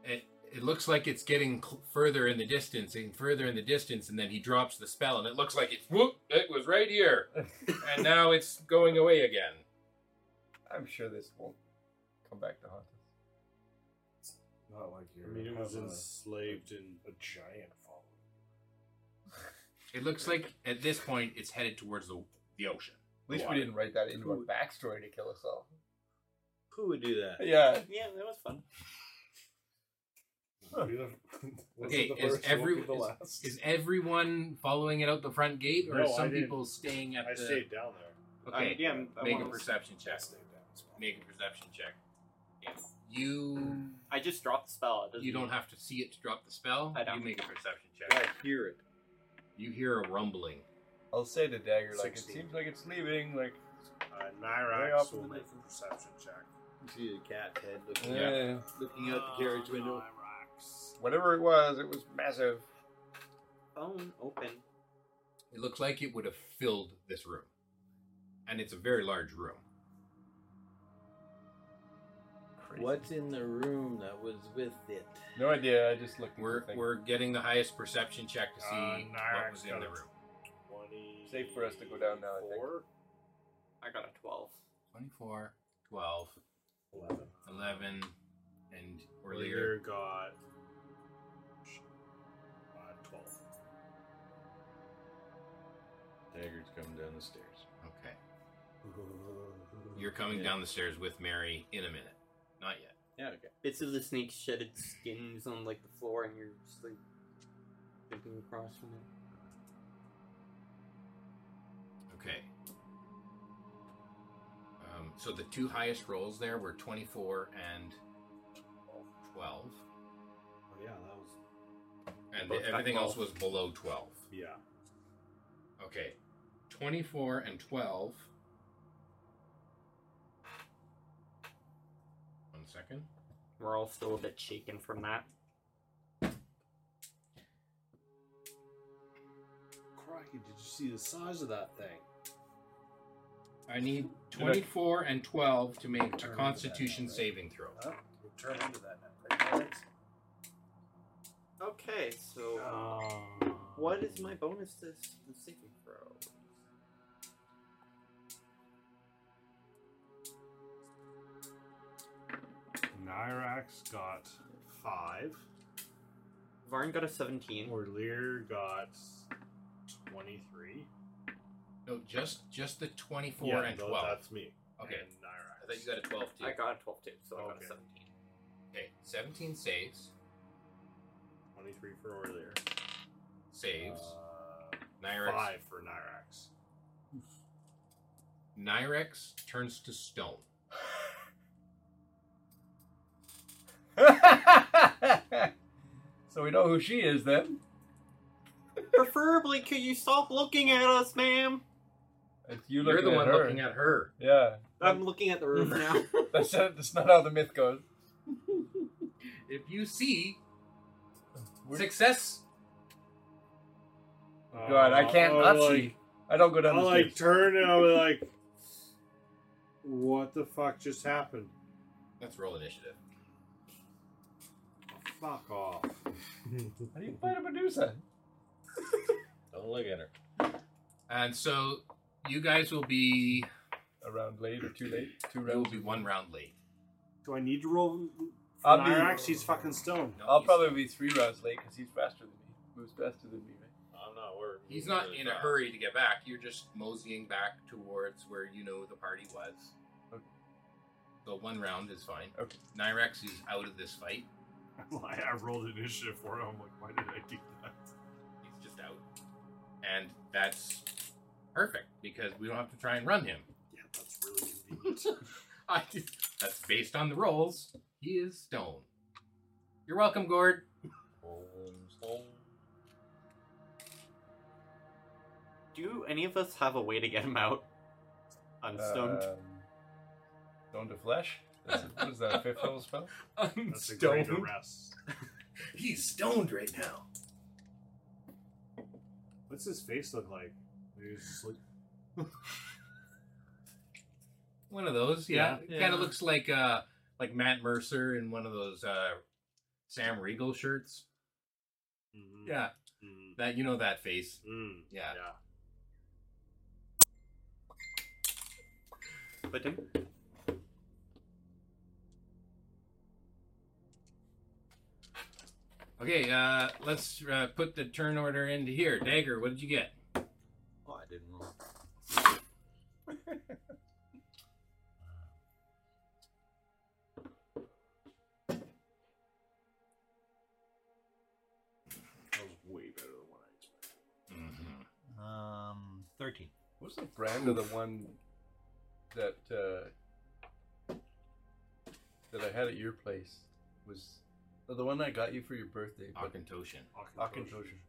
Speaker 1: It it looks like it's getting cl- further in the distance and further in the distance, and then he drops the spell, and it looks like it's whoop. It was right here, and now it's going away again.
Speaker 5: I'm sure this won't come back to haunt us.
Speaker 4: Not like
Speaker 9: I mean
Speaker 4: you're.
Speaker 9: it was
Speaker 4: have
Speaker 9: enslaved in
Speaker 4: a, a giant following.
Speaker 1: It looks like at this point it's headed towards the the ocean.
Speaker 5: At least we didn't write that into our backstory to kill us all.
Speaker 6: Who would do that?
Speaker 5: Yeah.
Speaker 3: Yeah, that was fun.
Speaker 1: Okay, is every- Is everyone following it out the front gate, or
Speaker 9: No,
Speaker 1: is
Speaker 9: I
Speaker 1: some
Speaker 9: didn't.
Speaker 1: people staying at
Speaker 9: I
Speaker 1: the?
Speaker 9: stayed down there.
Speaker 1: Okay,
Speaker 3: I, yeah, I'm- I,
Speaker 1: make a
Speaker 3: wanna-
Speaker 1: perception check. Make a perception check. You
Speaker 3: I just dropped the spell. It doesn't
Speaker 1: you don't have to see it to drop the spell.
Speaker 3: I don't.
Speaker 1: You make a perception
Speaker 6: I
Speaker 1: check.
Speaker 6: hear it.
Speaker 1: You hear a rumbling.
Speaker 5: I'll say to Dagger, like, it
Speaker 9: 16.
Speaker 5: seems like it's leaving. Like,
Speaker 9: Uh,
Speaker 5: Way
Speaker 9: Nyrax
Speaker 5: up
Speaker 9: will
Speaker 5: in the
Speaker 9: make a perception check.
Speaker 6: You see the cat's head looking,
Speaker 1: Yeah.
Speaker 5: eh,
Speaker 6: looking out the carriage window.
Speaker 9: Nyrax.
Speaker 5: whatever it was, it was massive.
Speaker 3: phone open.
Speaker 1: It looks like it would have filled this room, and it's a very large room.
Speaker 6: What's in the room that was with it?
Speaker 5: No idea. I just looked. at the
Speaker 1: We're
Speaker 5: thing.
Speaker 1: we're getting the highest perception check to see
Speaker 9: Uh,
Speaker 1: what
Speaker 9: Nyrax
Speaker 1: was in
Speaker 9: got
Speaker 1: the
Speaker 9: it.
Speaker 1: room.
Speaker 9: 20...
Speaker 5: Safe for us to go down now, I think.
Speaker 9: Four?
Speaker 3: I got a twelve.
Speaker 1: 24, 12, 11, and earlier.
Speaker 9: Earlier got uh, 12.
Speaker 6: Dagger's coming down the stairs.
Speaker 1: Okay. You're coming
Speaker 6: Yeah.
Speaker 1: down the stairs with Mary in a minute. Not yet.
Speaker 6: Yeah, okay.
Speaker 3: Bits of the snake shedded skins on like the floor, and you're just like looking across from it.
Speaker 1: Okay. Um, so the two highest rolls there were 24 and 12.
Speaker 9: Oh, yeah, that was.
Speaker 1: And the- everything else was below 12.
Speaker 9: Yeah.
Speaker 1: Okay. 24 and 12. One second.
Speaker 3: We're all still a bit shaken from that.
Speaker 9: Crikey, did you see the size of that thing?
Speaker 1: I need 24 and 12 to make a constitution
Speaker 9: right?
Speaker 1: saving throw.
Speaker 9: Huh? We'll turn into that now. right?
Speaker 3: Okay, so
Speaker 9: Um,
Speaker 3: what is my bonus to s- the saving throw?
Speaker 9: Nyrax got five.
Speaker 3: Varn got a 17.
Speaker 9: Orlear got twenty-three.
Speaker 1: No, just just the 24
Speaker 9: yeah,
Speaker 1: and
Speaker 9: tho-
Speaker 1: 12.
Speaker 9: That's me.
Speaker 1: Okay.
Speaker 9: And Nyrax.
Speaker 1: I thought you got a 12 too.
Speaker 3: I got a 12 too, so I got a
Speaker 9: Okay.
Speaker 3: 17.
Speaker 1: Okay, 17 saves.
Speaker 9: twenty-three for Orlear.
Speaker 1: Saves.
Speaker 9: Uh,
Speaker 1: Nyrex.
Speaker 9: Five for Nyrax.
Speaker 1: Nyrex turns to stone.
Speaker 5: so we know who she is then.
Speaker 3: Preferably, could you stop looking at us, ma'am?
Speaker 5: It's you
Speaker 1: You're
Speaker 5: looking
Speaker 1: the
Speaker 5: at
Speaker 1: one
Speaker 5: her.
Speaker 1: looking at her.
Speaker 5: Yeah,
Speaker 3: I'm looking at the roof now.
Speaker 5: that's not, that's not how the myth goes.
Speaker 1: If you see
Speaker 5: We're-
Speaker 1: success,
Speaker 5: God, I can't
Speaker 1: Oh,
Speaker 9: Uh,
Speaker 5: not
Speaker 9: I'll,
Speaker 5: see. I don't go
Speaker 9: Like,
Speaker 5: down
Speaker 9: I'll
Speaker 5: the
Speaker 9: like
Speaker 5: stairs.
Speaker 9: turn and I'll be like, "What the fuck just happened?"
Speaker 1: let's roll initiative.
Speaker 9: Fuck off.
Speaker 5: How do you fight a Medusa?
Speaker 6: Don't look at her.
Speaker 1: And so you guys will be
Speaker 5: A round late or too late? Two
Speaker 1: it will
Speaker 5: rounds.
Speaker 1: be one round late.
Speaker 9: Do I need to roll? For
Speaker 5: I'll be-
Speaker 9: Nyrax, he's fucking stoned.
Speaker 1: No,
Speaker 5: I'll
Speaker 1: he's-
Speaker 5: probably be three rounds late because he's faster than me. Moves faster than me, right?
Speaker 6: I'm not worried.
Speaker 1: He's not in a hurry to get back. You're just moseying back towards where you know the party was.
Speaker 5: Okay.
Speaker 1: So one round is fine.
Speaker 5: Okay.
Speaker 1: Nyrex is out of this fight.
Speaker 9: I, I rolled initiative for him. I'm like, why did I do that?
Speaker 1: He's just out. And that's perfect because we don't have to try and run him.
Speaker 9: Yeah, that's really convenient.
Speaker 1: I just, that's based on the rolls. He is stone. You're welcome, Gord. Um,
Speaker 3: Do any of us have a way to get him out? I'm stoned.
Speaker 5: Um, stoned to flesh? That's a, what is that, a fifth level spell?
Speaker 1: I'm
Speaker 9: That's a great arrest.
Speaker 1: He's stoned right now.
Speaker 9: What's his face look like? He was just like,
Speaker 1: One of those, yeah.
Speaker 9: Yeah.
Speaker 1: It Kind of looks like uh like Matt Mercer in one of those uh Sam Regal shirts.
Speaker 9: mm,
Speaker 1: Yeah,
Speaker 9: mm,
Speaker 1: that you know that face.
Speaker 9: mm.
Speaker 1: Yeah.
Speaker 3: But didn't-
Speaker 1: Okay, uh let's uh, put the turn order into here. Dagger, what did you get?
Speaker 2: Oh, I didn't roll.
Speaker 9: That was way better than what I expected.
Speaker 1: Mm-hmm.
Speaker 2: Um, thirteen.
Speaker 5: What's the brand of the one that uh, that I had at your place? Was uh, the one I got you for your birthday? but-
Speaker 1: Akintoshin.
Speaker 5: Akintoshin.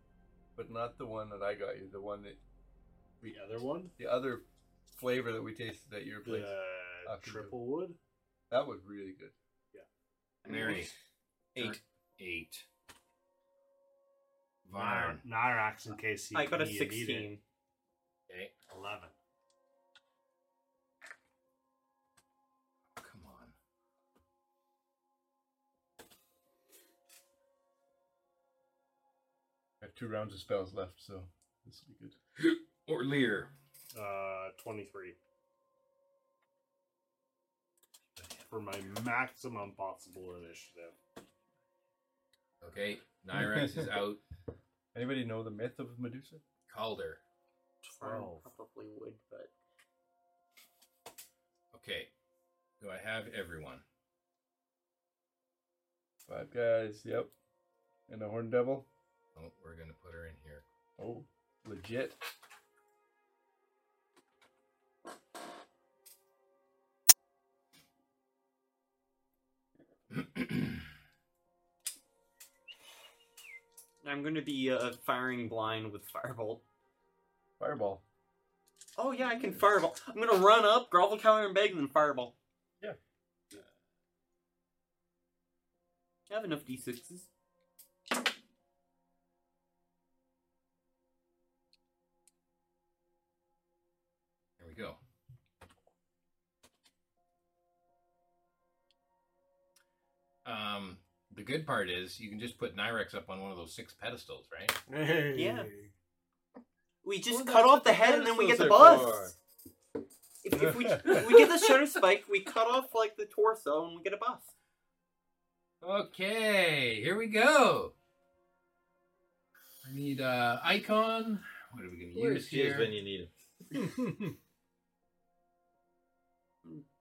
Speaker 5: But not the one that I got you. The one that
Speaker 9: The other one,
Speaker 5: the other flavor that we tasted at your place.
Speaker 9: the
Speaker 5: Akintoshin.
Speaker 9: triple wood.
Speaker 5: That was really good.
Speaker 1: Mary.
Speaker 3: Eight.
Speaker 1: Eight. Varn.
Speaker 9: Nyrax, in case he
Speaker 3: I got a
Speaker 9: he needed
Speaker 3: 16.
Speaker 1: Okay.
Speaker 9: Eleven.
Speaker 1: Come on.
Speaker 5: I have two rounds of spells left, so this will be good.
Speaker 1: Or Lear.
Speaker 9: Uh, twenty-three. For my maximum possible initiative.
Speaker 1: Okay. Nyrex is out.
Speaker 5: Anybody know the myth of Medusa?
Speaker 1: Calder.
Speaker 9: Twelve.
Speaker 3: Probably would, but
Speaker 1: Okay. Do I have everyone?
Speaker 5: Five guys. Yep. And a horn devil.
Speaker 1: Oh, we're gonna put her in here.
Speaker 5: Oh, legit.
Speaker 3: I'm going to be uh, firing blind with firebolt.
Speaker 5: Fireball.
Speaker 3: Oh yeah, I can fireball. I'm going to run up, grovel, counter, and beg, and then fireball.
Speaker 5: Yeah.
Speaker 3: I have enough d6s.
Speaker 1: There we go. Um, the good part is you can just put Nyrex up on one of those six pedestals, right?
Speaker 3: Yeah. We just
Speaker 2: Well,
Speaker 3: cut
Speaker 2: that's
Speaker 3: off
Speaker 2: what
Speaker 3: the
Speaker 2: the
Speaker 3: head and then we get the
Speaker 2: pedestals are
Speaker 3: bust. If, if we we get the shutter spike, we cut off like the torso and we get a buff.
Speaker 1: Okay, here we go. I need uh icon. What are we gonna
Speaker 6: Where's
Speaker 1: use
Speaker 6: his
Speaker 1: here?
Speaker 6: when you need him?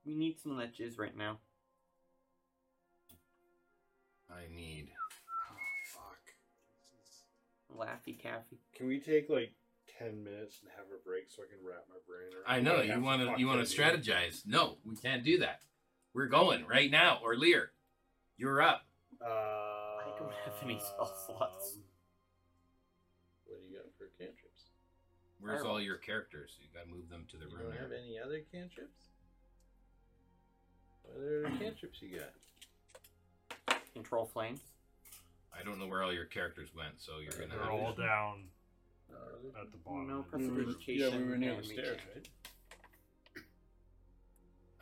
Speaker 3: We need some of that jizz right now.
Speaker 1: I need
Speaker 3: Laffy Taffy.
Speaker 9: Can we take like ten minutes and have a break so I can wrap my brain? around
Speaker 1: I know
Speaker 9: what
Speaker 1: you
Speaker 9: half
Speaker 1: want
Speaker 9: the
Speaker 1: to
Speaker 9: fuck
Speaker 1: you want
Speaker 9: that
Speaker 1: to
Speaker 9: means?
Speaker 1: strategize. No, we can't do that. We're going right now. Or Lear, you're up.
Speaker 9: Uh, um, I
Speaker 3: don't have any spell slots.
Speaker 6: What do you got for cantrips?
Speaker 1: Where's
Speaker 3: Fireball.
Speaker 1: all your characters? You gotta move them to the
Speaker 6: You
Speaker 1: room.
Speaker 6: don't have
Speaker 1: there.
Speaker 6: any other cantrips? What other cantrips you got?
Speaker 3: Control flames.
Speaker 1: I don't know where all your characters went, so you're gonna
Speaker 9: They're
Speaker 1: have
Speaker 9: all
Speaker 1: to-
Speaker 9: down
Speaker 6: Uh,
Speaker 9: at the bottom.
Speaker 3: No
Speaker 9: of the room.
Speaker 3: precipitation.
Speaker 5: yeah, we were near the
Speaker 3: and we
Speaker 5: stairs,
Speaker 3: can't.
Speaker 5: right?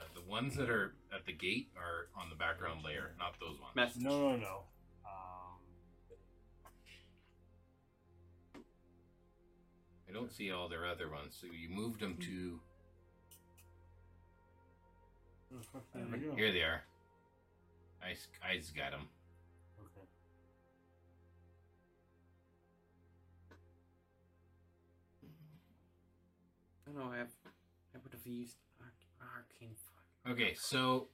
Speaker 1: uh, the ones that are at the gate are on the background layer, not those ones.
Speaker 3: Message.
Speaker 9: No, no, no. Um,
Speaker 1: I don't see all their other ones. So you moved them to
Speaker 9: where the fuck did they go?
Speaker 1: here. They are. I s- I just got them.
Speaker 9: Okay.
Speaker 3: I don't know. I have. I would have used arc, arcane fire.
Speaker 1: Okay, so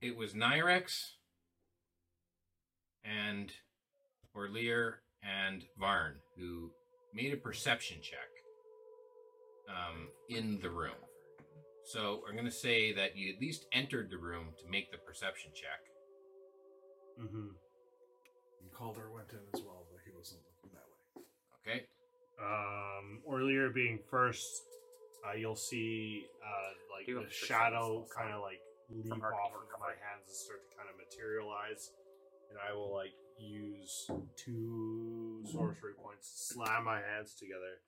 Speaker 1: it was Nyrex and Orlear and Varn who made a perception check um, in the room. So I'm going to say that you at least entered the room to make the perception check.
Speaker 9: Mm-hmm.
Speaker 4: And Calder went in as well, but he wasn't looking that way.
Speaker 1: Okay,
Speaker 9: Um, earlier being first, uh, you'll see uh, like
Speaker 3: Do a
Speaker 9: the
Speaker 3: perception
Speaker 9: shadow
Speaker 3: spell
Speaker 9: kind of like leap
Speaker 3: From arcane
Speaker 9: off of my
Speaker 3: recovery.
Speaker 9: hands and start to kind of materialize, and I will like use two sorcery points, to slam my hands together,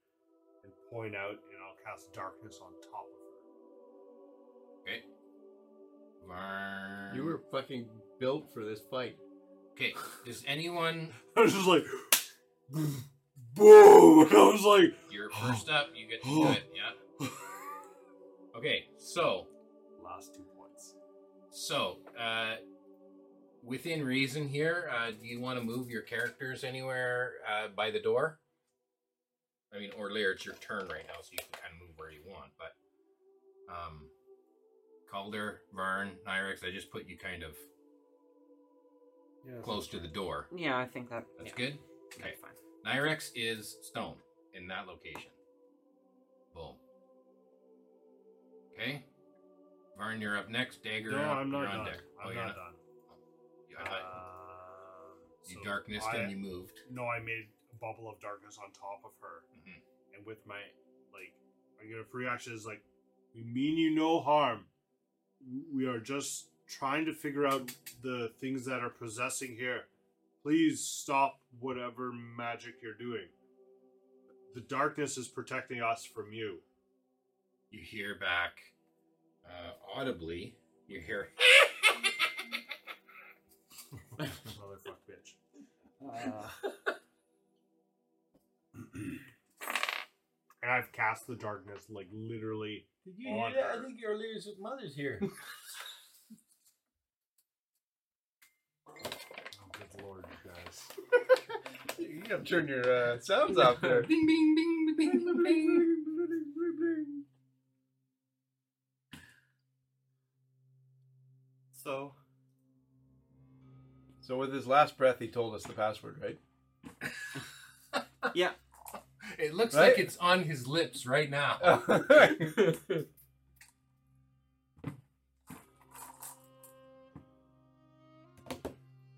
Speaker 9: and point out, and I'll cast darkness on top of her.
Speaker 1: Varn.
Speaker 5: You were fucking built for this fight.
Speaker 1: okay. Does anyone?
Speaker 9: I was just like, boom! I was like,
Speaker 1: You're first up. You get to do it. Yeah.
Speaker 4: Oh,
Speaker 1: Okay, so
Speaker 9: last two points.
Speaker 1: So, uh, within reason here, uh, do you want to move your characters anywhere uh, by the door? I mean, or Lear, it's your turn right now, so you can kind of move where you want. But um, Calder, Varn, Nyrex, I just put you kind of
Speaker 9: Yeah,
Speaker 1: close to the door.
Speaker 3: Yeah, I think that.
Speaker 1: That's
Speaker 3: yeah,
Speaker 1: good. Okay.
Speaker 3: That's fine.
Speaker 1: Nyrex is stone in that location. Boom. Okay. Varn, you're up next. Dagger,
Speaker 9: No,
Speaker 1: up.
Speaker 9: I'm not
Speaker 1: you're on
Speaker 9: done.
Speaker 1: deck.
Speaker 9: I'm
Speaker 1: oh, you're
Speaker 9: not
Speaker 1: not.
Speaker 9: done.
Speaker 1: I thought
Speaker 9: Um,
Speaker 1: you
Speaker 9: so
Speaker 1: darknessed
Speaker 9: I-
Speaker 1: and you moved.
Speaker 9: No, I made a bubble of darkness on top of her,
Speaker 1: Mhm.
Speaker 9: and with my like, I get a free action. Is like, we mean you no harm. We are just trying to figure out the things that are possessing here. Please stop whatever magic you're doing. The darkness is protecting us from you.
Speaker 1: you hear back uh, audibly you hear
Speaker 9: Motherfuck bitch. Uh, and I've cast the darkness like literally.
Speaker 6: Did you
Speaker 9: On
Speaker 6: hear that?
Speaker 9: her.
Speaker 6: I think your lyrics with mother's here.
Speaker 9: Oh, good lord, you guys.
Speaker 5: You gotta turn your uh, sounds off there.
Speaker 1: bing bing bing bing bing bing
Speaker 3: So
Speaker 5: so with his last breath, he told us the password, right?
Speaker 1: it looks
Speaker 5: Right? Oh.
Speaker 1: like it's on his lips right now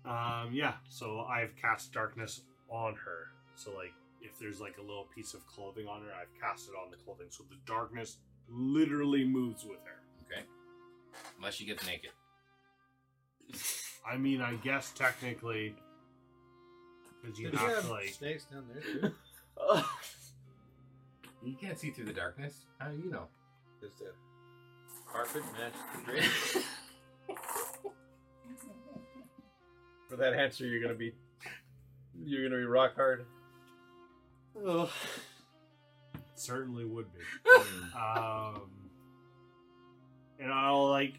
Speaker 9: Um, yeah, so I've cast darkness on her. So like if there's like a little piece of clothing on her, I've cast it on the clothing. So the darkness literally moves with her.
Speaker 1: Okay. Unless she gets naked.
Speaker 9: I mean, I guess technically, because you have to like
Speaker 6: snakes down there too.
Speaker 1: You can't see through the darkness. How do you know?
Speaker 6: Does the carpet match the drapes? For that answer, you're gonna be you're gonna be rock hard.
Speaker 9: certainly would be.
Speaker 6: Hmm,
Speaker 9: um, and I'll like,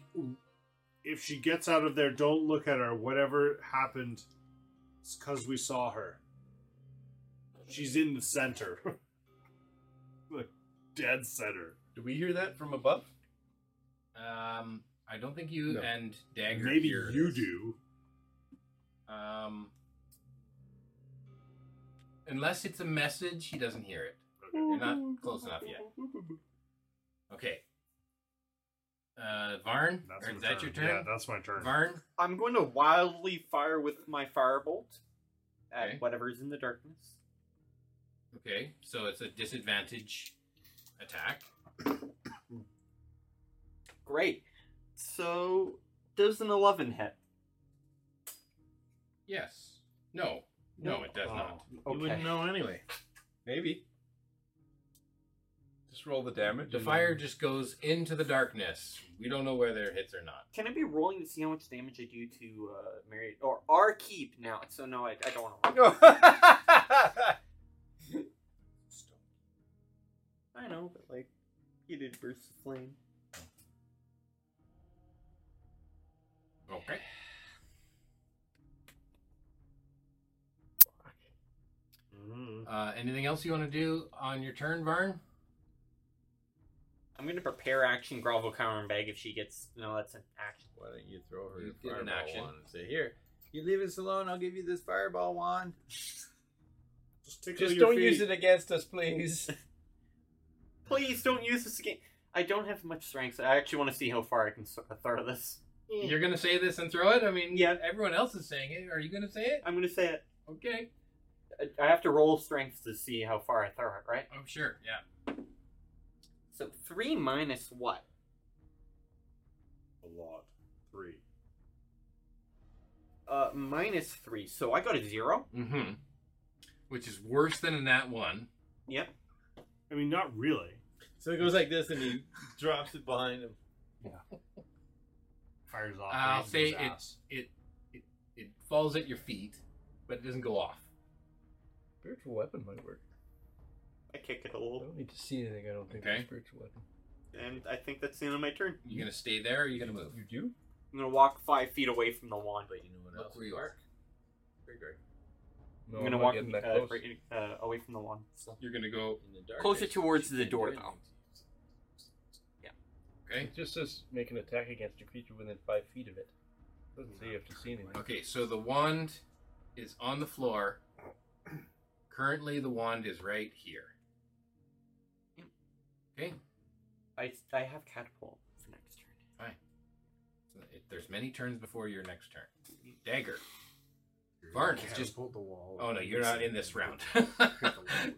Speaker 9: if she gets out of there, don't look at her. Whatever happened, it's because we saw her. She's in the center, like dead center.
Speaker 5: Do we hear that from above?
Speaker 1: Um, I don't think you
Speaker 5: No.
Speaker 1: and Dagger.
Speaker 9: Maybe
Speaker 1: hear
Speaker 9: you
Speaker 1: this.
Speaker 9: do.
Speaker 1: Um, unless it's a message, he doesn't hear it. You're not close enough yet. Okay. Uh, Varn,
Speaker 9: That's
Speaker 1: or
Speaker 9: my
Speaker 1: is that your
Speaker 9: Yeah,
Speaker 1: turn?
Speaker 9: that's my turn.
Speaker 1: Varn,
Speaker 3: I'm going to wildly fire with my firebolt at
Speaker 1: Okay.
Speaker 3: whatever's in the darkness.
Speaker 1: okay, so it's a disadvantage attack.
Speaker 3: Great. So does an eleven hit?
Speaker 1: Yes. No. No, it does
Speaker 9: Oh,
Speaker 1: not.
Speaker 3: Okay.
Speaker 6: know anyway. Maybe.
Speaker 5: Just roll the damage.
Speaker 1: The
Speaker 5: and
Speaker 1: fire
Speaker 5: then-
Speaker 1: just goes into the darkness. We don't know whether it hits or not.
Speaker 3: Can I be rolling to see how much damage I do to uh, Mary or our keep now? So no, I, I don't want to. Roll. I know, but like, he did burst of flame.
Speaker 1: Okay.
Speaker 3: Mm-hmm.
Speaker 9: Mhm.
Speaker 1: Uh, anything else you want to do on your turn, Varn?
Speaker 3: I'm gonna prepare action grovel counter and bag if she gets. No, that's an action.
Speaker 6: Why don't you throw her
Speaker 1: You
Speaker 6: you
Speaker 1: did an
Speaker 6: fireball
Speaker 1: action.
Speaker 6: wand and say, "Here, you leave us alone. I'll give you this fireball wand."
Speaker 9: Just, tickle
Speaker 5: Just
Speaker 9: your
Speaker 5: don't use
Speaker 9: feet.
Speaker 5: it against us, please.
Speaker 3: Please don't use this again. I don't have much strength. So I actually want to see how far I can s- uh, throw this.
Speaker 1: You're gonna say this and throw it? I mean,
Speaker 3: Yeah.
Speaker 1: Everyone else is saying it. Are you gonna say it?
Speaker 3: I'm gonna say it.
Speaker 1: Okay.
Speaker 3: I- I have to roll strength to see how far I throw it, right?
Speaker 1: Oh, sure. Yeah.
Speaker 3: So three minus what?
Speaker 9: a lot. Three.
Speaker 3: Uh, minus three. So I got a zero.
Speaker 1: Mm-hmm. Which is worse than a nat one.
Speaker 3: Yep.
Speaker 9: I mean, not really.
Speaker 6: So it goes like this, and he drops it behind him.
Speaker 9: Fires off.
Speaker 1: I'll
Speaker 9: his
Speaker 1: say it,
Speaker 9: ass.
Speaker 1: it it it falls at your feet, but it doesn't go off.
Speaker 5: spiritual weapon might work.
Speaker 3: I kick it a
Speaker 5: I
Speaker 3: little,
Speaker 5: don't need to see anything. I don't think.
Speaker 1: Okay.
Speaker 5: with Spiritual weapon.
Speaker 3: and I think that's the end of my turn.
Speaker 1: You gonna stay there or you gonna move?
Speaker 5: You do?
Speaker 3: I'm gonna walk five feet away from the wand.
Speaker 6: But you know what
Speaker 1: Look
Speaker 6: else?
Speaker 1: where you are.
Speaker 6: Trigger.
Speaker 5: No,
Speaker 3: I'm gonna
Speaker 5: not
Speaker 3: walk
Speaker 5: getting that
Speaker 3: uh,
Speaker 5: close.
Speaker 3: right, uh, away from the wand. So.
Speaker 1: You're gonna go
Speaker 6: In the dark.
Speaker 3: Closer towards the door,
Speaker 1: okay.
Speaker 5: It just says make an attack against a creature within five feet of it. Doesn't say you have to see anything.
Speaker 1: Okay, so the wand is on the floor. Currently the wand is right here. Okay.
Speaker 3: I I have catapult for next turn.
Speaker 1: So it, there's many turns before your next turn. Dagger. Varn is just
Speaker 9: Catapult the wall.
Speaker 1: Oh no, you're not in this round.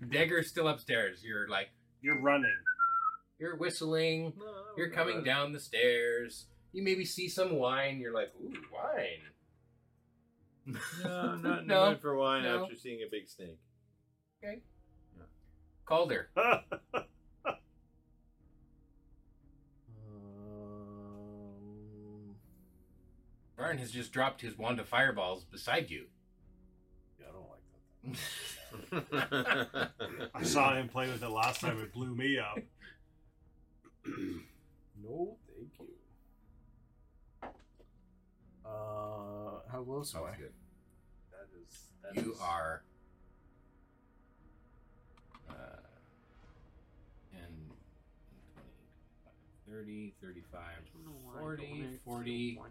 Speaker 1: Dagger's still upstairs. You're like
Speaker 9: You're running.
Speaker 1: you're whistling.
Speaker 6: Oh,
Speaker 1: You're coming down the stairs. You maybe see some wine. You're like, ooh, wine.
Speaker 6: No, not in
Speaker 1: No,
Speaker 6: the mood for wine
Speaker 1: no.
Speaker 6: after seeing a big snake.
Speaker 1: Calder.
Speaker 2: Um,
Speaker 1: Varn has just dropped his wand of fireballs beside you.
Speaker 4: Yeah, I don't like that. Thing.
Speaker 9: I saw him play with it last time. It blew me up.
Speaker 2: no, thank you. Uh, how low am I?
Speaker 1: good.
Speaker 2: That is. that
Speaker 1: You
Speaker 2: is-
Speaker 1: are. Uh, and 20, 30, 35, 40, 40.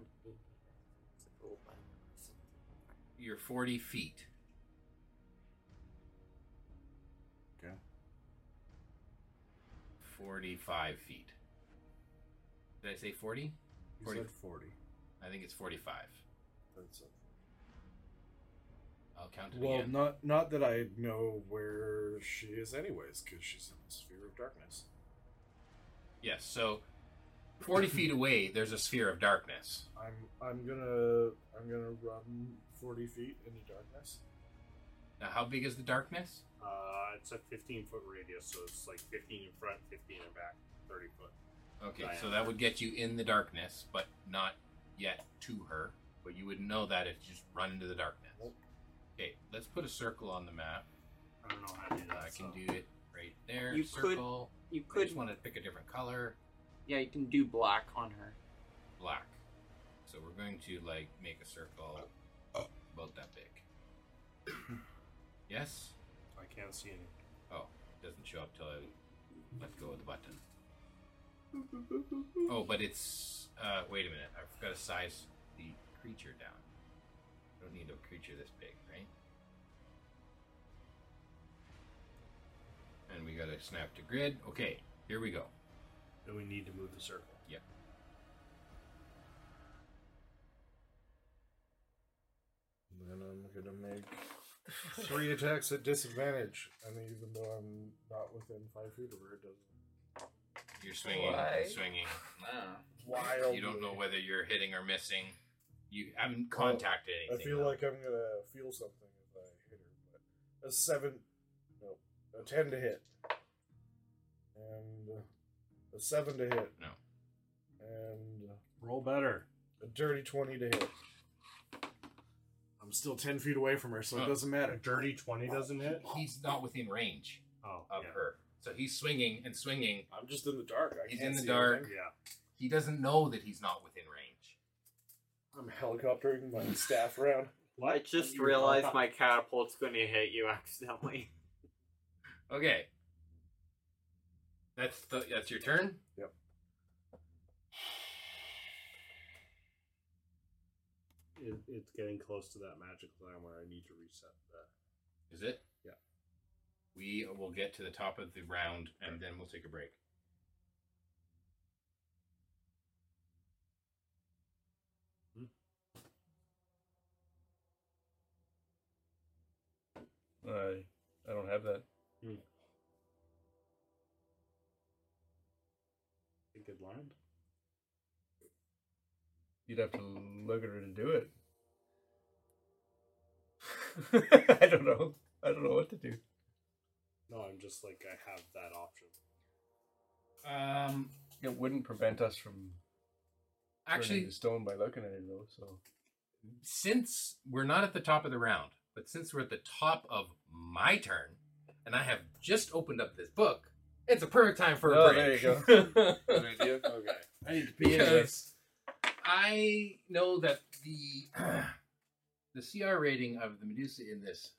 Speaker 1: You're 40 feet.
Speaker 2: Okay.
Speaker 1: 45 feet. Did I say 40?
Speaker 2: You
Speaker 1: 40.
Speaker 2: said forty.
Speaker 1: I think it's 45.
Speaker 2: That's it.
Speaker 1: I'll counted
Speaker 4: Well,
Speaker 1: again.
Speaker 4: not not that I know where she is, anyways, because she's in the sphere of darkness.
Speaker 1: Yes, so 40 feet away, there's a sphere of darkness.
Speaker 4: I'm I'm gonna I'm gonna run forty feet into darkness.
Speaker 1: Now, how big is the darkness?
Speaker 9: Uh, it's a 15 foot radius, so it's like 15 in front, 15 in back, 30 foot.
Speaker 1: Okay, so
Speaker 9: Diameter.
Speaker 1: that would get you in the darkness, but not yet to her. But you wouldn't know that if you just run into the darkness. Okay, let's put a circle on the map.
Speaker 9: I don't know how to do that.
Speaker 1: I
Speaker 9: so.
Speaker 1: can do it right there.
Speaker 3: You could-
Speaker 1: circle.
Speaker 3: You
Speaker 1: I
Speaker 3: could,
Speaker 1: just want to pick a different color.
Speaker 3: yeah, you can do black on her.
Speaker 1: Black. So we're going to like make a circle
Speaker 3: Oh.
Speaker 1: about that big. yes?
Speaker 9: I can't see anything.
Speaker 1: Oh, it doesn't show up till I let go of the button. Oh, but it's. Uh, wait a minute. I forgot to size the creature down. I don't need a creature this big, right? And we gotta snap to grid. Okay, here we go.
Speaker 9: Then we need to move the circle.
Speaker 4: And then I'm gonna make three attacks at disadvantage, and even though I'm not within five feet of her, it doesn't.
Speaker 1: You're swinging
Speaker 8: Why?
Speaker 1: and swinging.
Speaker 4: Wild.
Speaker 1: You don't know whether you're hitting or missing. You haven't contacted
Speaker 4: Oh, I
Speaker 1: anything.
Speaker 4: feel
Speaker 1: though.
Speaker 4: like I'm gonna feel something if I hit her, but a seven, no, a ten to hit, and uh, a seven to hit.
Speaker 1: No.
Speaker 4: And uh,
Speaker 9: Roll better.
Speaker 4: a dirty twenty to hit. I'm still ten feet away from her, so
Speaker 1: Oh.
Speaker 4: it doesn't
Speaker 9: A
Speaker 4: matter.
Speaker 9: dirty 20 doesn't hit?
Speaker 1: He's not within range
Speaker 9: Oh,
Speaker 1: of
Speaker 9: yeah.
Speaker 1: her. So he's swinging and swinging.
Speaker 4: I'm just in the dark. I
Speaker 1: He's
Speaker 4: can't
Speaker 1: in the
Speaker 4: see
Speaker 1: dark.
Speaker 4: anything.
Speaker 9: Yeah.
Speaker 1: He doesn't know that he's not within range.
Speaker 4: I'm helicoptering my staff around.
Speaker 9: What?
Speaker 3: I just
Speaker 9: You're
Speaker 3: realized
Speaker 9: not-
Speaker 3: my catapult's going to hit you accidentally.
Speaker 1: Okay. That's the, that's your turn.
Speaker 4: Yep.
Speaker 9: It, it's getting close to that magical time where I need to reset that.
Speaker 1: Is it?
Speaker 9: Yeah.
Speaker 1: We will get to the top of the round and then we'll take a break.
Speaker 5: I I don't have that.
Speaker 9: A good line.
Speaker 5: You'd have to look at her to do it. I don't know. I don't know what to do.
Speaker 9: No, I'm just like, I have that option.
Speaker 1: Um.
Speaker 5: It wouldn't prevent us from turning
Speaker 1: Actually,
Speaker 5: to stone by looking at her though. So
Speaker 1: since we're not at the top of the round, but since we're at the top of my turn, and I have just opened up this book, it's a perfect time for a
Speaker 5: Oh,
Speaker 1: break.
Speaker 5: there
Speaker 8: Good idea.
Speaker 9: Okay.
Speaker 4: I need to pee
Speaker 1: because I know that the the CR rating of the Medusa in this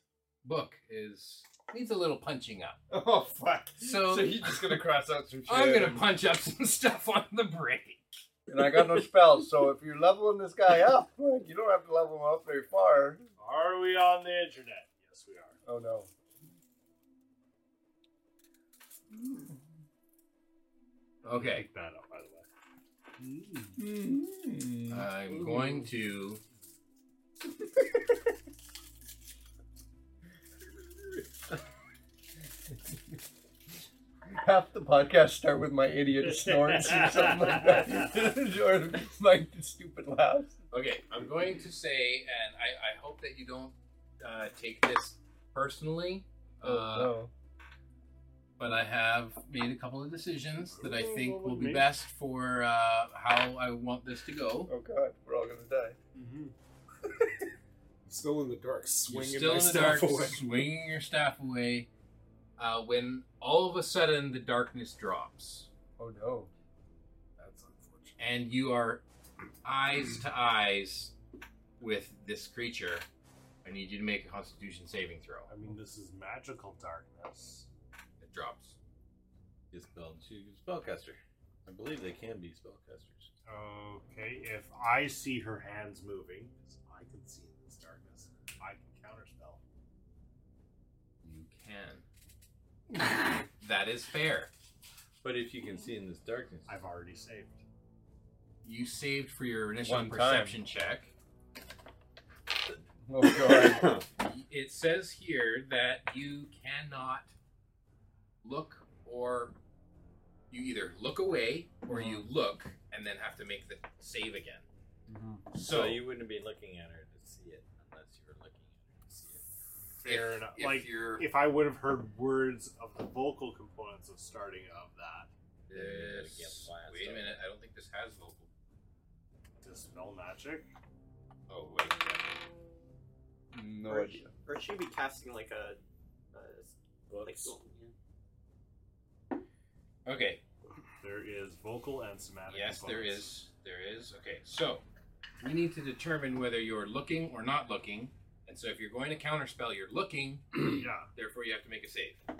Speaker 1: book is needs a little punching up.
Speaker 8: Oh fuck!
Speaker 1: So-
Speaker 8: so he's just gonna cross out some shit.
Speaker 1: I'm gonna
Speaker 8: and-
Speaker 1: punch up some stuff on the break.
Speaker 5: and I got no spells. So if you're leveling this guy up, you don't have to level him up very far.
Speaker 9: Are we on the internet? Yes, we are.
Speaker 5: Oh no.
Speaker 1: Okay,
Speaker 9: Pick that up, by the way.
Speaker 1: Hmm. I'm going to.
Speaker 5: Half the podcast start with my idiot snorts or something like that, or my stupid laughs.
Speaker 1: Okay, I'm going to say, and I, I hope that you don't uh, take this personally. Uh,
Speaker 5: oh,
Speaker 1: but I have made a couple of decisions that I
Speaker 9: What
Speaker 1: think will
Speaker 9: would
Speaker 1: be
Speaker 9: make-
Speaker 1: best for uh, how I want this to go.
Speaker 5: no. oh god, we're all gonna die.
Speaker 9: Mm-hmm.
Speaker 4: Still in the dark,
Speaker 1: You're
Speaker 4: swinging
Speaker 1: still
Speaker 4: my
Speaker 1: in the
Speaker 4: staff
Speaker 1: dark,
Speaker 4: away.
Speaker 1: swinging your staff away. Uh, when all of a sudden the darkness drops
Speaker 5: Oh no.
Speaker 4: That's unfortunate.
Speaker 1: and you are eyes to eyes with this creature, I need you to make a Constitution saving throw.
Speaker 9: I mean, this is magical darkness.
Speaker 1: It drops.
Speaker 6: Dispelled to spellcaster. I believe they can be spellcasters.
Speaker 9: Okay, if I see her hands moving, 'cause I can see in this darkness, I can counterspell.
Speaker 1: You can. that is fair.
Speaker 6: But if you can see in this darkness,
Speaker 9: I've already saved.
Speaker 1: You saved for your initial
Speaker 8: One time.
Speaker 1: perception check.
Speaker 5: Oh god.
Speaker 1: Y- it says here that you cannot look or you either look away or you
Speaker 9: Mm-hmm.
Speaker 1: look and then have to make the save again.
Speaker 9: Mm-hmm.
Speaker 1: So,
Speaker 6: So you wouldn't be looking at her to see it unless you were looking at her to see it.
Speaker 9: Fair
Speaker 1: if,
Speaker 9: enough.
Speaker 1: if
Speaker 9: Like,
Speaker 1: you're
Speaker 9: If I would have heard words of the vocal components of starting of that,
Speaker 1: this-
Speaker 6: Get blasted.
Speaker 1: wait a minute, I don't think this has vocal.
Speaker 9: dispel magic.
Speaker 1: Oh wait,
Speaker 5: No
Speaker 3: Or-
Speaker 5: idea.
Speaker 3: Or should be casting like a, a like
Speaker 1: yeah. okay.
Speaker 9: There is vocal and somatic.
Speaker 1: Yes, there
Speaker 9: components.
Speaker 1: is. There is. Okay, so we need to determine whether you're looking or not looking. And so if you're going to counterspell, you're looking,
Speaker 9: yeah,
Speaker 1: therefore you have to make a save.
Speaker 9: uh,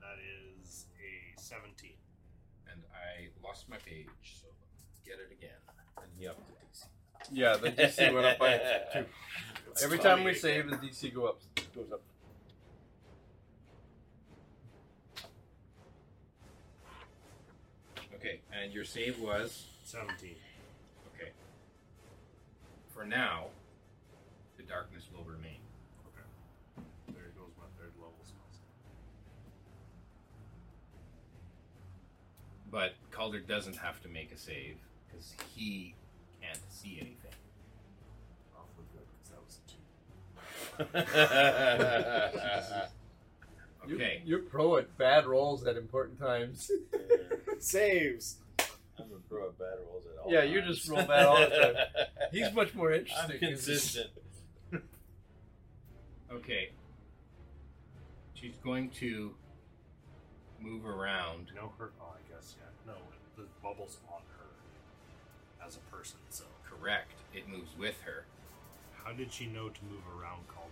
Speaker 9: that is a seventeen.
Speaker 1: And I lost my page, so get it again.
Speaker 6: And he upped the DC.
Speaker 5: Yeah, the DC went up by two. Every time we save, the DC go up, goes up.
Speaker 1: Okay, and your save was
Speaker 9: Seventeen.
Speaker 1: okay. For now, the darkness will remain.
Speaker 9: Okay. There goes my third level spells.
Speaker 1: But Calder doesn't have to make a save because he can't see anything.
Speaker 4: Awfully good, because that was a two.
Speaker 1: Okay.
Speaker 5: You're, you're pro at bad rolls at important times.
Speaker 4: Saves!
Speaker 6: I'm a pro at bad rolls at all.
Speaker 5: Yeah, you
Speaker 6: times.
Speaker 5: just roll bad all the time. He's much more interesting.
Speaker 6: I'm consistent.
Speaker 1: Okay. She's going to move around.
Speaker 9: No, her. Oh, I guess yeah. No, the bubble's on her as a person. So
Speaker 1: Correct. It moves with her.
Speaker 9: how did she know to move around, Calder?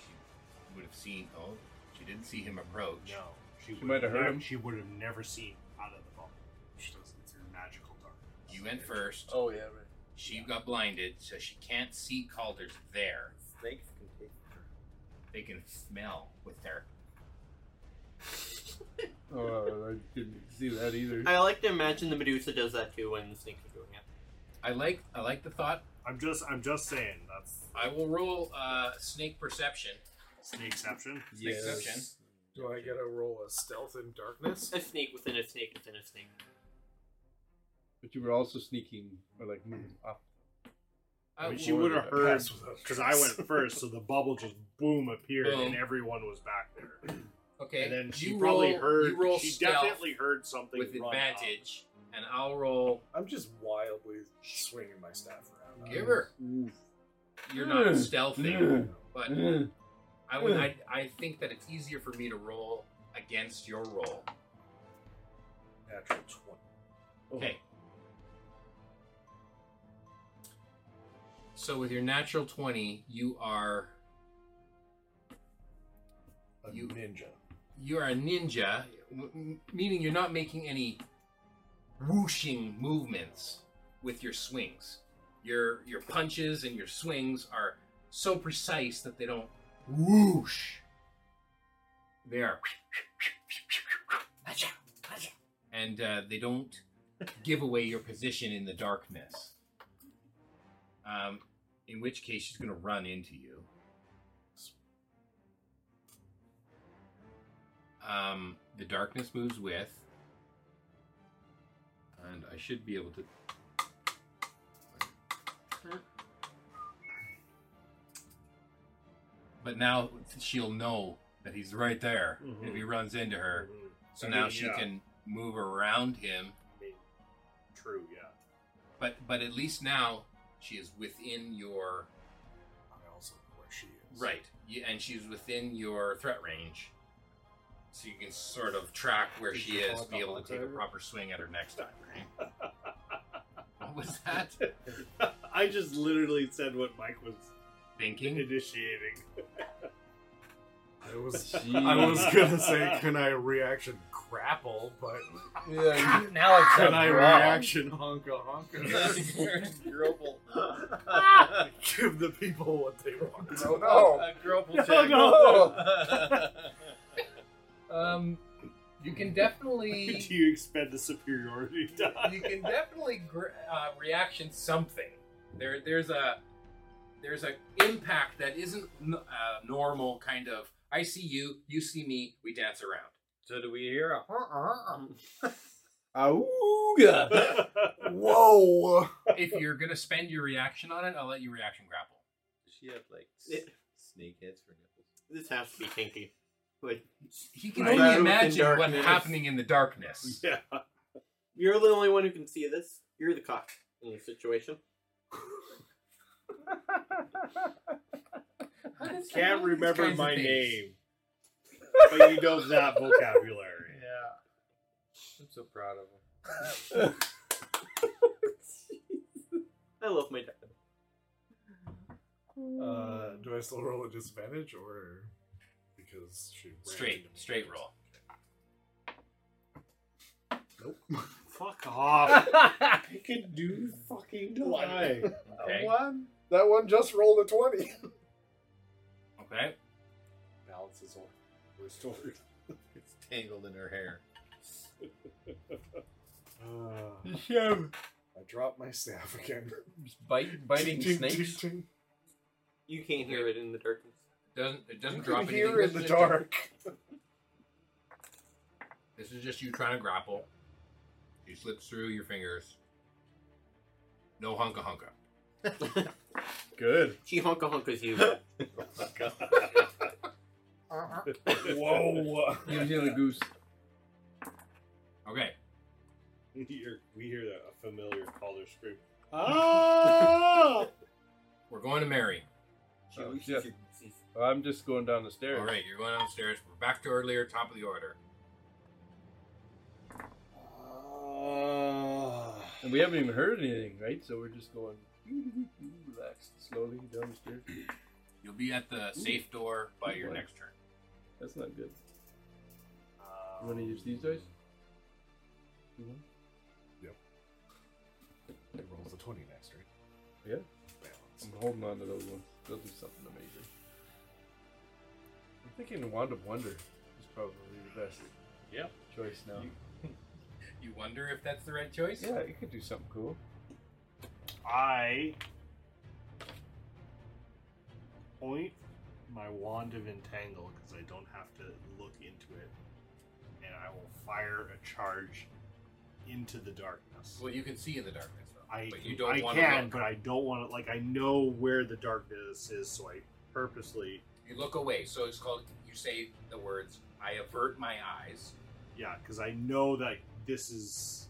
Speaker 1: She would have seen. Oh, she didn't see him approach.
Speaker 9: No, she,
Speaker 5: might have heard
Speaker 9: nev-
Speaker 5: him.
Speaker 9: She would have never seen out of the bubble. She doesn't. It's her magical dark.
Speaker 1: You went first.
Speaker 5: Oh yeah, right.
Speaker 1: She got blinded, so she can't see Calder's there.
Speaker 6: Snakes can take
Speaker 1: They can smell with their.
Speaker 5: Oh, I didn't see that either.
Speaker 3: I like to imagine the Medusa does that too when the snakes are doing it.
Speaker 1: I like. I like the thought.
Speaker 9: I'm just. I'm just saying. That's
Speaker 1: I will roll uh, snake perception.
Speaker 9: snakeception.
Speaker 1: Snake perception.
Speaker 4: Do I get to roll a stealth in darkness?
Speaker 3: A snake within a snake within a snake.
Speaker 5: But you were also sneaking or like moving up.
Speaker 9: I mean,
Speaker 1: Uh,
Speaker 9: she
Speaker 5: Lord,
Speaker 9: would have
Speaker 5: that
Speaker 9: heard
Speaker 4: pass without
Speaker 9: because I went first, so the bubble just boom appeared,
Speaker 1: Boom.
Speaker 9: and everyone was back there.
Speaker 1: Okay.
Speaker 9: And then she
Speaker 1: you
Speaker 9: probably
Speaker 1: roll,
Speaker 9: heard.
Speaker 1: You roll
Speaker 9: she
Speaker 1: stealth
Speaker 9: definitely heard something
Speaker 1: with
Speaker 9: run up.
Speaker 1: advantage, and I'll roll.
Speaker 4: I'm just wildly swinging my staff around.
Speaker 1: Give her.
Speaker 5: Oof.
Speaker 1: You're not
Speaker 5: Mm.
Speaker 1: stealthing,
Speaker 5: Mm.
Speaker 1: but
Speaker 5: Mm.
Speaker 1: I would. I,
Speaker 5: Mm.
Speaker 1: I think that it's easier for me to roll against your roll.
Speaker 4: Natural 20.
Speaker 5: Oh.
Speaker 1: Okay. So with your natural twenty, you are
Speaker 4: A
Speaker 1: You-
Speaker 4: ninja.
Speaker 1: you are a ninja, w- m- meaning you're not making any whooshing movements with your swings. Your your punches and your swings are so precise that they don't whoosh. They are, and uh, they don't give away your position in the darkness. Um, in which case, she's going to run into you. Um, the darkness moves with, and I should be able to. But now she'll know that he's right there if he runs into her.
Speaker 9: Mhm.
Speaker 1: So
Speaker 9: I
Speaker 1: now
Speaker 9: mean,
Speaker 1: she
Speaker 9: yeah.
Speaker 1: can move around him.
Speaker 9: True. Yeah.
Speaker 1: But but at least now she is within your
Speaker 4: I also know where she is.
Speaker 1: right, You- and she's within your threat range, so you can sort of track where
Speaker 5: Did
Speaker 1: she
Speaker 5: you
Speaker 1: is,
Speaker 5: call it
Speaker 1: be
Speaker 5: the
Speaker 1: able to take a
Speaker 5: Hawkeye?
Speaker 1: proper swing at her next time. Right? what was that
Speaker 9: I just literally said what Mike was
Speaker 1: thinking?
Speaker 9: initiating.
Speaker 4: I was,
Speaker 5: Jeez.
Speaker 4: I was gonna say, can I reaction grapple, but
Speaker 5: Yeah, you-
Speaker 1: now it's
Speaker 4: can I reaction honka honka?
Speaker 6: Grobel.
Speaker 4: Give the people what they want.
Speaker 5: oh no.
Speaker 6: A grobel
Speaker 5: No,
Speaker 6: check.
Speaker 5: no.
Speaker 1: Um, you can definitely
Speaker 9: Do you expend the superiority die?
Speaker 1: you can definitely gr- uh, reaction something. There there's a there's an impact that isn't n- uh, normal kind of I see you, you see me, we dance around.
Speaker 6: So do we hear a
Speaker 2: uh-uh?
Speaker 5: Auga.
Speaker 4: Whoa!
Speaker 1: if you're gonna spend your reaction on it, I'll let you reaction grapple.
Speaker 6: Does she have like
Speaker 3: It-
Speaker 6: snake heads for nipples?
Speaker 3: This has to be kinky. Like
Speaker 1: He can
Speaker 3: Right.
Speaker 1: only
Speaker 3: Battle within
Speaker 1: imagine what's
Speaker 3: darkness.
Speaker 1: happening in the darkness.
Speaker 9: Yeah.
Speaker 3: you're the only one who can see this. You're the cock in the situation.
Speaker 8: Can't remember
Speaker 1: kinds of
Speaker 8: my
Speaker 1: things.
Speaker 8: name. but you know that vocabulary.
Speaker 6: I'm so proud of him.
Speaker 3: I love my dad.
Speaker 4: Uh, do I still roll at disadvantage or because she ran
Speaker 1: Straight,
Speaker 4: into me?
Speaker 1: straight roll.
Speaker 9: Fuck off.
Speaker 8: I can do fucking die.
Speaker 4: Uh,
Speaker 1: Okay.
Speaker 4: One. That one just rolled a twenty.
Speaker 1: Okay.
Speaker 4: Balance is restored.
Speaker 6: It's tangled in her hair.
Speaker 5: Ah.
Speaker 4: Uh,
Speaker 5: Yeah.
Speaker 4: I dropped my staff again.
Speaker 5: Bite, biting
Speaker 4: Ting, ting,
Speaker 5: snakes.
Speaker 4: ting, ting.
Speaker 3: You can't hear it in the darkness.
Speaker 1: Doesn't it doesn't
Speaker 4: You
Speaker 1: drop
Speaker 4: can
Speaker 1: anything.
Speaker 4: hear in
Speaker 1: This
Speaker 4: the
Speaker 1: is-
Speaker 4: dark.
Speaker 1: This is just you trying to grapple. She slips through your fingers. No hunka hunka.
Speaker 8: Good.
Speaker 3: She honka honkas you.
Speaker 8: Whoa.
Speaker 5: New Zealand goose.
Speaker 1: Okay.
Speaker 9: we hear we hear a familiar caller scream.
Speaker 8: Ah!
Speaker 1: We're going to Mary.
Speaker 3: She
Speaker 5: Oh,
Speaker 3: loses
Speaker 5: shit.
Speaker 3: your senses.
Speaker 5: I'm just going down the stairs.
Speaker 1: All right, you're going downstairs. We're back to earlier, top of the order.
Speaker 5: And we haven't even heard anything, right? So we're just going relaxed, slowly down the stairs.
Speaker 1: You'll be at the safe door by your next turn.
Speaker 5: That's not good. You want to
Speaker 9: Um,
Speaker 5: use these dice?
Speaker 4: It rolls a twenty next, right?
Speaker 5: Yeah. I'm
Speaker 4: Balance.
Speaker 5: holding on to those ones. They'll do something amazing. I'm thinking Wand of Wonder is probably the best
Speaker 6: Yep.
Speaker 5: choice now.
Speaker 1: You wonder if that's the right choice?
Speaker 5: Yeah, it could do something cool.
Speaker 9: I point my wand of entangle because I don't have to look into it, and I will fire a charge into the darkness.
Speaker 1: Well, you can see in the darkness, though.
Speaker 9: I
Speaker 1: but you don't
Speaker 9: I
Speaker 1: want
Speaker 9: can,
Speaker 1: to look.
Speaker 9: but I don't want to. Like I know where the darkness is, so I purposely
Speaker 1: You look away. So it's called, you say the words, I avert my eyes.
Speaker 9: yeah, because I know that this is.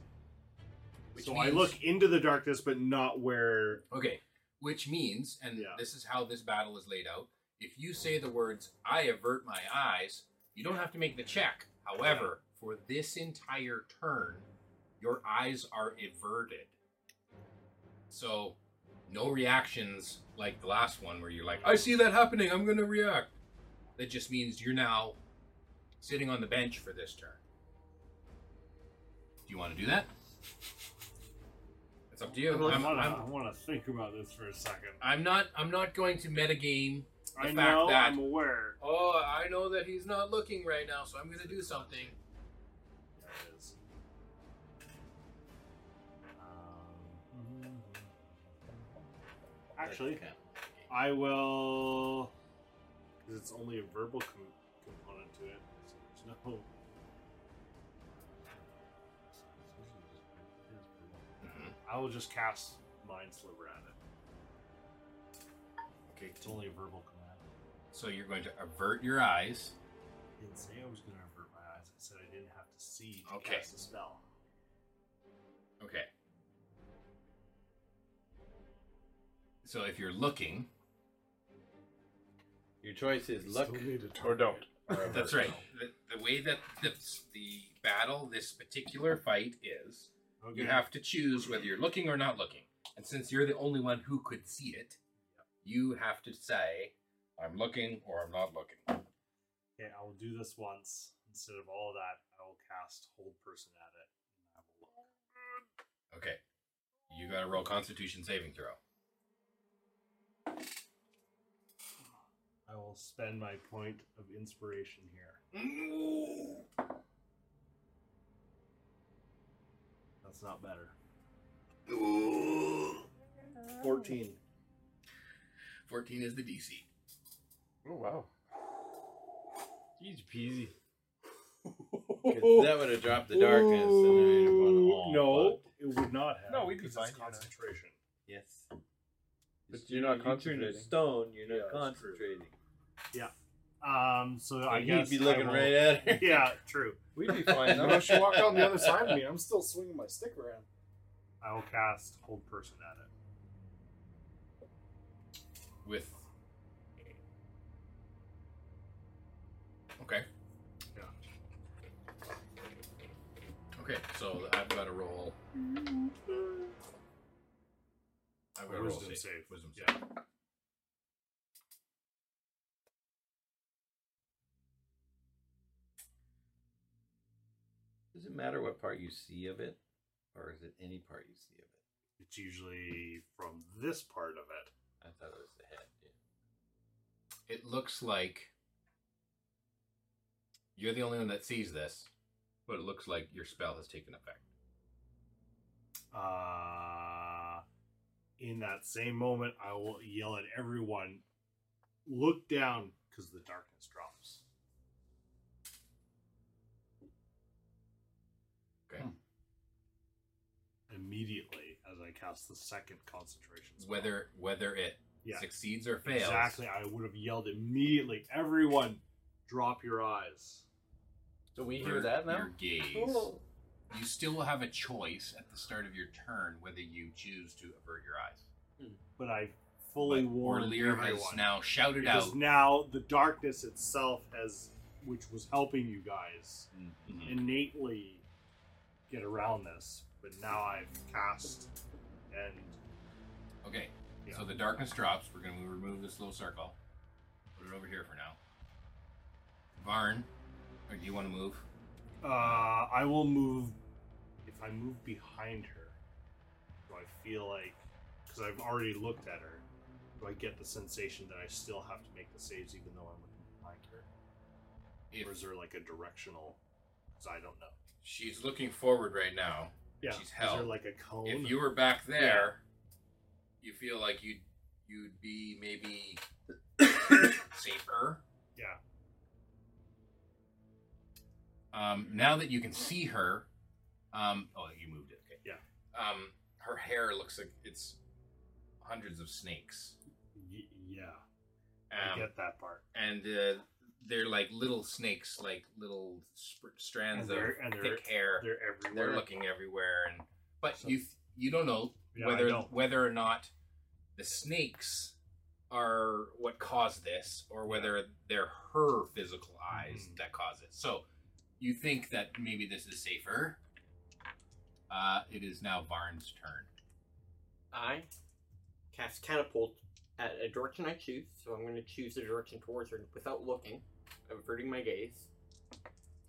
Speaker 1: Which
Speaker 9: so I
Speaker 1: means-
Speaker 9: look into the darkness, but not where.
Speaker 1: Okay. Which means, and
Speaker 9: Yeah.
Speaker 1: this is how this battle is laid out if you say the words, I avert my eyes, you don't have to make the check. However, for this entire turn, your eyes are averted. So, no reactions like the last one where you're like, I see that happening, I'm going to react. That just means you're now sitting on the bench for this turn. Do you want to do that? It's up to you.
Speaker 9: I
Speaker 1: I'm-
Speaker 9: wanna-
Speaker 1: I'm-
Speaker 9: I want to think about this for a second.
Speaker 1: I'm not. I'm not going to metagame.
Speaker 9: I
Speaker 1: fact
Speaker 9: know.
Speaker 1: that-
Speaker 9: I'm aware.
Speaker 1: Oh, I know that he's not looking right now, so I'm going to do something.
Speaker 9: There it is. Um, actually, I will. Because it's only a verbal com- component to it. So there's no.
Speaker 1: Mm-hmm.
Speaker 9: I will just cast Mind Sliver at it. Okay, it's only a verbal command.
Speaker 1: So you're going to avert your eyes.
Speaker 9: I didn't say I was going to avert my eyes. I said I didn't have to see to
Speaker 1: Okay.
Speaker 9: cast the spell.
Speaker 1: Okay. So if you're looking,
Speaker 6: Your choice is look
Speaker 4: Still need a
Speaker 5: Or
Speaker 4: target.
Speaker 5: don't.
Speaker 1: that's right. The, the way that the, the battle, this particular fight is,
Speaker 9: Okay.
Speaker 1: you have to choose whether you're looking or not looking. And since you're the only one who could see it, you have to say, "I'm looking" or "I'm not looking."
Speaker 9: Okay, I will do this once. Instead of all that, I will cast Hold Person at it. And I will look.
Speaker 1: Okay. You gotta roll Constitution saving throw.
Speaker 9: I will spend my point of inspiration here. That's not better. 14.
Speaker 1: 14 is the DC.
Speaker 5: Oh wow.
Speaker 8: Easy peasy.
Speaker 2: 'Cause that would have dropped the darkness and it would have all.
Speaker 8: no,
Speaker 2: fucked.
Speaker 8: it would not have.
Speaker 5: No, we'd be
Speaker 8: because
Speaker 5: fine,
Speaker 8: It's
Speaker 5: yeah.
Speaker 8: concentration.
Speaker 2: Yes.
Speaker 5: But you're not
Speaker 2: you turn
Speaker 5: concentrating.
Speaker 2: to stone, you're not
Speaker 8: Yeah, that's true.
Speaker 2: concentrating.
Speaker 9: Um, so I
Speaker 2: And
Speaker 9: guess
Speaker 2: he'd be
Speaker 9: I
Speaker 2: looking
Speaker 9: will-
Speaker 2: right at her.
Speaker 9: Yeah, true.
Speaker 5: We'd be fine.
Speaker 4: Now she walked on the other side of me. I'm still swinging my stick around.
Speaker 9: I will cast hold person at it.
Speaker 1: With. Okay.
Speaker 9: Yeah.
Speaker 1: Okay, so I've got to roll. I've got to roll
Speaker 9: Wisdom
Speaker 1: save.
Speaker 9: save.
Speaker 1: Wisdom save.
Speaker 9: Yeah.
Speaker 2: Does it matter what part you see of it, or is it any part you see of it?
Speaker 9: It's usually from this part of it.
Speaker 2: I thought it was the head. Yeah.
Speaker 1: It looks like you're the only one that sees this, but it looks like your spell has taken effect.
Speaker 9: Uh, in that same moment, I will yell at everyone, look down, because the darkness drops.
Speaker 1: Okay.
Speaker 9: Immediately, as I cast the second concentration spell.
Speaker 1: Whether whether it
Speaker 9: Yeah.
Speaker 1: succeeds or fails.
Speaker 9: Exactly, I would have yelled immediately, everyone, drop your eyes.
Speaker 1: Do we
Speaker 6: hear that now?
Speaker 1: Your gaze. You still have a choice at the start of your turn whether you choose to avert your eyes.
Speaker 9: But I fully
Speaker 1: But
Speaker 9: warned
Speaker 1: Orlear
Speaker 9: everyone.
Speaker 1: has now shouted
Speaker 9: because
Speaker 1: out.
Speaker 9: now the darkness itself has, which was helping you guys,
Speaker 1: Mhm.
Speaker 9: innately get around this, but now I've cast and
Speaker 1: Okay,
Speaker 9: yeah.
Speaker 1: so the darkness drops. We're going to remove this little circle. Put it over here for now. Varn, or do you want to move?
Speaker 9: uh, I will move if I move behind her. Do I feel like because I've already looked at her? Do I get the sensation that I still have to make the saves even though I'm looking behind her,
Speaker 1: If
Speaker 9: or is there like a directional? Because I don't know.
Speaker 1: she's looking forward right now,
Speaker 9: Yeah,
Speaker 1: She's
Speaker 9: is there
Speaker 1: held.
Speaker 9: like a cone?
Speaker 1: if you were back there, you feel like you'd you'd be maybe safer.
Speaker 9: Yeah.
Speaker 1: Um, now that you can see her, um, oh, you moved it. Okay.
Speaker 9: Yeah.
Speaker 1: Um, her hair looks like it's hundreds of snakes,
Speaker 9: Y- yeah, I
Speaker 1: um,
Speaker 9: get that part.
Speaker 1: and uh, they're like little snakes, like little sp- strands
Speaker 9: And they're-
Speaker 1: of
Speaker 9: and they're-
Speaker 1: thick hair.
Speaker 9: They're everywhere.
Speaker 1: They're looking everywhere, and but you you don't know
Speaker 9: Yeah, I
Speaker 1: whether
Speaker 9: don't.
Speaker 1: whether or not the snakes are what caused this, or whether they're her physical eyes
Speaker 9: Mhm.
Speaker 1: that cause it. So you think that maybe this is safer. Uh, it is now Varn's turn.
Speaker 3: I cast catapult at a direction I choose, so I'm going to choose the direction towards her without looking, averting my gaze,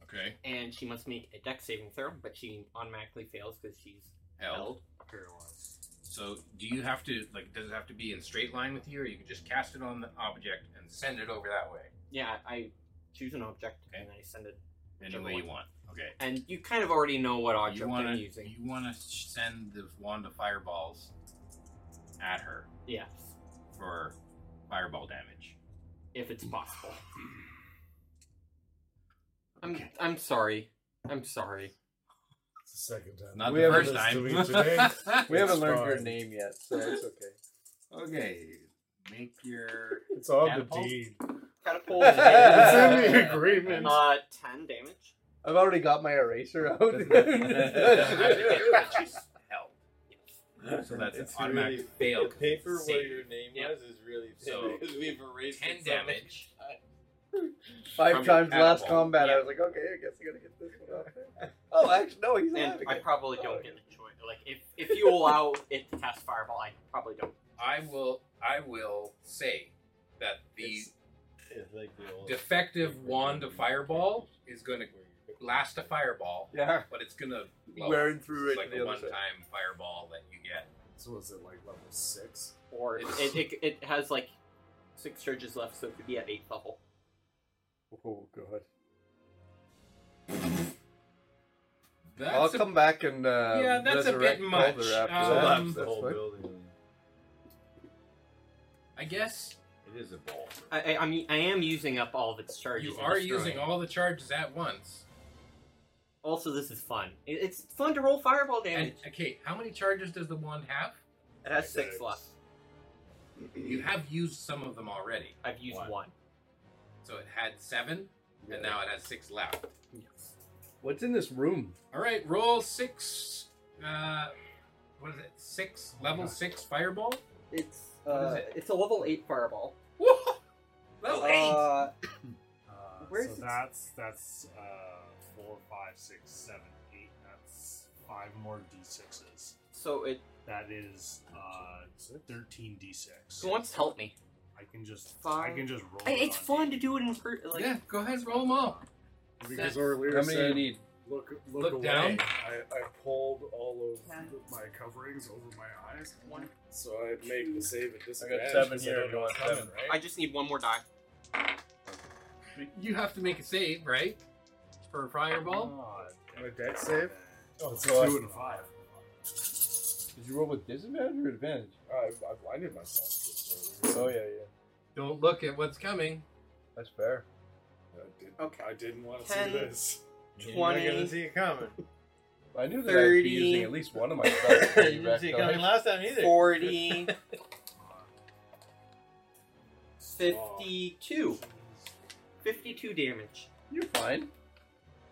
Speaker 1: Okay,
Speaker 3: and she must make a dex saving throw, but she automatically fails because she's
Speaker 1: held.
Speaker 3: held.
Speaker 9: Paralyzed.
Speaker 1: So do you have to like? Does it have to be in straight line with you, or you can just cast it on the object and send it over that way,
Speaker 3: Yeah, I choose an object
Speaker 1: Okay.
Speaker 3: and I send it.
Speaker 1: any
Speaker 3: Whichever
Speaker 1: way you
Speaker 3: one.
Speaker 1: want? Okay.
Speaker 3: And you kind of already know what object
Speaker 1: you want
Speaker 3: I'm
Speaker 1: to
Speaker 3: using.
Speaker 1: you want to send the wand of fireballs at her
Speaker 3: Yes,
Speaker 1: for fireball damage.
Speaker 3: if it's possible. I'm I'm sorry. I'm sorry.
Speaker 4: It's the second time.
Speaker 1: Not
Speaker 5: We
Speaker 1: the
Speaker 5: have
Speaker 1: first
Speaker 5: this
Speaker 1: time.
Speaker 4: to eat today.
Speaker 5: We haven't
Speaker 4: It's
Speaker 5: learned your
Speaker 4: fine.
Speaker 5: name yet, so it's okay.
Speaker 1: okay, make your
Speaker 4: It's all the
Speaker 1: Catapult?
Speaker 4: deed.
Speaker 3: Catapult.
Speaker 4: It's in the
Speaker 3: uh,
Speaker 4: agreement.
Speaker 3: ten damage.
Speaker 5: I've already got my eraser out.
Speaker 1: help. So that's an
Speaker 6: It's
Speaker 1: automatic
Speaker 6: really-
Speaker 1: fail.
Speaker 6: The
Speaker 1: 'cause
Speaker 6: paper
Speaker 1: it's
Speaker 6: where
Speaker 1: saved.
Speaker 6: your name
Speaker 3: Yeah.
Speaker 6: was is really thin
Speaker 1: So,
Speaker 6: because we've erased
Speaker 1: ten
Speaker 6: it so many
Speaker 1: damage.
Speaker 6: times.
Speaker 5: Five
Speaker 1: From your
Speaker 5: times last
Speaker 1: catapult.
Speaker 5: combat,
Speaker 3: Yeah.
Speaker 5: I was like, okay, I guess I gotta get this one out there. Oh, actually, no, he's
Speaker 3: And
Speaker 5: alive
Speaker 3: I
Speaker 5: again. Oh.
Speaker 3: probably don't get the choice. Like if if you allow it to cast fireball, I probably don't.
Speaker 1: I will I will say that the
Speaker 6: It's- It's like the old
Speaker 1: defective wand of fireball is going to blast a fireball,
Speaker 5: Yeah.
Speaker 1: but it's going to
Speaker 5: Wearing through
Speaker 1: It's
Speaker 5: it
Speaker 1: like
Speaker 5: to the
Speaker 1: a
Speaker 5: other side.
Speaker 1: one-time fireball that you get.
Speaker 4: So was it like level six?
Speaker 3: Or it,
Speaker 1: It's-
Speaker 3: it, it, it has like six surges left, so it could be at eight level.
Speaker 5: Oh, God.
Speaker 1: That's
Speaker 5: I'll
Speaker 1: a-
Speaker 5: come back and uh,
Speaker 1: Yeah, that's a bit
Speaker 5: resurrect
Speaker 1: much.
Speaker 5: Calder after
Speaker 1: Um,
Speaker 5: that.
Speaker 6: collapse
Speaker 5: That's
Speaker 6: the whole
Speaker 5: fine.
Speaker 6: building.
Speaker 1: I guess
Speaker 6: It is a ball.
Speaker 3: I, I, I mean, I am using up all of its charges.
Speaker 1: you
Speaker 3: in
Speaker 1: are
Speaker 3: destroying.
Speaker 1: using all the charges at once.
Speaker 3: Also, this is fun. It, it's fun to roll fireball
Speaker 1: And
Speaker 3: damage.
Speaker 1: okay, how many charges does the wand have?
Speaker 3: It has six left.
Speaker 1: You have used some of them already,
Speaker 3: I've used
Speaker 6: One.
Speaker 3: one.
Speaker 1: so it had seven, and now it has six left.
Speaker 5: What's in this room?
Speaker 1: All right, roll six. Uh, what is it? Six level six fireball.
Speaker 3: It's
Speaker 1: What is
Speaker 3: uh, it's a level eight fireball.
Speaker 1: Whoa! Level eight.
Speaker 3: Uh,
Speaker 9: Uh,
Speaker 3: Where's
Speaker 9: so
Speaker 3: it?
Speaker 9: that's that's uh, four, five, six, seven, eight. That's five more d6s.
Speaker 3: so it
Speaker 9: That is uh, thirteen d6.
Speaker 3: who wants to help me?
Speaker 9: I can just I
Speaker 3: Five.
Speaker 9: can just roll.
Speaker 3: I-
Speaker 9: it
Speaker 3: It's
Speaker 9: on
Speaker 3: fun to
Speaker 9: you.
Speaker 3: do it in per- like
Speaker 1: yeah, go ahead, roll them all.
Speaker 4: Because
Speaker 1: That-
Speaker 4: earlier
Speaker 5: How many do you
Speaker 4: said,
Speaker 5: need?
Speaker 4: look, look,
Speaker 1: Look
Speaker 4: away.
Speaker 1: down.
Speaker 4: I, I pulled all of
Speaker 3: Yeah.
Speaker 4: my coverings over my eyes,
Speaker 3: One.
Speaker 4: so I make the save at disadvantage.
Speaker 8: seven
Speaker 4: 'cause
Speaker 8: here,
Speaker 4: don't know
Speaker 8: you want
Speaker 4: what's coming,
Speaker 8: seven,
Speaker 4: right?
Speaker 3: I just need one more die.
Speaker 1: You have to make a save, right? For a
Speaker 4: Uh-huh.
Speaker 1: fireball.
Speaker 9: God,
Speaker 4: My deck save.
Speaker 8: Oh,
Speaker 4: It's
Speaker 8: so I-
Speaker 4: two and a five.
Speaker 5: Did you roll with disadvantage or advantage?
Speaker 4: I, I blinded myself. so-
Speaker 5: Oh yeah, yeah.
Speaker 1: Don't look at what's coming.
Speaker 5: That's fair.
Speaker 4: I, did,
Speaker 3: Okay.
Speaker 4: I didn't want to see
Speaker 3: Ten.
Speaker 4: this.
Speaker 8: You're not gonna
Speaker 3: 20,
Speaker 8: see it coming.
Speaker 5: I knew that I'd be
Speaker 3: 30.
Speaker 5: using at least one of my
Speaker 8: you
Speaker 5: spells. when you
Speaker 8: didn't see it
Speaker 5: backed
Speaker 8: coming
Speaker 5: up.
Speaker 8: last time either.
Speaker 3: 40, 52. 52 damage.
Speaker 5: You're fine.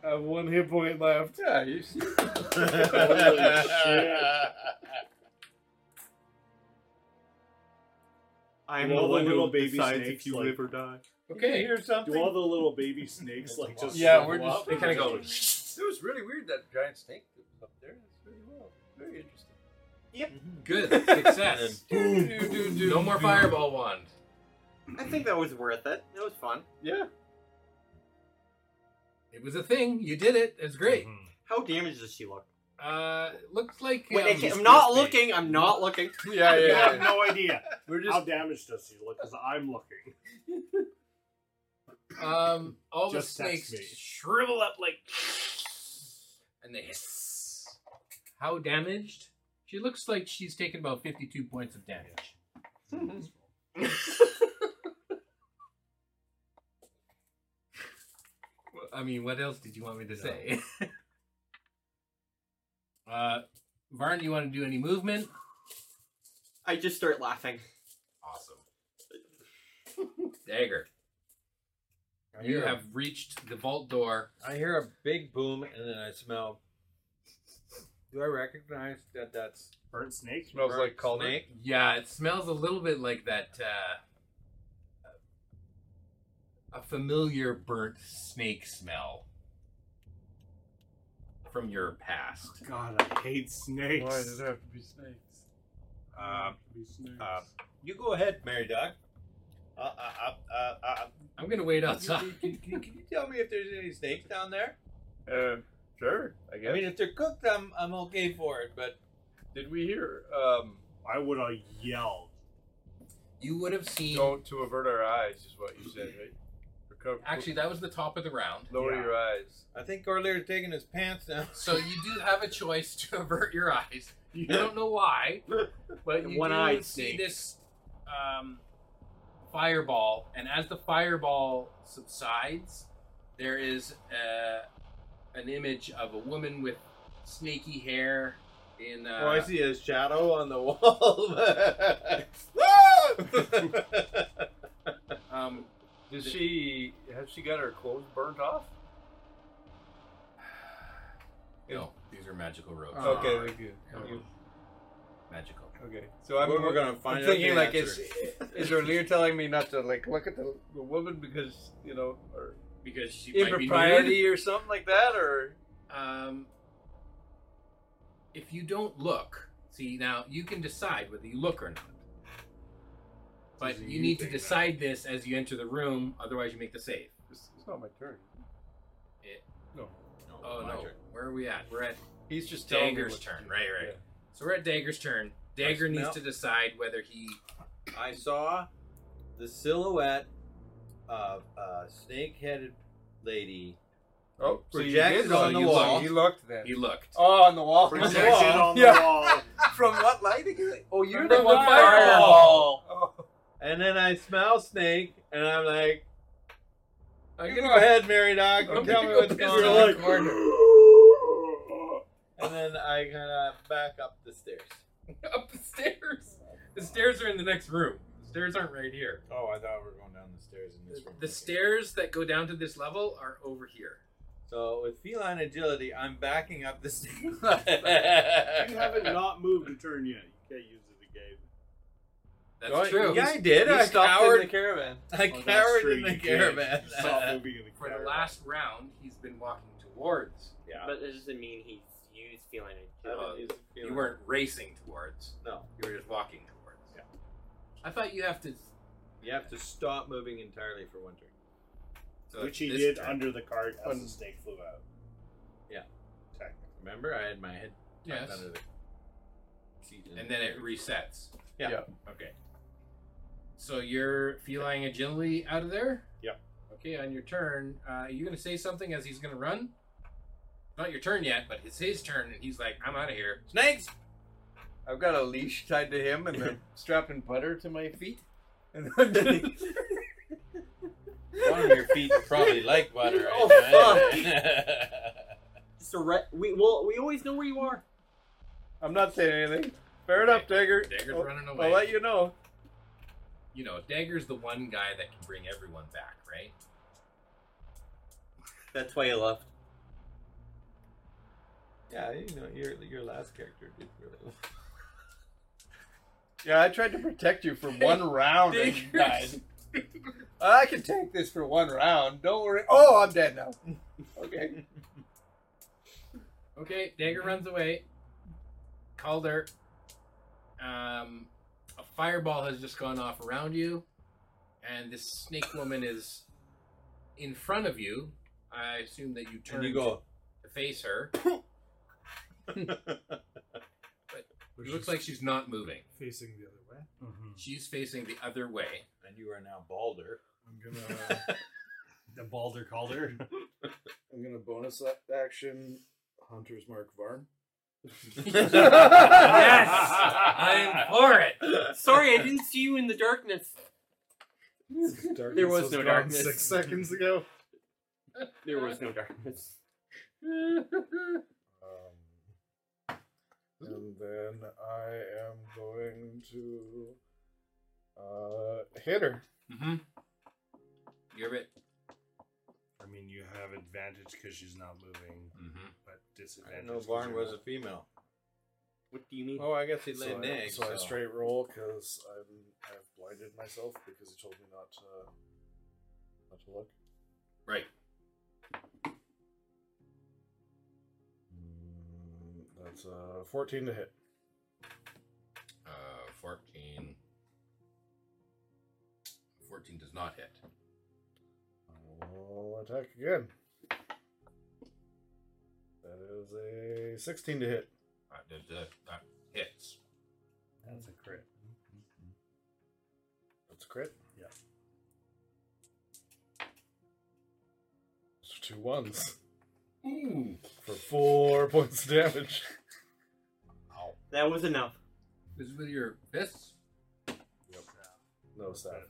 Speaker 4: I have one hit point left.
Speaker 5: Yeah, you see.
Speaker 8: I'm
Speaker 9: all the little
Speaker 8: baby
Speaker 9: decides
Speaker 8: snakes,
Speaker 9: if you
Speaker 8: like,
Speaker 9: live or die.
Speaker 1: Okay.
Speaker 8: hear something?
Speaker 9: Do all the little baby snakes like just
Speaker 5: Yeah,
Speaker 9: shrivel
Speaker 5: we're just-
Speaker 9: up?
Speaker 1: They kind of go.
Speaker 5: It was really weird that giant snake that was up there. That's really well. Very interesting.
Speaker 1: Good success. no more fireball wand.
Speaker 3: I think that was worth it. That was fun.
Speaker 5: Yeah.
Speaker 1: It was a thing. You did it. It's great.
Speaker 9: Mhm.
Speaker 3: How damaged does she look?
Speaker 9: Mm-hmm.
Speaker 1: Uh, looks like.
Speaker 3: Wait, I
Speaker 1: um,
Speaker 3: can't- I'm not looking. I'm not looking.
Speaker 5: Yeah,
Speaker 9: You
Speaker 5: yeah.
Speaker 9: have
Speaker 5: yeah.
Speaker 9: no idea
Speaker 5: We're
Speaker 9: how
Speaker 5: just
Speaker 9: damaged does she look because I'm looking.
Speaker 1: Um, all
Speaker 9: Just
Speaker 1: the
Speaker 9: text
Speaker 1: snakes
Speaker 9: me.
Speaker 1: shrivel up like, and they hiss. How damaged? She looks like she's taken about fifty-two points of damage. Well, I mean, what else did you want me to say? uh, Varn, do you want to do any movement?
Speaker 3: I just start laughing.
Speaker 1: Awesome. Dagger,
Speaker 5: I
Speaker 1: you
Speaker 5: hear,
Speaker 1: have reached the vault door.
Speaker 6: I hear a big boom and then I smell. Do I recognize that that's
Speaker 9: Burnt snake.
Speaker 5: smells like
Speaker 6: burnt
Speaker 5: cauldron.
Speaker 6: snake?
Speaker 1: Yeah, it smells a little bit like that. Uh, a familiar burnt snake smell from your past.
Speaker 9: God, I hate snakes.
Speaker 5: Why does it have to be snakes?
Speaker 6: Um,
Speaker 9: Be snakes.
Speaker 6: uh, you go ahead, Mary Doc. Uh, uh, uh, uh, uh,
Speaker 1: I'm gonna wait outside.
Speaker 6: can, can, can, can you tell me if there's any snakes down there?
Speaker 5: Uh, sure. I guess.
Speaker 6: I mean, if they're cooked, I'm I'm okay for it. But
Speaker 5: did we hear? Um,
Speaker 9: I would have yelled.
Speaker 1: You would have seen.
Speaker 5: don't to avert our eyes is what you said, right? Recover.
Speaker 1: Actually, that was the top of the round.
Speaker 5: lower
Speaker 9: Yeah.
Speaker 5: your eyes.
Speaker 6: I think Orlear's taking his pants down.
Speaker 1: So you do have a choice to avert your eyes. You don't know why, but you do
Speaker 3: One-eyed
Speaker 1: see
Speaker 3: snake.
Speaker 1: this um, fireball, and as the fireball subsides, there is uh an image of a woman with snaky hair in. Uh,
Speaker 6: oh, I see his shadow on the Ah! wall.
Speaker 1: Um,
Speaker 5: Does she? Has she got her clothes burnt off?
Speaker 16: No, Oh, these are magical robes.
Speaker 1: Uh,
Speaker 5: Oh, okay, thank you. Thank you.
Speaker 16: Magical.
Speaker 5: Okay, so I'm,
Speaker 6: We're- we're gonna find
Speaker 5: I'm
Speaker 6: out
Speaker 5: thinking
Speaker 6: the
Speaker 5: like is
Speaker 6: answer.
Speaker 5: is Orlear telling me not to like look at the, the woman because you know or
Speaker 1: because she might be nude.
Speaker 5: impropriety or something like that or
Speaker 1: Um, if you don't look, see now you can decide whether you look or not. But
Speaker 9: This is a
Speaker 1: you
Speaker 9: you
Speaker 1: need to
Speaker 9: thing now.
Speaker 1: decide this as you enter the room, otherwise you make the save.
Speaker 5: it's, it's not my turn.
Speaker 1: Oh
Speaker 6: my
Speaker 1: no,
Speaker 6: turn.
Speaker 1: where are we at? We're at
Speaker 5: He's just telling me
Speaker 1: Dagger's
Speaker 5: what to
Speaker 1: turn,
Speaker 5: do.
Speaker 1: right? Right. So we're at Dagger's turn. Dagger needs
Speaker 6: smell-
Speaker 1: to decide whether he.
Speaker 6: I saw the silhouette of a snake-headed lady.
Speaker 5: Yeah. Oh, so
Speaker 6: Projected
Speaker 5: he did look.
Speaker 6: on the
Speaker 5: He
Speaker 6: wall.
Speaker 5: looked- He looked then.
Speaker 1: He looked.
Speaker 5: oh, on the wall.
Speaker 9: Projected
Speaker 5: wall.
Speaker 9: on the
Speaker 5: Yeah.
Speaker 9: wall.
Speaker 5: From what light again? Oh, you're
Speaker 6: From
Speaker 5: the
Speaker 6: the
Speaker 5: one
Speaker 6: fireball.
Speaker 5: Oh.
Speaker 6: And And then I smell snake, and I'm like,
Speaker 1: I
Speaker 6: you
Speaker 1: can
Speaker 6: go ahead, Mary Doc.
Speaker 1: I'm
Speaker 6: tell
Speaker 1: gonna
Speaker 6: me
Speaker 1: Oh, go
Speaker 6: what's
Speaker 1: piss
Speaker 6: going
Speaker 1: in
Speaker 6: on.
Speaker 1: the corner.
Speaker 6: And then I kind of back up the stairs.
Speaker 1: Up the stairs. The stairs are in the next room. The stairs aren't right here.
Speaker 6: Oh, I thought we were going down the stairs in this room.
Speaker 1: The stairs that go down to this level are over here.
Speaker 6: So with feline agility, I'm backing up the stairs.
Speaker 9: You haven't not moved a turn yet. You can't use it again.
Speaker 1: That's
Speaker 6: Oh,
Speaker 1: true.
Speaker 6: Yeah, I did.
Speaker 1: He
Speaker 6: I
Speaker 1: stopped
Speaker 6: cowered.
Speaker 1: in the caravan.
Speaker 6: I
Speaker 9: Oh, that's
Speaker 6: cowered
Speaker 9: true,
Speaker 6: in the
Speaker 9: you can't.
Speaker 6: caravan.
Speaker 9: You Stop moving in the
Speaker 1: For the
Speaker 9: caravan.
Speaker 1: last round, he's been walking towards.
Speaker 6: yeah.
Speaker 3: But that doesn't mean he's used feeling it.
Speaker 1: Uh, You weren't racing towards.
Speaker 6: No.
Speaker 1: You were just walking towards.
Speaker 6: Yeah.
Speaker 1: I thought you have to.
Speaker 6: You have to stop moving entirely for one turn.
Speaker 1: so
Speaker 17: Which he
Speaker 1: this
Speaker 17: did
Speaker 1: turn-
Speaker 17: under the cart as
Speaker 5: Um,
Speaker 17: the snake flew out.
Speaker 6: Yeah.
Speaker 17: Technically.
Speaker 6: Remember, I had my head tucked
Speaker 1: Yes.
Speaker 6: under the seat,
Speaker 1: And then it resets.
Speaker 6: Yeah.
Speaker 5: Yeah.
Speaker 1: Okay. So you're feline agility out of there?
Speaker 17: Yep.
Speaker 1: Okay, on your turn, uh, are you going to say something as he's going to run? Not your turn yet, but it's his turn, and he's like, I'm out of here.
Speaker 6: snakes.
Speaker 5: I've got a leash tied to him and then strapping butter to my feet. And I'm gonna-
Speaker 6: One of your feet probably like butter.
Speaker 3: Oh,
Speaker 6: right?
Speaker 3: So re- we well we always know where you are.
Speaker 5: I'm not saying anything. Fair enough, Dagger.
Speaker 1: Dagger's
Speaker 5: I'll,
Speaker 1: running away.
Speaker 5: I'll let you know.
Speaker 1: you know, Dagger's the one guy that can bring everyone back, right?
Speaker 3: That's why you left.
Speaker 6: yeah, you know, your your last character did really. well.
Speaker 5: Yeah, I tried to protect you for one round and you
Speaker 1: Dagger's-
Speaker 5: died. I can take this for one round. Don't worry. Oh, I'm dead now. Okay.
Speaker 1: Okay, Dagger runs away. Calder, um, a fireball has just gone off around you, and this snake woman is in front of you. I assume that you turn
Speaker 6: And you go.
Speaker 1: to face her. It looks like she's not moving.
Speaker 4: facing the other way.
Speaker 9: Mhm.
Speaker 1: She's facing the other way.
Speaker 6: And you are now balder.
Speaker 4: I'm gonna
Speaker 17: The Balder Calder.
Speaker 4: I'm gonna bonus a- action Hunter's Mark Varn.
Speaker 1: yes, I'm for it.
Speaker 3: Sorry, I didn't see you in the darkness.
Speaker 4: Darkness
Speaker 3: was no
Speaker 4: gone
Speaker 3: darkness.
Speaker 4: Six seconds ago.
Speaker 3: There was no darkness.
Speaker 4: Um, and then I am going to uh, hit her.
Speaker 1: Mm-hmm. You're it.
Speaker 9: I mean, you have advantage because she's not moving,
Speaker 1: Mm-hmm.
Speaker 9: but
Speaker 6: I
Speaker 9: disadvantage.
Speaker 6: didn't know
Speaker 9: 'cause
Speaker 6: Varn
Speaker 9: you're
Speaker 6: was a
Speaker 9: not.
Speaker 6: female.
Speaker 3: What do you mean?
Speaker 6: Oh, I guess he
Speaker 4: So,
Speaker 6: laid an
Speaker 4: I,
Speaker 6: egg.
Speaker 4: so I
Speaker 6: so-
Speaker 4: straight roll because I'm I've blinded myself because he told me not to not to look.
Speaker 1: Right.
Speaker 4: Mm, That's uh, 14 to hit.
Speaker 1: Uh, 14. 14 does not hit.
Speaker 4: I'll attack again. That is a 16 to hit.
Speaker 1: Uh, that- that, that hits.
Speaker 17: That's a crit.
Speaker 4: That's a crit.
Speaker 17: Yeah.
Speaker 4: Those are two ones
Speaker 1: Ooh.
Speaker 4: for four points of damage.
Speaker 3: That was enough.
Speaker 1: Is it with your fists?
Speaker 4: No, staff.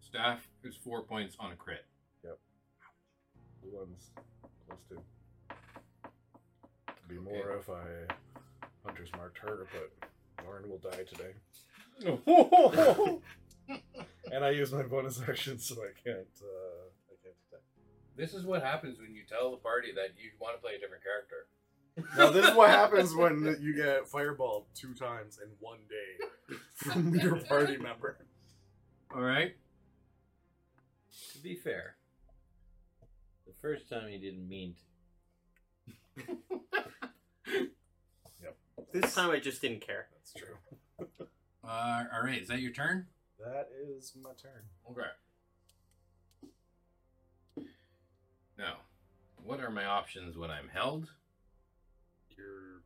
Speaker 1: Staff is four points on a crit.
Speaker 4: Two ones plus two. Could be more if I Hunter's marked her, but Lauren will die today. and I use my bonus action, so I can't. Uh, I can't attack.
Speaker 1: This is what happens when you tell the party that you want to play a different character.
Speaker 4: Now this is what happens when you get fireballed two times in one day from your party member.
Speaker 1: All right.
Speaker 6: To be fair, the first time he didn't mean to.
Speaker 3: This time I just didn't care.
Speaker 4: That's true.
Speaker 1: Uh, all right. Is that your turn?
Speaker 4: That is my turn.
Speaker 1: Okay. Now, what are my options when I'm held?
Speaker 9: You're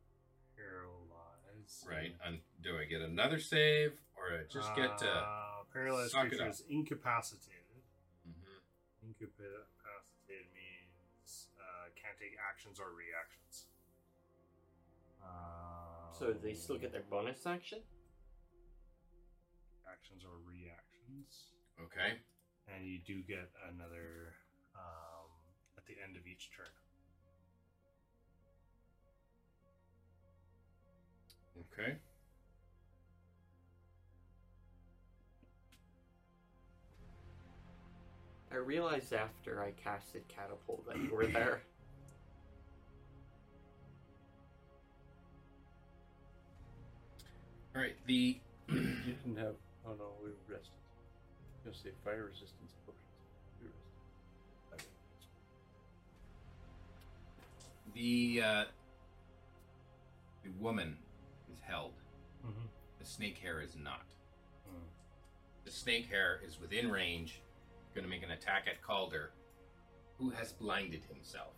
Speaker 9: paralyzed.
Speaker 1: Right. And do I get another save, or I just get to?
Speaker 9: Uh, paralyzed
Speaker 1: suck it
Speaker 9: creature
Speaker 1: up.
Speaker 9: is incapacitated.
Speaker 1: Mhm.
Speaker 9: Incapacitated means uh, can't take actions or reactions. Um,
Speaker 3: So they still get their bonus action?
Speaker 9: actions or reactions. actions,
Speaker 1: Okay.
Speaker 9: and you do get another um, at the end of each turn.
Speaker 1: Okay.
Speaker 3: I realized after I casted Catapult that you were there.
Speaker 1: All right. The
Speaker 5: you didn't have. Oh no, we were rested. I was gonna say fire resistance potions. We were rested.
Speaker 1: the uh, the woman is held.
Speaker 9: Mhm.
Speaker 1: The snake hair is not. The snake hair is within range. Going to make an attack at Calder, who has blinded himself.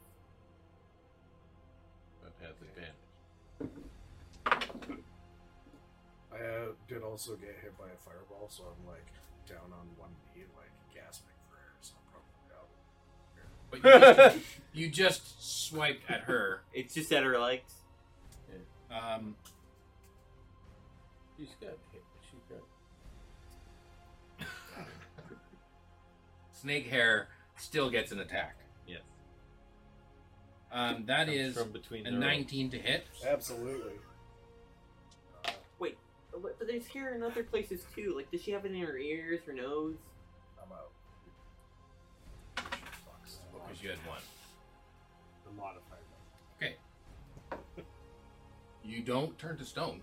Speaker 6: That has advantage.
Speaker 4: I uh, did also get hit by a fireball, so I'm like down on one knee, like gasping for air. So I'm probably
Speaker 1: But
Speaker 4: out.
Speaker 1: you just, you just swiped at her.
Speaker 3: It's just at her legs.
Speaker 1: Um,
Speaker 6: She's got hit. She got.
Speaker 1: snake hair still gets an attack.
Speaker 6: Yes.
Speaker 1: Um, that
Speaker 6: Comes
Speaker 1: is
Speaker 6: from between
Speaker 1: a
Speaker 6: their
Speaker 1: 19 to hit.
Speaker 4: Absolutely.
Speaker 3: But but there's hair in other places too. Like, does she have it in her ears, her nose?
Speaker 4: I'm out.
Speaker 1: Because you had one.
Speaker 9: The modifier.
Speaker 1: Okay. You don't turn to stone.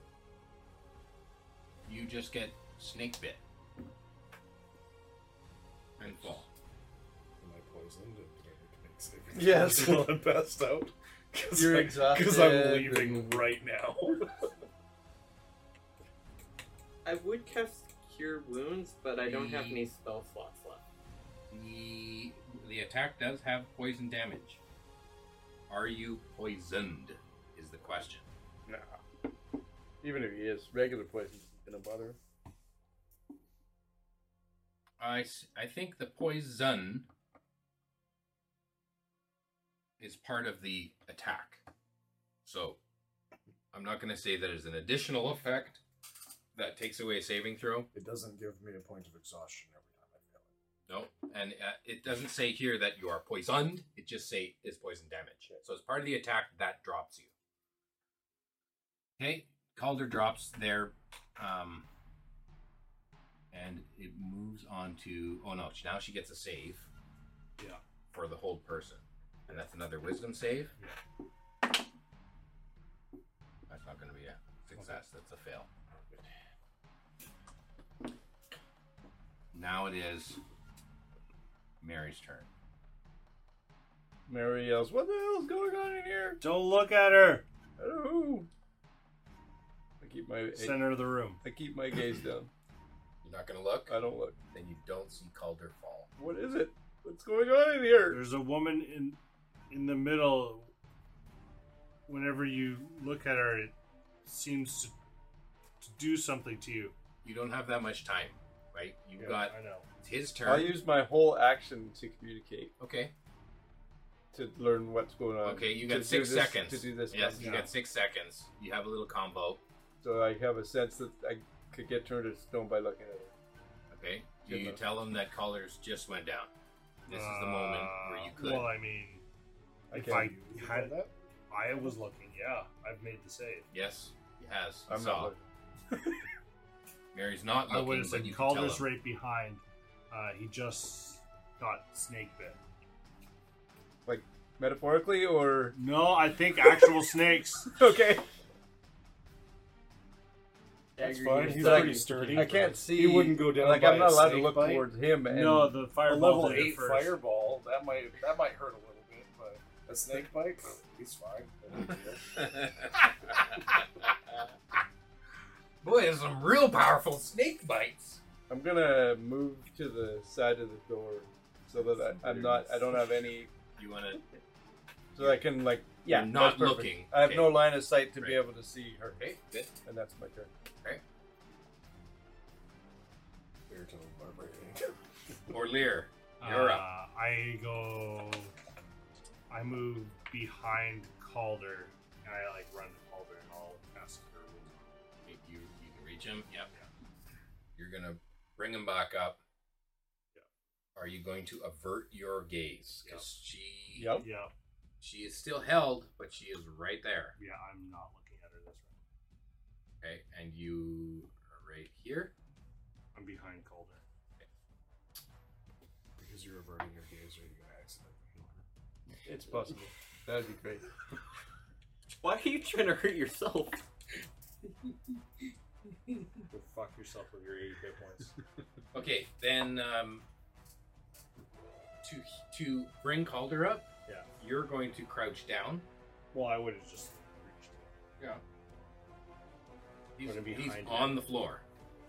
Speaker 1: You just get snake bit. And fall.
Speaker 4: Am I poisoned? And do I need to make saving
Speaker 5: Yes.
Speaker 4: throws while I'm passed out. Cause
Speaker 5: You're
Speaker 4: I-
Speaker 5: exhausted.
Speaker 4: Cause I'm leaving right now.
Speaker 3: I would cast Cure Wounds, but I don't have any spell slots left.
Speaker 1: The the attack does have poison damage. Are you poisoned? Is the question.
Speaker 5: Nah. Even if he is regular poison, it's gonna bother him.
Speaker 1: I, s- I think the poison is part of the attack. So I'm not going to say that is an additional effect that takes away a saving throw.
Speaker 4: It doesn't give me a point of exhaustion every time I fail it.
Speaker 1: No, and uh, it doesn't say here that you are poisoned. It just say is poison damage. So as part of the attack that drops you. Okay, Calder drops there, um, and it moves on to. Oh no! Now she gets a save.
Speaker 9: Yeah.
Speaker 1: For the hold person, and that's another Wisdom save. That's not going to be a success. That's a fail. Now it is Mary's turn.
Speaker 5: Mary yells, "What the hell's going on in here?"
Speaker 9: Don't look at her.
Speaker 5: I don't know. I keep my I,
Speaker 9: Center of the room.
Speaker 5: I keep my gaze down.
Speaker 1: You're not going to look.
Speaker 5: I don't look.
Speaker 1: then you don't see Calder fall.
Speaker 5: What is it? What's going on in here?
Speaker 9: There's a woman in in the middle. Whenever you look at her, it seems to to do something to you.
Speaker 1: You don't have that much time, right? You've
Speaker 9: Yeah,
Speaker 1: got
Speaker 9: I know.
Speaker 1: it's his
Speaker 5: I'll
Speaker 1: turn.
Speaker 5: use my whole action to communicate
Speaker 1: Okay.
Speaker 5: to learn what's going on.
Speaker 1: Okay, you
Speaker 5: to
Speaker 1: got
Speaker 5: do
Speaker 1: six
Speaker 5: this-
Speaker 1: seconds.
Speaker 5: to do this.
Speaker 1: Yes,
Speaker 5: one.
Speaker 1: you got six seconds. You have a little combo.
Speaker 5: So I have a sense that I could get turned to stone by looking at it.
Speaker 1: Okay. Do
Speaker 5: Good
Speaker 1: you
Speaker 5: luck.
Speaker 1: tell him that Calder's just went down? This is the moment where you
Speaker 9: Uh,
Speaker 1: could.
Speaker 9: Well, I mean,
Speaker 5: I
Speaker 9: if
Speaker 5: can.
Speaker 9: I
Speaker 4: You
Speaker 9: had,
Speaker 4: know that?
Speaker 9: I was looking. Yeah, I've made the save.
Speaker 1: yes, he has.
Speaker 5: I'm
Speaker 1: He
Speaker 5: not
Speaker 1: saw.
Speaker 5: looking.
Speaker 1: Mary's not
Speaker 9: I would
Speaker 1: looking,
Speaker 9: have
Speaker 1: but
Speaker 9: said
Speaker 1: you could tell
Speaker 9: Calder's
Speaker 1: him.
Speaker 9: right behind. Uh, he just got snake bit.
Speaker 5: Metaphorically or
Speaker 9: No, I think actual snakes.
Speaker 5: okay.
Speaker 4: That's
Speaker 3: Dagger
Speaker 4: fine.
Speaker 3: you
Speaker 4: He's
Speaker 3: suck.
Speaker 4: pretty sturdy.
Speaker 5: I can't see.
Speaker 4: He wouldn't go down.
Speaker 5: Like
Speaker 4: by
Speaker 5: I'm not
Speaker 4: a
Speaker 5: allowed to
Speaker 4: snake
Speaker 5: look
Speaker 4: bite.
Speaker 5: towards him. And
Speaker 9: No, the
Speaker 4: A
Speaker 9: fireball
Speaker 4: level
Speaker 9: did it
Speaker 4: eight
Speaker 9: first.
Speaker 4: fireball. That might that might hurt a little bit, but a snake bite, he's fine. No big deal.
Speaker 1: Boy, there's some real powerful snake bites.
Speaker 5: I'm gonna move to the side of the door so that I, I'm not. I don't have any.
Speaker 1: You want to?
Speaker 5: So that I can like. Yeah,
Speaker 1: You're
Speaker 5: that's
Speaker 1: not
Speaker 5: perfect.
Speaker 1: looking.
Speaker 5: I have
Speaker 1: Okay.
Speaker 5: no line of sight to be
Speaker 1: Right.
Speaker 5: able to see her,
Speaker 1: Okay, good.
Speaker 5: and that's my turn.
Speaker 4: You're totally barbarian.
Speaker 1: Orlear, You're up.
Speaker 9: Uh, I go. I move behind Calder, and I like run to Calder, and I'll cast her.
Speaker 1: you you can reach him. Yep. You're gonna Bring him back up.
Speaker 9: Yeah.
Speaker 1: Are you going to avert your gaze? Because she
Speaker 5: Yep.
Speaker 9: Yeah,
Speaker 1: she is still held, but she is right there.
Speaker 9: yeah, I'm not looking at her this round.
Speaker 1: Okay, and you are right here.
Speaker 9: I'm behind Calder.
Speaker 4: Because you're averting your gaze, or you're gonna accidentally heal her.
Speaker 5: It's possible. That'd be great.
Speaker 3: Why are you trying to hurt yourself?
Speaker 9: Go fuck yourself with your 80 hit points.
Speaker 1: Okay, then um, to to bring Calder up,
Speaker 9: Yeah.
Speaker 1: you're going to crouch down.
Speaker 9: well, I would have just reached.
Speaker 1: He's,
Speaker 9: Gonna be
Speaker 1: he's
Speaker 9: behind
Speaker 1: on
Speaker 9: him.
Speaker 1: the floor.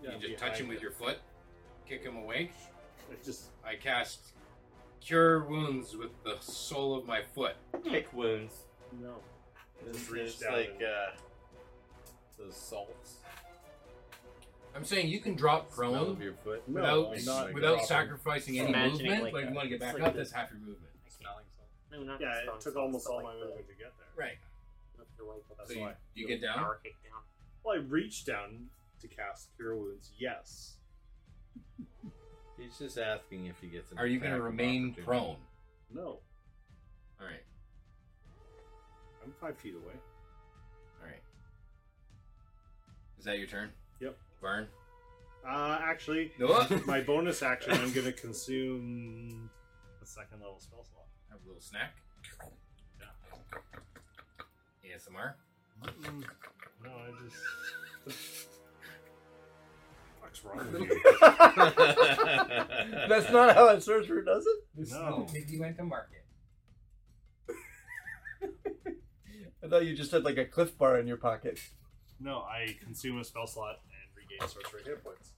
Speaker 9: Yeah,
Speaker 1: you just touch him
Speaker 9: behind
Speaker 1: with your foot, kick him away.
Speaker 9: It's just
Speaker 1: I cast Cure Wounds with the sole of my foot.
Speaker 3: Kick wounds.
Speaker 9: no.
Speaker 6: This
Speaker 9: Just reach
Speaker 6: is
Speaker 9: down
Speaker 6: like
Speaker 9: and-
Speaker 6: uh, those salts.
Speaker 1: I'm saying you can drop
Speaker 8: Smell
Speaker 1: prone
Speaker 8: of your foot.
Speaker 1: without
Speaker 8: I'm
Speaker 9: not
Speaker 1: without
Speaker 9: dropping.
Speaker 1: sacrificing any
Speaker 3: Imagining
Speaker 1: movement.
Speaker 3: like
Speaker 1: Like,
Speaker 3: that.
Speaker 1: you want to get
Speaker 3: It's
Speaker 1: back
Speaker 3: like
Speaker 1: up,
Speaker 3: the-
Speaker 1: that's half your movement.
Speaker 6: Smelling salts.
Speaker 3: No, not
Speaker 9: Yeah,
Speaker 3: the
Speaker 9: it
Speaker 3: stone
Speaker 9: took
Speaker 3: salt,
Speaker 9: almost
Speaker 3: but
Speaker 9: all
Speaker 3: like
Speaker 9: my
Speaker 3: the-
Speaker 9: movement to get there.
Speaker 1: Right.
Speaker 3: not the white, but
Speaker 1: So
Speaker 3: the
Speaker 1: you,
Speaker 9: why.
Speaker 1: you get down.
Speaker 3: power kick down.
Speaker 9: Well, I reached down to cast Cure Wounds. Yes.
Speaker 6: He's just asking if he gets. An
Speaker 1: Are you going to
Speaker 6: attack of
Speaker 1: remain
Speaker 6: opportunity.
Speaker 1: prone?
Speaker 9: No.
Speaker 1: All right.
Speaker 9: I'm five feet away.
Speaker 1: All right. Is that your turn?
Speaker 9: Yep.
Speaker 1: Barn.
Speaker 9: Uh, actually,
Speaker 1: No. I
Speaker 9: my bonus action, I'm going to consume a second level spell slot.
Speaker 1: Have a little snack. ASMR.
Speaker 9: No, I just. What's wrong with you?
Speaker 5: That's not how a sorcerer does it.
Speaker 9: No.
Speaker 1: Mickey went to market.
Speaker 5: I thought you just had like a cliff bar in your pocket.
Speaker 9: No, I consume a spell slot and regain sorcery hit points.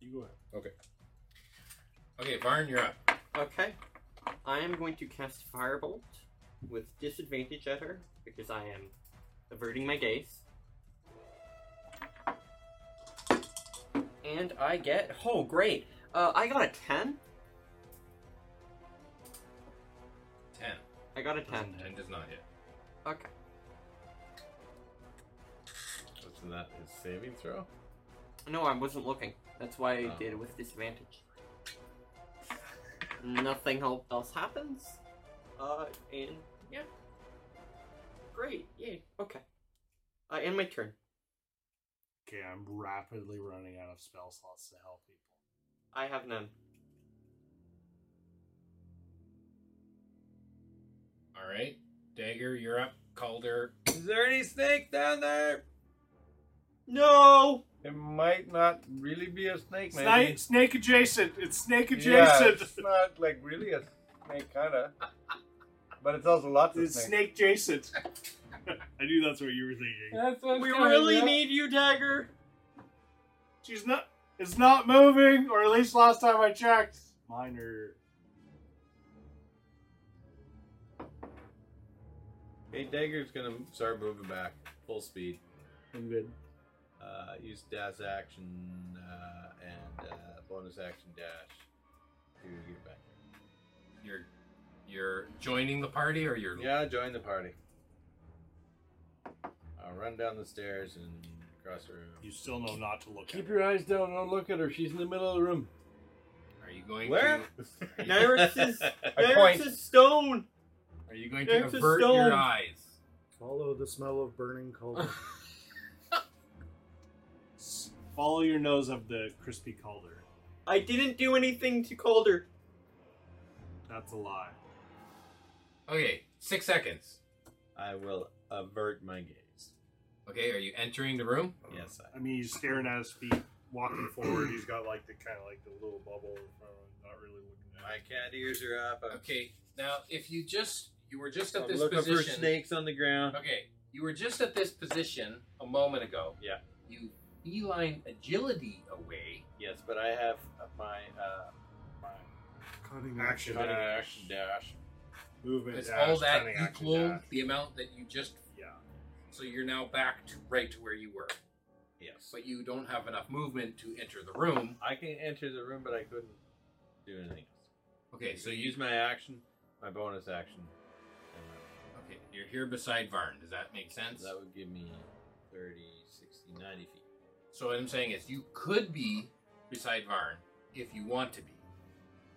Speaker 9: You go ahead.
Speaker 1: Okay, Barn, you're up.
Speaker 3: Okay. I am going to cast Firebolt with disadvantage at her because I am averting my gaze. And I get. Oh, great! Uh, I got a 10.
Speaker 1: Ten.
Speaker 3: I got a 10.
Speaker 1: Ten does not hit.
Speaker 3: Okay.
Speaker 6: Wasn't that his saving throw?
Speaker 3: No, I wasn't looking. That's why I
Speaker 6: Oh.
Speaker 3: did it with disadvantage. Nothing hel- else happens. Uh, and yeah. Great, yay. Okay. I end my turn.
Speaker 9: Okay, I'm rapidly running out of spell slots to help people.
Speaker 3: I have none.
Speaker 1: All right. Dagger, you're up. Calder.
Speaker 6: Is there any snake down there?
Speaker 3: No!
Speaker 5: It might not really be a snake, maybe.
Speaker 9: Snake, snake adjacent. It's snake
Speaker 5: Yeah,
Speaker 9: adjacent.
Speaker 5: it's not like really a snake, kinda. But it's also lots of
Speaker 9: It's
Speaker 5: snakes.
Speaker 9: snake adjacent. I knew that's what you were thinking.
Speaker 18: That's what
Speaker 3: We really need you, Dagger!
Speaker 9: She's not. It's not moving, or at least last time I checked. Minor.
Speaker 6: Hey, Dagger's gonna start moving back full speed.
Speaker 9: I'm good.
Speaker 6: Uh, use dash action uh, and uh, bonus action dash to get back.
Speaker 1: You're you're joining the party or you're
Speaker 6: Yeah, join the party. I'll run down the stairs and across the room.
Speaker 9: You still know not to look
Speaker 5: Keep
Speaker 9: at her.
Speaker 5: your eyes down, don't look at her. She's in the middle of the room.
Speaker 1: Are you going
Speaker 6: Where?
Speaker 1: to
Speaker 3: Nerix is.
Speaker 5: point.
Speaker 3: Nerix is stone!
Speaker 1: Are you going to
Speaker 3: There's a
Speaker 1: avert
Speaker 3: stone.
Speaker 1: your eyes?
Speaker 4: Follow the smell of burning coal.
Speaker 9: S- Follow your nose of the crispy calder.
Speaker 3: I didn't do anything to Calder.
Speaker 9: That's a lie.
Speaker 1: Okay, six seconds.
Speaker 6: I will avert my gaze.
Speaker 1: Okay, are you entering the room?
Speaker 6: Yes, I.
Speaker 9: I mean, he's staring at his feet, walking forward. He's got like the kind of like the little bubble in front of him, not really looking at.
Speaker 6: My cat ears are up. I'm,
Speaker 1: Okay, now if you just you were just at
Speaker 6: I'm
Speaker 1: this
Speaker 6: looking for
Speaker 1: position.
Speaker 6: snakes on the ground.
Speaker 1: Okay, you were just at this position a moment ago.
Speaker 6: Yeah.
Speaker 1: You beeline agility away.
Speaker 6: Yes, but I have my uh, my
Speaker 4: Cunning
Speaker 9: Action.
Speaker 6: cunning
Speaker 9: dash.
Speaker 6: action dash.
Speaker 9: Movement.
Speaker 4: uh,
Speaker 1: Does
Speaker 9: dash,
Speaker 1: all that
Speaker 9: cunning action
Speaker 1: equal
Speaker 9: dash.
Speaker 1: the amount that you just?
Speaker 9: Yeah.
Speaker 1: So you're now back to right to where you were,
Speaker 6: Yes.
Speaker 1: but you don't have enough movement to enter the room.
Speaker 6: I can enter the room, but I couldn't do anything.
Speaker 1: Okay, so you
Speaker 6: use my action, my bonus action. and my-
Speaker 1: Okay, Okay, you're here beside Varn. Does that make sense?
Speaker 6: That would give me 30, 60, 90 feet.
Speaker 1: So what I'm saying is, you could be beside Varn if you want to be,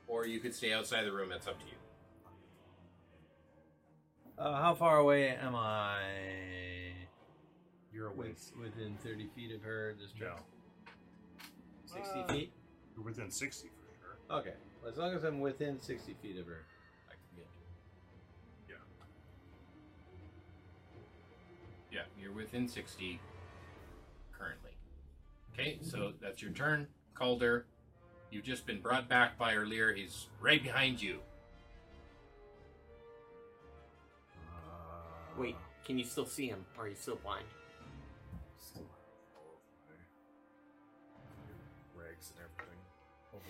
Speaker 1: or you could stay outside the room. That's up to you.
Speaker 6: Uh, how far away am I?
Speaker 9: You're away.
Speaker 6: With, within 30 feet of her. This
Speaker 9: No.
Speaker 6: 60
Speaker 9: Uh,
Speaker 6: feet?
Speaker 9: You're within 60 for sure.
Speaker 6: Okay. Well, as long as I'm within 60 feet of her, I can get
Speaker 1: Yeah, you're within 60 currently. Okay, so that's your turn. Calder, you've just been brought back by Erlier. He's right behind you.
Speaker 3: Wait, can you still see him? Or are you still blind?
Speaker 4: Rags and everything over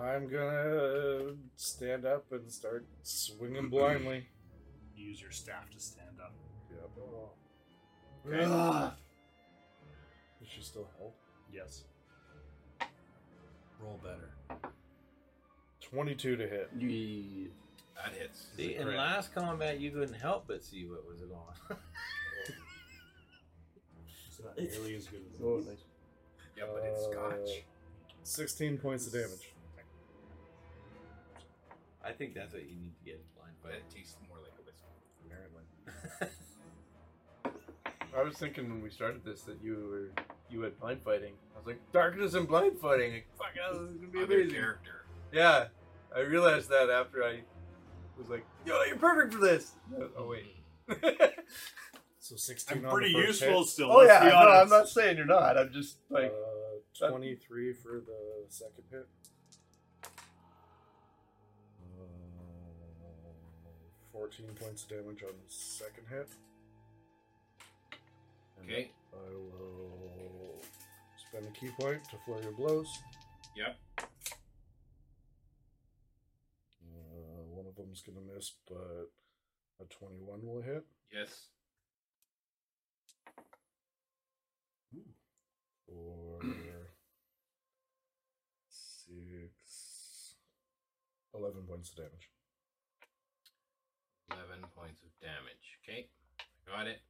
Speaker 4: my eyes. I'm gonna stand up and start swinging blindly.
Speaker 9: You use your staff to stand up.
Speaker 4: Yep. Is she still held?
Speaker 9: Yes.
Speaker 8: Roll better.
Speaker 4: 22 to hit.
Speaker 5: You,
Speaker 1: That hits.
Speaker 6: See, in last combat, you couldn't help but see what was going on.
Speaker 9: It's not nearly as good as
Speaker 5: oh,
Speaker 9: this.
Speaker 5: nice.
Speaker 1: Yeah, but it's
Speaker 9: Uh,
Speaker 4: Scotch. 16 points of damage.
Speaker 6: I think that's what you need to get blind
Speaker 1: But it tastes more like a whiskey.
Speaker 4: Apparently.
Speaker 5: I was thinking when we started this that you were you had blind fighting. I was like, darkness and blind fighting. Like, fuck, this is gonna be
Speaker 1: Other
Speaker 5: amazing.
Speaker 1: character.
Speaker 5: Yeah, I realized that after I was like, yo, you're perfect for this. Oh wait.
Speaker 4: So 16
Speaker 9: I'm
Speaker 4: on
Speaker 9: pretty
Speaker 4: the first hit.
Speaker 9: useful still.
Speaker 5: oh
Speaker 9: let's
Speaker 5: yeah,
Speaker 9: be
Speaker 5: no, I'm
Speaker 9: honest.
Speaker 5: not saying you're not. I'm just like,
Speaker 4: Uh, 23 for the second hit. Uh, 14 points of damage on the second hit.
Speaker 1: Okay,
Speaker 4: I will spend a key point to flurry of blows.
Speaker 1: Yep.
Speaker 4: Uh, one of them's gonna miss, but a 21 will hit.
Speaker 1: yes.
Speaker 4: Or six, 11 points of damage.
Speaker 1: 11 points of damage. Okay, got it.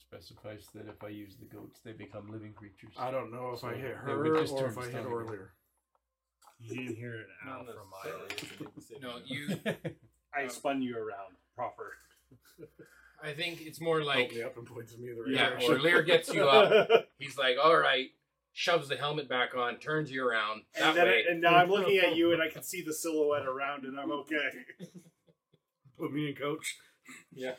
Speaker 5: specifies that if I use the goats, they become living creatures.
Speaker 4: I don't know
Speaker 5: if I hit her or if I hit earlier.
Speaker 9: You didn't hear an owl from my
Speaker 1: No, you.
Speaker 9: I spun you around proper.
Speaker 1: I think it's
Speaker 9: Oh,
Speaker 1: more like.
Speaker 4: Help me up and point to me the right
Speaker 1: Yeah,
Speaker 4: direction.
Speaker 1: or Lear gets you up. He's like, all right, shoves the helmet back on, turns you around. That
Speaker 9: and, then
Speaker 1: way.
Speaker 9: I, and now I'm looking at you and I can see the silhouette around and I'm okay.
Speaker 4: Put me in, coach.
Speaker 1: yeah.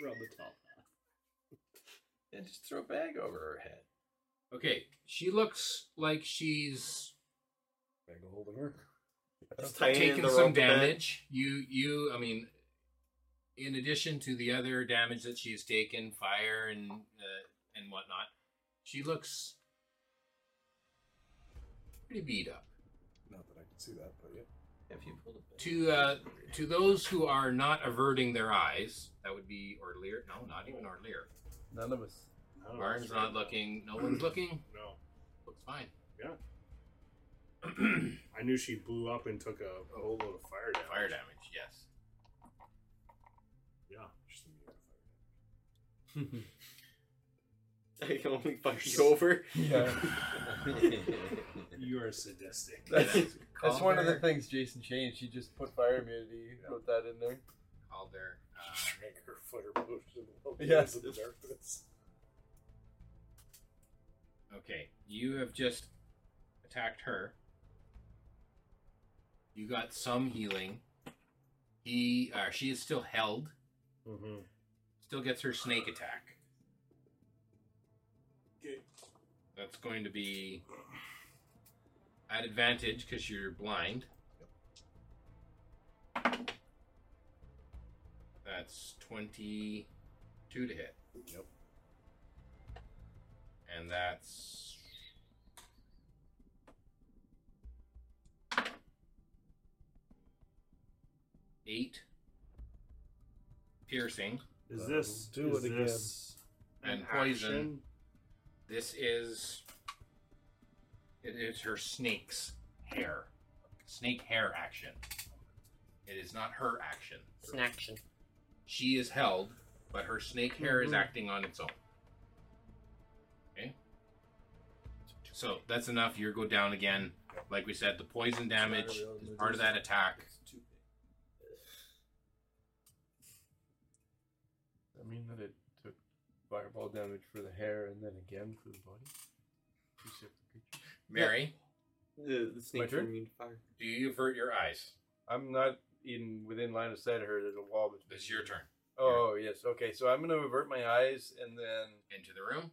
Speaker 9: From the top.
Speaker 6: and just throw a bag over her head.
Speaker 1: Okay, she looks like she's
Speaker 4: Bagel holding her.
Speaker 1: taken some damage. You, you, I mean, in addition to the other damage that she has taken, fire and uh, and whatnot, she looks pretty beat up.
Speaker 4: Not that I can see that, but yeah.
Speaker 6: If you pulled a
Speaker 1: To uh, to those who are not averting their eyes, that would be Orlear. No, not even Orlear.
Speaker 5: None of us.
Speaker 1: Barnes not looking. No one's looking.
Speaker 9: No.
Speaker 1: Looks fine.
Speaker 9: I knew she blew up and took a, a whole load of fire damage.
Speaker 1: Fire damage, yes.
Speaker 9: Yeah.
Speaker 3: I can only fire you over.
Speaker 5: Yeah.
Speaker 9: You are sadistic.
Speaker 5: That's, that's one of the
Speaker 1: Calder-
Speaker 5: things Jason changed. He just put fire immunity, put that in there.
Speaker 1: Calder. Uh,
Speaker 4: Drank her fire potion while
Speaker 5: Yeah.
Speaker 4: yes. in the darkness.
Speaker 1: Okay, you have just attacked her. You got some healing. He, uh, she is still held.
Speaker 9: Mm-hmm.
Speaker 5: Uh,
Speaker 1: Still gets her snake attack. That's going to be at advantage because you're blind. That's twenty-two to hit.
Speaker 4: Yep.
Speaker 1: And that's. Eight. Piercing.
Speaker 9: Is
Speaker 4: Uh,
Speaker 9: this
Speaker 4: do
Speaker 9: is
Speaker 4: it
Speaker 9: this
Speaker 1: again.
Speaker 9: an
Speaker 1: And poison.
Speaker 9: action?
Speaker 1: This is it is her snake's hair. Snake hair action. It is not her action.
Speaker 3: It's an action.
Speaker 1: She is held, but her snake hair is
Speaker 3: Mhm.
Speaker 1: acting on its own. Okay. So that's enough. You go down again. Like we said, the poison damage is part of that attack.
Speaker 5: I mean that it took fireball damage for the hair and then again for the body. Two separate creatures.
Speaker 1: Mary,
Speaker 3: The, the snakes are
Speaker 5: turn?
Speaker 3: immune to fire.
Speaker 1: do you avert your eyes?
Speaker 5: I'm not in within line of sight of her. There's a wall between.
Speaker 1: It's your turn.
Speaker 5: Oh yes. Okay. So I'm gonna avert my eyes and then
Speaker 1: Into the room.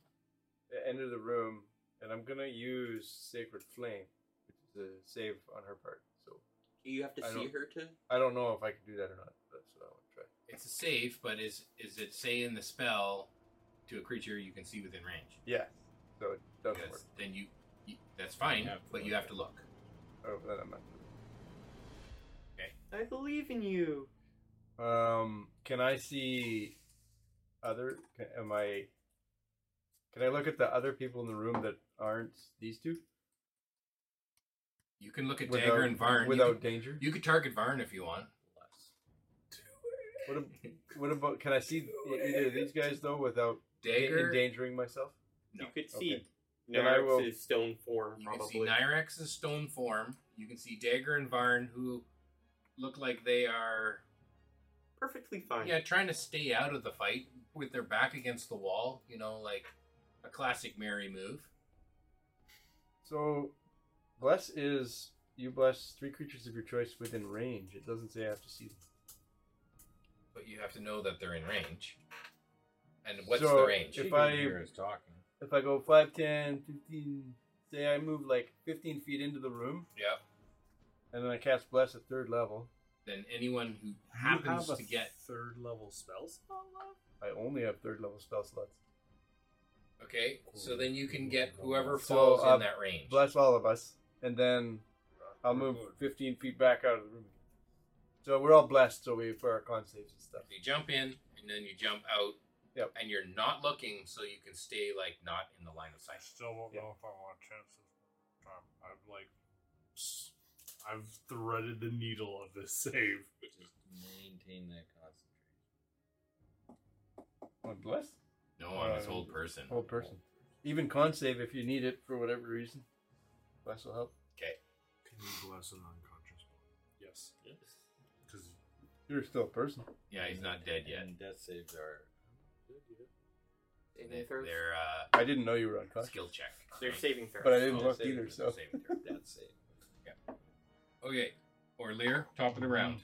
Speaker 5: enter the room, and I'm gonna use Sacred Flame, which is a save on her part. So
Speaker 3: Do you have to
Speaker 5: I
Speaker 3: see
Speaker 5: don't-
Speaker 3: her to?
Speaker 5: I don't know if I can do that or not. That's what I want to try.
Speaker 1: It's a save, but is is it saying the spell to a creature you can see within range?
Speaker 5: Yeah. So it doesn't work.
Speaker 1: Because then you, you that's fine,
Speaker 6: You have to
Speaker 1: but you
Speaker 6: look.
Speaker 1: have to look.
Speaker 5: Oh, then I'm not.
Speaker 3: I believe in you.
Speaker 5: Um, can I see other? Can, am I? Can I look at the other people in the room that aren't these two?
Speaker 1: You can look at
Speaker 5: Without-
Speaker 1: Dagger and Varn.
Speaker 5: without
Speaker 1: you could,
Speaker 5: danger.
Speaker 1: you could target Varn if you want.
Speaker 5: What, ab- what about? Can I see either of these guys though without
Speaker 1: Dagger,
Speaker 5: endangering myself?
Speaker 1: No.
Speaker 3: You could see
Speaker 5: Okay. Then I will-
Speaker 3: Narix's stone form,
Speaker 1: you can see
Speaker 3: probably.
Speaker 1: Nyrex's stone form. You can see Dagger and Varn who look like they are
Speaker 3: Perfectly fine.
Speaker 1: yeah trying to stay out of the fight with their back against the wall. You know, like a classic Mary move.
Speaker 5: So, bless is you bless three creatures of your choice within range. It doesn't say I have to see them.
Speaker 1: But you have to know that they're in range. And what's
Speaker 5: So,
Speaker 1: the range?
Speaker 5: If
Speaker 6: She
Speaker 5: I-
Speaker 6: can hear us talking,
Speaker 5: If I go 5, 10, 15, say I move like 15 feet into the room,
Speaker 1: Yeah.
Speaker 5: and then I cast bless at third level,
Speaker 1: Then anyone who
Speaker 9: You
Speaker 1: happens
Speaker 9: have
Speaker 1: to
Speaker 9: a
Speaker 1: get
Speaker 9: third level spells.
Speaker 5: I only have third level spell slots.
Speaker 1: okay, so then you can get whoever
Speaker 5: So,
Speaker 1: falls
Speaker 5: uh,
Speaker 1: in that range.
Speaker 5: Bless all of us, and then I'll move 15 feet back out of the room. So we're all blessed, so we for our con saves and stuff.
Speaker 1: You jump in and then you jump out.
Speaker 5: Yep.
Speaker 1: And you're not looking, so you can stay like not in the line of
Speaker 9: I
Speaker 1: sight.
Speaker 9: still don't
Speaker 5: Yeah.
Speaker 9: know if I want a chance this time. I'm like, I've threaded the needle of this save.
Speaker 6: just maintain that concentration.
Speaker 5: On blessed?
Speaker 1: No, on this
Speaker 5: Uh,
Speaker 1: old person.
Speaker 5: Whole person. Even con save if you need it for whatever reason. Bless will help.
Speaker 9: Can you bless an unconscious one? Yes. Yes. Because
Speaker 5: You're still a person.
Speaker 1: Yeah, he's not dead yet.
Speaker 6: And death saves are
Speaker 3: Saving
Speaker 1: They-
Speaker 3: throws.
Speaker 1: Their
Speaker 5: I didn't know you were
Speaker 1: uh,
Speaker 5: unconscious.
Speaker 1: skill check.
Speaker 3: They're saving throws.
Speaker 5: But I didn't
Speaker 6: Oh,
Speaker 5: look
Speaker 6: saving
Speaker 5: either,
Speaker 6: throw,
Speaker 5: so.
Speaker 1: Saving throw.
Speaker 6: death save.
Speaker 1: Okay, or Lear, top of the round.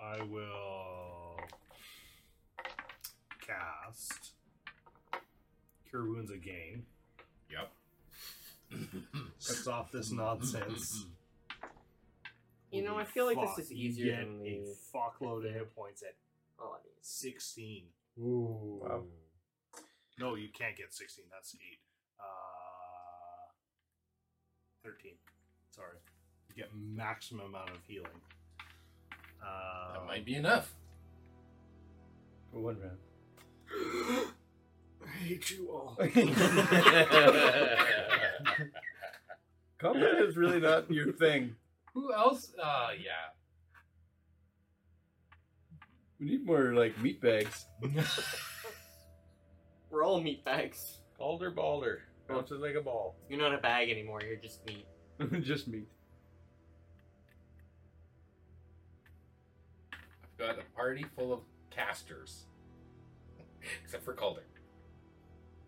Speaker 9: I will cast Cure Wounds again.
Speaker 1: Yep. Mm-hmm.
Speaker 9: Cuts off this nonsense.
Speaker 3: You know,
Speaker 9: Holy
Speaker 3: I feel like
Speaker 9: fuck,
Speaker 3: this is
Speaker 9: you
Speaker 3: easier
Speaker 9: get
Speaker 3: than
Speaker 9: a
Speaker 3: the-
Speaker 9: fuckload of hit points at
Speaker 3: Oh, I mean,
Speaker 9: 16.
Speaker 19: Ooh.
Speaker 5: Wow.
Speaker 9: No, you can't get 16. That's 8. Uh, 13. Sorry. You get maximum amount of healing. Uh,
Speaker 1: That might be enough.
Speaker 5: For one round.
Speaker 9: I hate you all.
Speaker 5: Combat is really not your thing.
Speaker 1: Who else? Uh, yeah.
Speaker 5: We need more like meat bags.
Speaker 3: we're all meat bags.
Speaker 6: Calder Balder bounces like a ball.
Speaker 3: You're not a bag anymore. You're just meat.
Speaker 5: Just meat.
Speaker 1: I've got a party full of casters, except for Calder.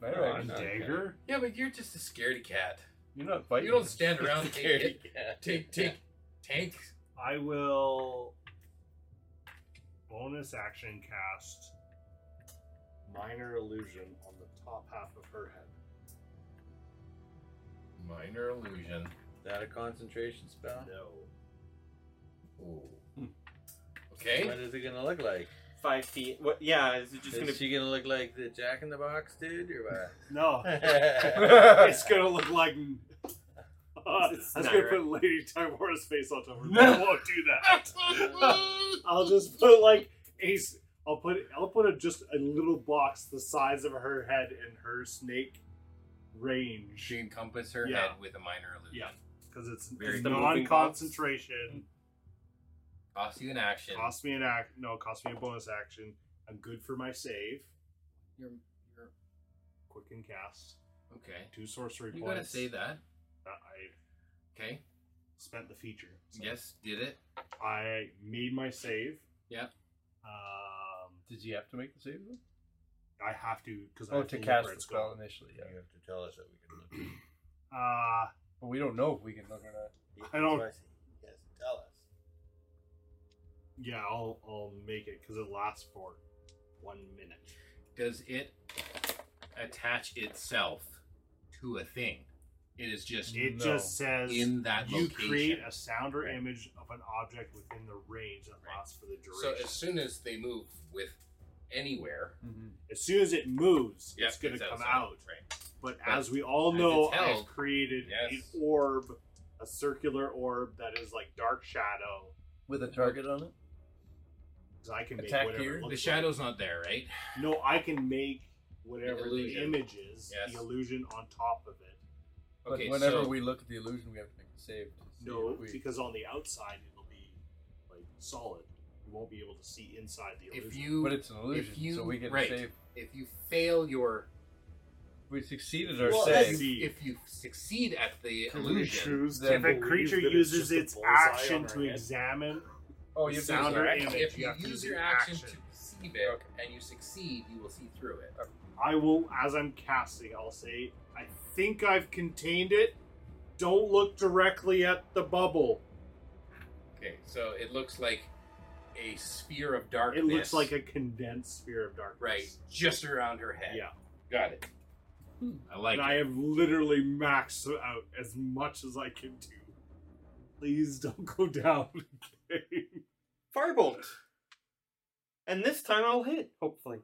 Speaker 5: Night
Speaker 6: Oh,
Speaker 5: riders.
Speaker 6: I'm not.
Speaker 9: Dagger?
Speaker 1: Yeah, but you're just a scaredy cat.
Speaker 5: You're not fighting.
Speaker 1: You don't stand around and take hit-
Speaker 6: Yeah.
Speaker 1: take take tank.
Speaker 9: I will bonus action cast Minor Illusion on the top half of her head.
Speaker 1: Minor illusion.
Speaker 6: Is that a concentration spell?
Speaker 9: No.
Speaker 1: Okay.
Speaker 6: What is it gonna look like?
Speaker 3: Five feet. What? Yeah, is it just
Speaker 6: is
Speaker 3: gonna
Speaker 6: she gonna look like the Jack in the Box dude or what?
Speaker 9: No. it's
Speaker 6: it's
Speaker 9: gonna look like. I
Speaker 3: It's
Speaker 9: was
Speaker 3: not
Speaker 9: gonna
Speaker 3: right.
Speaker 9: put Lady Timora's face on top of her. but I won't do that. I'll just put like a s- I'll put I'll put a, just a little box the size of her head in her snake range
Speaker 1: She encompass her
Speaker 9: Yeah.
Speaker 1: head with a minor illusion.
Speaker 9: Yeah. because it's,
Speaker 1: Very
Speaker 9: it's
Speaker 1: good.
Speaker 9: non-concentration.
Speaker 1: Costs you an action.
Speaker 9: Cost me an act. No, cost me a bonus action. I'm good for my save.
Speaker 1: You're, you're
Speaker 9: Quick and cast
Speaker 1: okay.
Speaker 9: two sorcery
Speaker 1: You
Speaker 9: points.
Speaker 1: gotta say that.
Speaker 9: that I
Speaker 1: Okay.
Speaker 9: spent the feature. So
Speaker 1: Yes, did it.
Speaker 9: I made my save.
Speaker 1: Yep.
Speaker 9: Um,
Speaker 5: Does he have to make the save? though?
Speaker 9: I have to because I
Speaker 5: Oh,
Speaker 9: have
Speaker 5: to
Speaker 9: look
Speaker 5: cast
Speaker 9: where
Speaker 5: the
Speaker 9: it's
Speaker 5: spell
Speaker 9: going.
Speaker 5: initially, yeah.
Speaker 6: You have to tell us that we can look.
Speaker 9: Uh,
Speaker 5: But we don't know if we can look or not.
Speaker 9: I don't-
Speaker 6: Yes, tell us.
Speaker 9: yeah, I'll I'll make it because it lasts for one minute.
Speaker 1: Does it attach itself to a thing? It is just
Speaker 9: It
Speaker 5: No.
Speaker 9: just says
Speaker 1: in that
Speaker 9: you
Speaker 1: location.
Speaker 9: create a sound or image of an object within the range that
Speaker 1: Right.
Speaker 9: lasts for the
Speaker 1: so
Speaker 9: duration.
Speaker 1: as soon as they move with anywhere,
Speaker 9: as soon as it moves,
Speaker 1: yeah,
Speaker 9: it's going to come
Speaker 1: outside,
Speaker 9: out.
Speaker 1: Right.
Speaker 9: But
Speaker 1: But
Speaker 9: as we all
Speaker 1: as
Speaker 9: know,
Speaker 1: it's held,
Speaker 9: I've created
Speaker 1: yes.
Speaker 9: an orb, a circular orb that is like dark shadow.
Speaker 5: With a target on it?
Speaker 9: 'cause I can make
Speaker 5: Attack
Speaker 9: whatever
Speaker 5: here?
Speaker 9: it
Speaker 5: The
Speaker 1: The
Speaker 9: looks
Speaker 1: shadow's not there, right?
Speaker 9: like. No, I can make whatever
Speaker 1: The
Speaker 9: the,
Speaker 1: illusion.
Speaker 9: image is,
Speaker 1: Yes.
Speaker 9: the illusion on top of it.
Speaker 5: But
Speaker 1: Okay,
Speaker 5: whenever
Speaker 1: so-
Speaker 5: we look at the illusion, we have to make the save. to see
Speaker 9: No,
Speaker 5: if we-
Speaker 9: because on the outside it'll be like solid. You won't be able to see inside the illusion.
Speaker 1: If you
Speaker 5: but it's an illusion,
Speaker 1: you-
Speaker 5: so we get
Speaker 1: right.
Speaker 5: to save.
Speaker 1: if you fail your
Speaker 5: We succeeded our
Speaker 9: Well,
Speaker 5: save.
Speaker 9: that's-
Speaker 1: if you succeed at the
Speaker 5: Can we
Speaker 1: illusion,
Speaker 5: then
Speaker 9: if a
Speaker 5: believe
Speaker 9: creature
Speaker 4: that it's
Speaker 9: uses
Speaker 4: just a
Speaker 9: its
Speaker 4: bullseye on
Speaker 9: action
Speaker 4: her
Speaker 9: to
Speaker 4: head.
Speaker 9: examine,
Speaker 5: oh, you have to
Speaker 9: sound
Speaker 5: use our
Speaker 9: or
Speaker 5: action.
Speaker 9: image.
Speaker 1: if
Speaker 9: you
Speaker 1: you
Speaker 9: have to
Speaker 1: use
Speaker 9: use
Speaker 1: your
Speaker 9: your
Speaker 1: action to
Speaker 9: action.
Speaker 1: perceive it and you succeed, you will see through it.
Speaker 9: I will, as I'm casting, I'll say, I think I've contained it. Don't look directly at the bubble.
Speaker 1: Okay, so it looks like a sphere of darkness.
Speaker 9: It looks like a condensed sphere of darkness.
Speaker 1: right just around her head.
Speaker 9: Yeah.
Speaker 1: got it. Hmm. I like
Speaker 9: and I
Speaker 1: it.
Speaker 9: have literally maxed out as much as I can do. Please don't go down. again.
Speaker 3: Firebolt. And this time I'll hit, hopefully.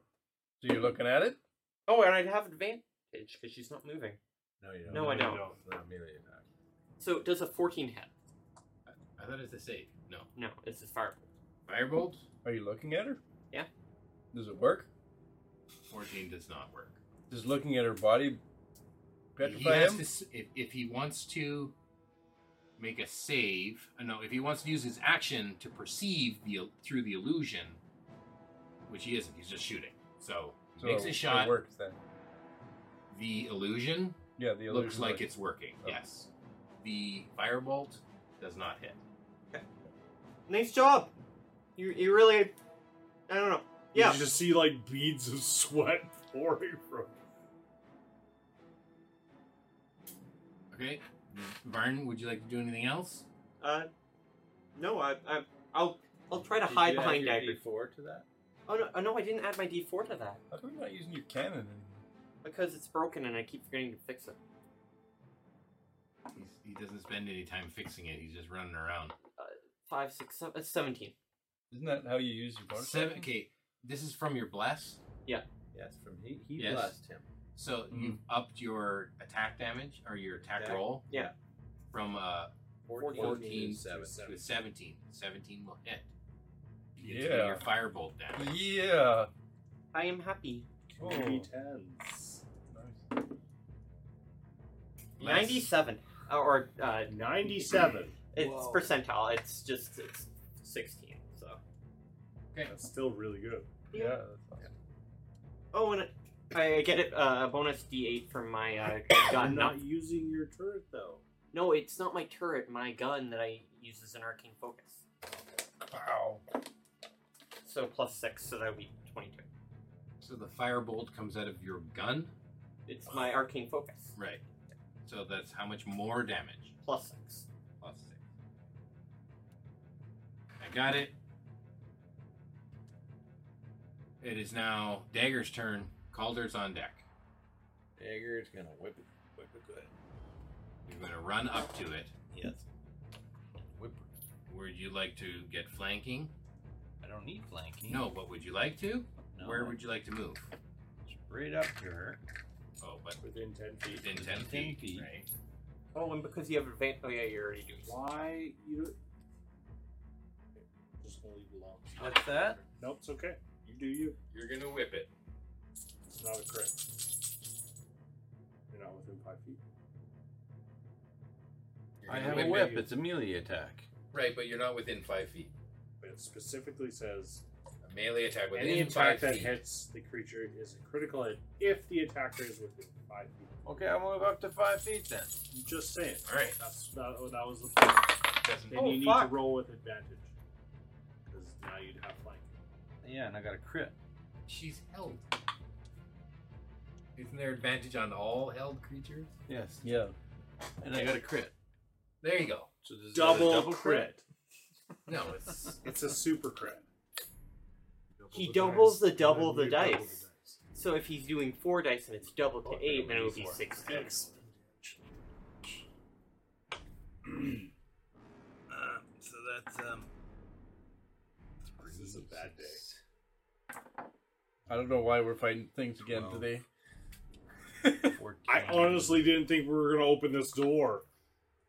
Speaker 5: So you're looking at it?
Speaker 3: Oh, and I'd have advantage because she's not moving.
Speaker 6: No, you don't.
Speaker 3: No, I don't.
Speaker 6: It's not melee attack.
Speaker 3: So does a 14 hit?
Speaker 1: I thought it was a save. No,
Speaker 3: No, it's a firebolt.
Speaker 1: firebolt
Speaker 5: Are you looking at her?
Speaker 3: Yeah.
Speaker 5: Does it work?
Speaker 1: fourteen does not work.
Speaker 5: Does looking at her
Speaker 1: he
Speaker 5: body petrify
Speaker 1: has
Speaker 5: him?
Speaker 1: to s- if, if he wants to make a save. uh, No, if he wants to use his action to perceive the through the illusion, which he isn't. He's just shooting. So,
Speaker 5: So
Speaker 1: makes a
Speaker 5: it
Speaker 1: shot.
Speaker 5: works then.
Speaker 1: The illusion
Speaker 5: Yeah, the illusion
Speaker 1: looks like
Speaker 5: works.
Speaker 1: it's working.
Speaker 5: Okay.
Speaker 1: Yes. The firebolt does not hit.
Speaker 3: Nice job. You you really, I don't know. Yeah.
Speaker 9: You just see like beads of sweat pouring from.
Speaker 1: Okay. Varn, would you like to do anything else?
Speaker 3: Uh, no, I, I I'll I'll try to
Speaker 6: Did
Speaker 3: hide
Speaker 6: you add
Speaker 3: behind
Speaker 6: your
Speaker 3: dagger.
Speaker 6: D4 to that?
Speaker 3: Oh no, oh no, I didn't add my D4 to that
Speaker 5: How come you're not using your cannon anymore?
Speaker 3: because it's broken and I keep forgetting to fix it.
Speaker 1: He's, he doesn't spend any time fixing it. He's just running around.
Speaker 3: Five, six, seven, uh, seventeen.
Speaker 5: Isn't that how you use your bonus?
Speaker 1: Seven,
Speaker 5: action?
Speaker 1: okay, this is from your bless.
Speaker 6: Yes, from he he
Speaker 1: Yes.
Speaker 6: blessed him.
Speaker 1: So you've upped your attack damage or your attack
Speaker 6: Attack.
Speaker 1: roll.
Speaker 3: Yeah.
Speaker 1: From uh,
Speaker 6: 14,
Speaker 1: 14
Speaker 6: to seven.
Speaker 1: to 17. 17 will hit. You get to do
Speaker 5: Yeah.
Speaker 1: Your firebolt damage.
Speaker 5: Yeah. Oh.
Speaker 3: I am happy.
Speaker 5: Cool.
Speaker 9: Three tens.
Speaker 5: Nice.
Speaker 1: Less-
Speaker 3: Ninety-seven Uh, or uh,
Speaker 9: Ninety-seven.
Speaker 3: it's
Speaker 4: Whoa.
Speaker 3: percentile. It's just it's sixteen. So.
Speaker 9: That's still really good.
Speaker 5: Yeah.
Speaker 3: Yeah.
Speaker 5: that's awesome.
Speaker 3: Oh, and I, I get it, uh, a bonus D8 from my uh,
Speaker 9: I'm
Speaker 3: gun. Not
Speaker 9: not using your turret though.
Speaker 3: No, it's not my turret, my gun that I use as an arcane focus.
Speaker 5: Wow.
Speaker 3: So plus six, so that would be 22.
Speaker 1: So the firebolt comes out of your gun.
Speaker 3: It's my arcane focus.
Speaker 1: Right. So that's how much more damage?
Speaker 3: Plus six.
Speaker 1: Plus six. I got it. It is now Dagger's turn. Calder's on deck.
Speaker 6: Dagger is gonna whip it, whip it good.
Speaker 1: You're going to run up to it.
Speaker 6: Yes.
Speaker 1: Whip. Would you like to get flanking?
Speaker 6: I don't need flanking.
Speaker 1: No, but would you like to?
Speaker 6: No,
Speaker 1: Where would you like to move?
Speaker 6: straight up to her?
Speaker 1: Oh, but
Speaker 9: Within ten feet.
Speaker 1: within 10
Speaker 6: 10
Speaker 1: feet.
Speaker 6: feet.
Speaker 1: Right.
Speaker 3: Oh, and because you have advantage. Oh, yeah, you're already doing it.
Speaker 9: Why you? Just gonna leave it alone.
Speaker 6: What's that?
Speaker 9: Nope, it's okay.
Speaker 6: You
Speaker 20: do you?
Speaker 1: You're gonna whip it.
Speaker 20: It's not a crit. You're not within five feet.
Speaker 1: You're
Speaker 6: I
Speaker 1: gonna
Speaker 6: have a
Speaker 1: whip
Speaker 6: whip.
Speaker 1: it.
Speaker 6: It's a melee attack.
Speaker 1: Right, but you're not within five feet.
Speaker 20: But it specifically says
Speaker 1: A melee attack within
Speaker 20: any
Speaker 1: five
Speaker 20: attack that
Speaker 1: feet.
Speaker 20: hits the creature is a critical hit if the attacker is within five feet.
Speaker 6: Okay, I'll move up to five feet then.
Speaker 20: I'm just saying.
Speaker 1: All right.
Speaker 20: That's that, oh, that was the point.
Speaker 1: Doesn't
Speaker 20: Then
Speaker 6: Oh,
Speaker 20: you need
Speaker 6: fuck.
Speaker 20: to roll with advantage. Because now you'd have flank.
Speaker 6: Yeah, and I got a crit.
Speaker 1: Oh, She's held. Isn't there advantage on all held creatures?
Speaker 6: Yes.
Speaker 5: Yeah.
Speaker 6: And I got a crit.
Speaker 1: There you go.
Speaker 6: So does that
Speaker 20: Double,
Speaker 6: a
Speaker 20: crit.
Speaker 1: No, it's
Speaker 20: It's a super crit.
Speaker 3: He doubles the double
Speaker 20: You
Speaker 3: the
Speaker 20: double
Speaker 3: dice. So if he's doing four dice and it's doubled to eight, then it would be sixteen.
Speaker 6: Uh, so that's um.
Speaker 20: This is a bad day.
Speaker 5: I don't know why we're fighting things again today.
Speaker 20: I honestly didn't think we were going to open this door.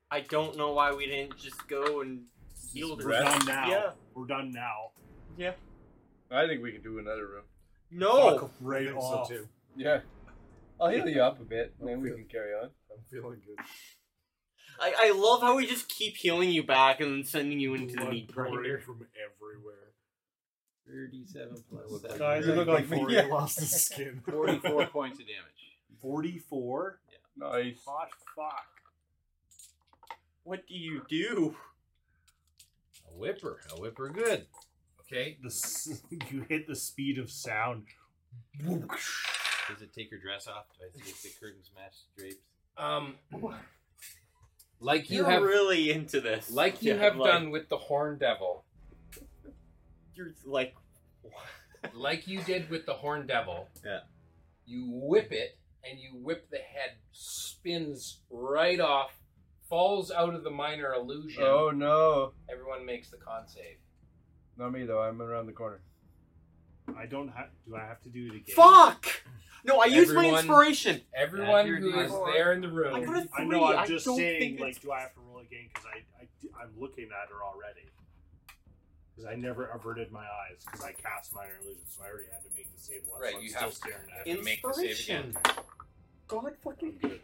Speaker 3: I don't know why we didn't just go and heal
Speaker 20: We're
Speaker 3: her.
Speaker 20: done now.
Speaker 3: Yeah.
Speaker 20: We're done now.
Speaker 5: I think we could do another room.
Speaker 3: No,
Speaker 4: Fuck right
Speaker 9: I think so
Speaker 4: off.
Speaker 9: too.
Speaker 5: Yeah. I'll heal you up a bit, and then we can carry on.
Speaker 4: I'm feeling good.
Speaker 3: I, I love how we just keep healing you back and then sending you into the
Speaker 4: Blood
Speaker 3: meat
Speaker 4: pouring
Speaker 3: grinder.
Speaker 4: from everywhere.
Speaker 6: Thirty-seven plus
Speaker 4: Look like
Speaker 6: seven.
Speaker 4: Guys,
Speaker 5: you
Speaker 4: I
Speaker 5: look like me.
Speaker 4: before
Speaker 5: Yeah.
Speaker 4: he lost his skin.
Speaker 6: Forty-four points of damage.
Speaker 4: 44?
Speaker 5: Nice.
Speaker 20: Hot fuck.
Speaker 3: What do you do?
Speaker 21: A whipper. A whipper good.
Speaker 1: okay.
Speaker 9: The s- you hit the speed of sound.
Speaker 6: Does it take her dress off? Do I see if the curtains match the drapes?
Speaker 1: Um, like you
Speaker 3: You're
Speaker 1: have,
Speaker 3: really into this.
Speaker 1: like you
Speaker 3: Yeah,
Speaker 1: have
Speaker 3: like,
Speaker 1: done with the Horn Devil,
Speaker 3: You're like,
Speaker 1: like you did with the Horn Devil.
Speaker 6: Yeah.
Speaker 1: You whip it, and you whip the head, spins right off, falls out of the minor illusion.
Speaker 5: Oh no.
Speaker 1: Everyone makes the con save.
Speaker 5: Not me though, I'm around the corner.
Speaker 9: I don't have. Do I have to do it again?
Speaker 3: fuck. No, I used my
Speaker 1: Everyone-
Speaker 3: inspiration.
Speaker 1: Everyone
Speaker 6: Yeah,
Speaker 1: who is
Speaker 3: D4.
Speaker 1: there in the room.
Speaker 3: I got a three.
Speaker 9: I know. I'm
Speaker 3: I
Speaker 9: just
Speaker 3: don't
Speaker 9: saying.
Speaker 3: think
Speaker 9: Like,
Speaker 3: it's-
Speaker 9: do I have to roll again? Because I, I, I'm looking at her already. Because I never averted my eyes because I cast minor illusion, so I already had to make the save once.
Speaker 1: Right,
Speaker 9: so I'm
Speaker 1: you
Speaker 9: still
Speaker 1: have-
Speaker 9: staring at
Speaker 1: you
Speaker 9: it.
Speaker 1: have to make the save again.
Speaker 3: Inspiration. God fucking.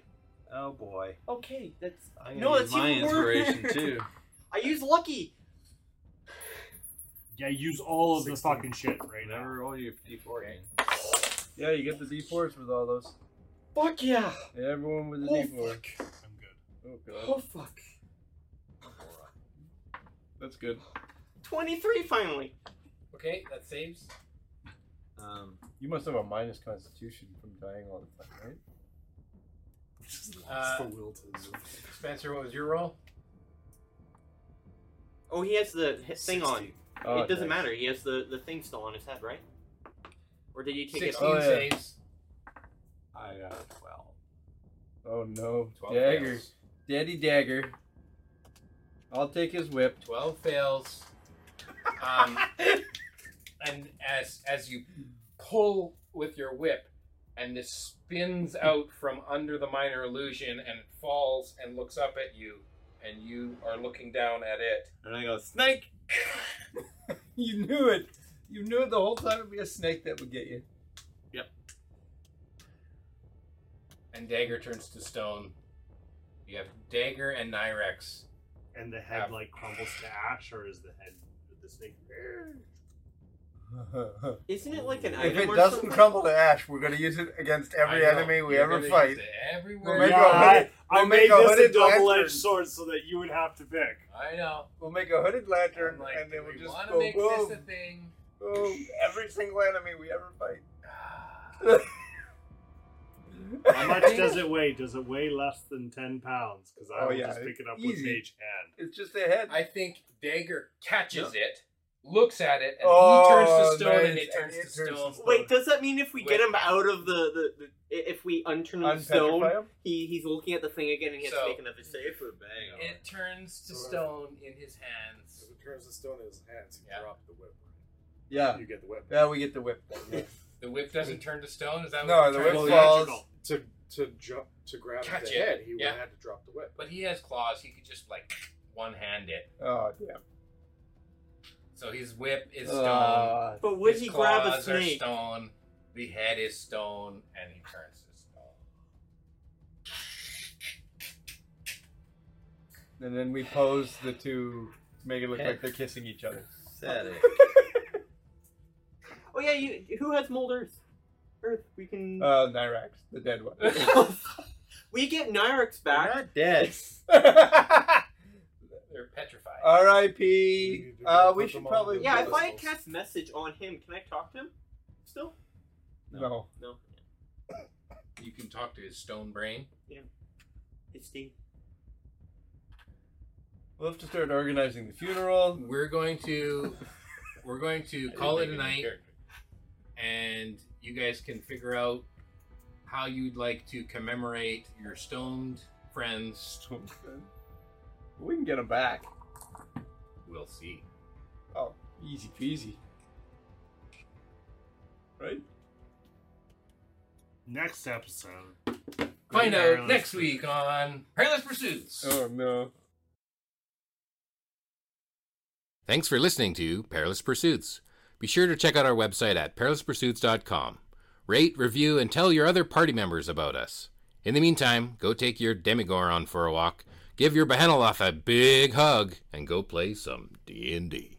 Speaker 6: Oh boy.
Speaker 3: Okay, that's.
Speaker 6: I'm
Speaker 3: No,
Speaker 6: gonna
Speaker 3: that's
Speaker 6: use my
Speaker 3: even worse.
Speaker 6: inspiration too.
Speaker 3: I used lucky.
Speaker 9: Yeah, use all of the
Speaker 4: 16.
Speaker 9: fucking shit right now.
Speaker 6: Never roll your d4 again.
Speaker 5: Yeah, you get the D4s with all those.
Speaker 3: Fuck yeah.
Speaker 5: Everyone with the
Speaker 3: Oh
Speaker 5: D4.
Speaker 3: fuck.
Speaker 9: I'm good.
Speaker 5: Oh god.
Speaker 3: Oh fuck. Oh,
Speaker 5: That's good.
Speaker 3: Twenty-three finally.
Speaker 1: Okay, that saves.
Speaker 6: Um,
Speaker 5: You must have a minus constitution from dying all the time, right?
Speaker 4: Just lost
Speaker 1: Uh,
Speaker 4: the will to live.
Speaker 1: Spencer, what was your roll?
Speaker 3: Oh, he has the hi- thing on.
Speaker 4: 16.
Speaker 5: Oh,
Speaker 3: it doesn't
Speaker 5: nice.
Speaker 3: matter. He has the, the thing still on his head, right? Or did you take it?
Speaker 1: Sixteen
Speaker 5: Oh, yeah.
Speaker 1: saves.
Speaker 6: I got twelve.
Speaker 5: Oh no.
Speaker 1: Twelve
Speaker 5: Dagger.
Speaker 1: fails.
Speaker 5: Daddy Dagger. I'll take his whip.
Speaker 1: Twelve fails. Um, and as as you pull with your whip, and this spins out from under the minor illusion, and it falls and looks up at you, and you are looking down at it.
Speaker 6: And I go snake.
Speaker 5: You knew it. You knew it the whole time it'd be a snake that would get you.
Speaker 1: And dagger turns to stone. You have dagger and Nyrex.
Speaker 9: And the head
Speaker 1: Have-
Speaker 9: like crumbles to ash, or is the head the snake?
Speaker 3: Isn't it like an
Speaker 5: if
Speaker 3: item
Speaker 5: it
Speaker 3: or
Speaker 5: doesn't
Speaker 3: something?
Speaker 5: crumble to ash, we're gonna use it against every
Speaker 1: I know,
Speaker 5: enemy we
Speaker 1: you're
Speaker 5: ever
Speaker 1: gonna
Speaker 5: fight.
Speaker 1: use it
Speaker 5: We'll
Speaker 1: Everywhere.
Speaker 5: make,
Speaker 9: Yeah,
Speaker 5: a hooded,
Speaker 9: I
Speaker 5: We'll
Speaker 9: made
Speaker 5: make a
Speaker 9: this a
Speaker 5: hooded
Speaker 9: double-edged
Speaker 5: lantern.
Speaker 9: sword so that you would have to pick.
Speaker 1: I know.
Speaker 5: we'll make a hooded lantern,
Speaker 1: I'm like,
Speaker 5: and
Speaker 1: do
Speaker 5: then we'll
Speaker 1: we
Speaker 5: just
Speaker 1: want to
Speaker 5: go
Speaker 1: make
Speaker 5: boom,
Speaker 1: this a thing?
Speaker 5: boom, every single enemy we ever fight.
Speaker 9: How much does it weigh? Does it weigh less than ten pounds? Because I
Speaker 5: Oh,
Speaker 9: will
Speaker 5: yeah,
Speaker 9: just pick it up with
Speaker 5: easy.
Speaker 9: mage hand.
Speaker 5: It's just a head.
Speaker 1: I think Dagger catches it, looks at it, and
Speaker 5: Oh,
Speaker 1: he turns to stone, and
Speaker 5: nice,
Speaker 1: it turns
Speaker 5: and
Speaker 1: to
Speaker 5: it turns
Speaker 1: stone.
Speaker 5: to stone.
Speaker 3: Wait, does that mean if we get him out of the, the, the if we unturn the
Speaker 5: Unpetrify
Speaker 3: stone,
Speaker 5: 'em?
Speaker 3: he he's looking at the thing again and he has
Speaker 1: So-
Speaker 3: to make another save?
Speaker 6: Put a bang on
Speaker 1: It turns to
Speaker 4: So-
Speaker 1: stone in his hands.
Speaker 4: If it turns to stone in his hands, he
Speaker 1: Yeah.
Speaker 4: dropped the whip.
Speaker 5: Yeah,
Speaker 4: You get the whip.
Speaker 5: yeah, we get the whip. then, yeah.
Speaker 1: The whip doesn't turn to stone. Is that
Speaker 5: No,
Speaker 1: what
Speaker 5: the
Speaker 1: you're
Speaker 5: whip
Speaker 1: trying to say?
Speaker 5: falls.
Speaker 9: Magical.
Speaker 4: To to jump to grab
Speaker 1: Catch
Speaker 4: the
Speaker 1: it.
Speaker 4: head, he would
Speaker 1: Yeah.
Speaker 4: have had to drop the whip.
Speaker 1: But he has claws. He could just like one hand it.
Speaker 5: Oh damn.
Speaker 1: So his whip is stone.
Speaker 5: Uh,
Speaker 3: But would
Speaker 1: his
Speaker 3: he grab a
Speaker 1: claws are
Speaker 3: snake?
Speaker 1: stone. The head is stone, and he turns to stone.
Speaker 5: and then we pose the two to make it look
Speaker 6: Okay.
Speaker 5: like they're kissing each other.
Speaker 6: Pathetic.
Speaker 3: Oh yeah, you. Who has mold Earth? Earth, we can.
Speaker 5: Uh, Nyrax, the dead one.
Speaker 3: we get Nyrax
Speaker 6: They're
Speaker 3: back.
Speaker 6: not dead.
Speaker 1: They're petrified.
Speaker 5: R.I.P.
Speaker 4: We
Speaker 5: Uh,
Speaker 4: put
Speaker 5: we
Speaker 4: them
Speaker 5: should
Speaker 4: on
Speaker 5: probably
Speaker 4: the
Speaker 3: Yeah, if
Speaker 4: list.
Speaker 3: I cast message on him, can I talk to him? Still?
Speaker 5: no.
Speaker 3: No.
Speaker 1: you can talk to his stone brain.
Speaker 3: It's Dean.
Speaker 5: We'll have to start organizing the funeral.
Speaker 1: We're going to we're going to call it a night,
Speaker 6: Character.
Speaker 1: and you guys can figure out how you'd like to commemorate your stoned friends.
Speaker 5: We can get them back.
Speaker 1: We'll see.
Speaker 5: Oh, easy peasy. Right?
Speaker 8: Next episode.
Speaker 1: Find out
Speaker 8: Perilous
Speaker 1: next week on Perilous Pursuits.
Speaker 5: Oh no.
Speaker 1: Thanks for listening to Perilous Pursuits. Be sure to check out our website at perilouspursuits.com. Rate, review, and tell your other party members about us. In the meantime, go take your Demigoron for a walk, give your Behenoloth a big hug, and go play some D&D.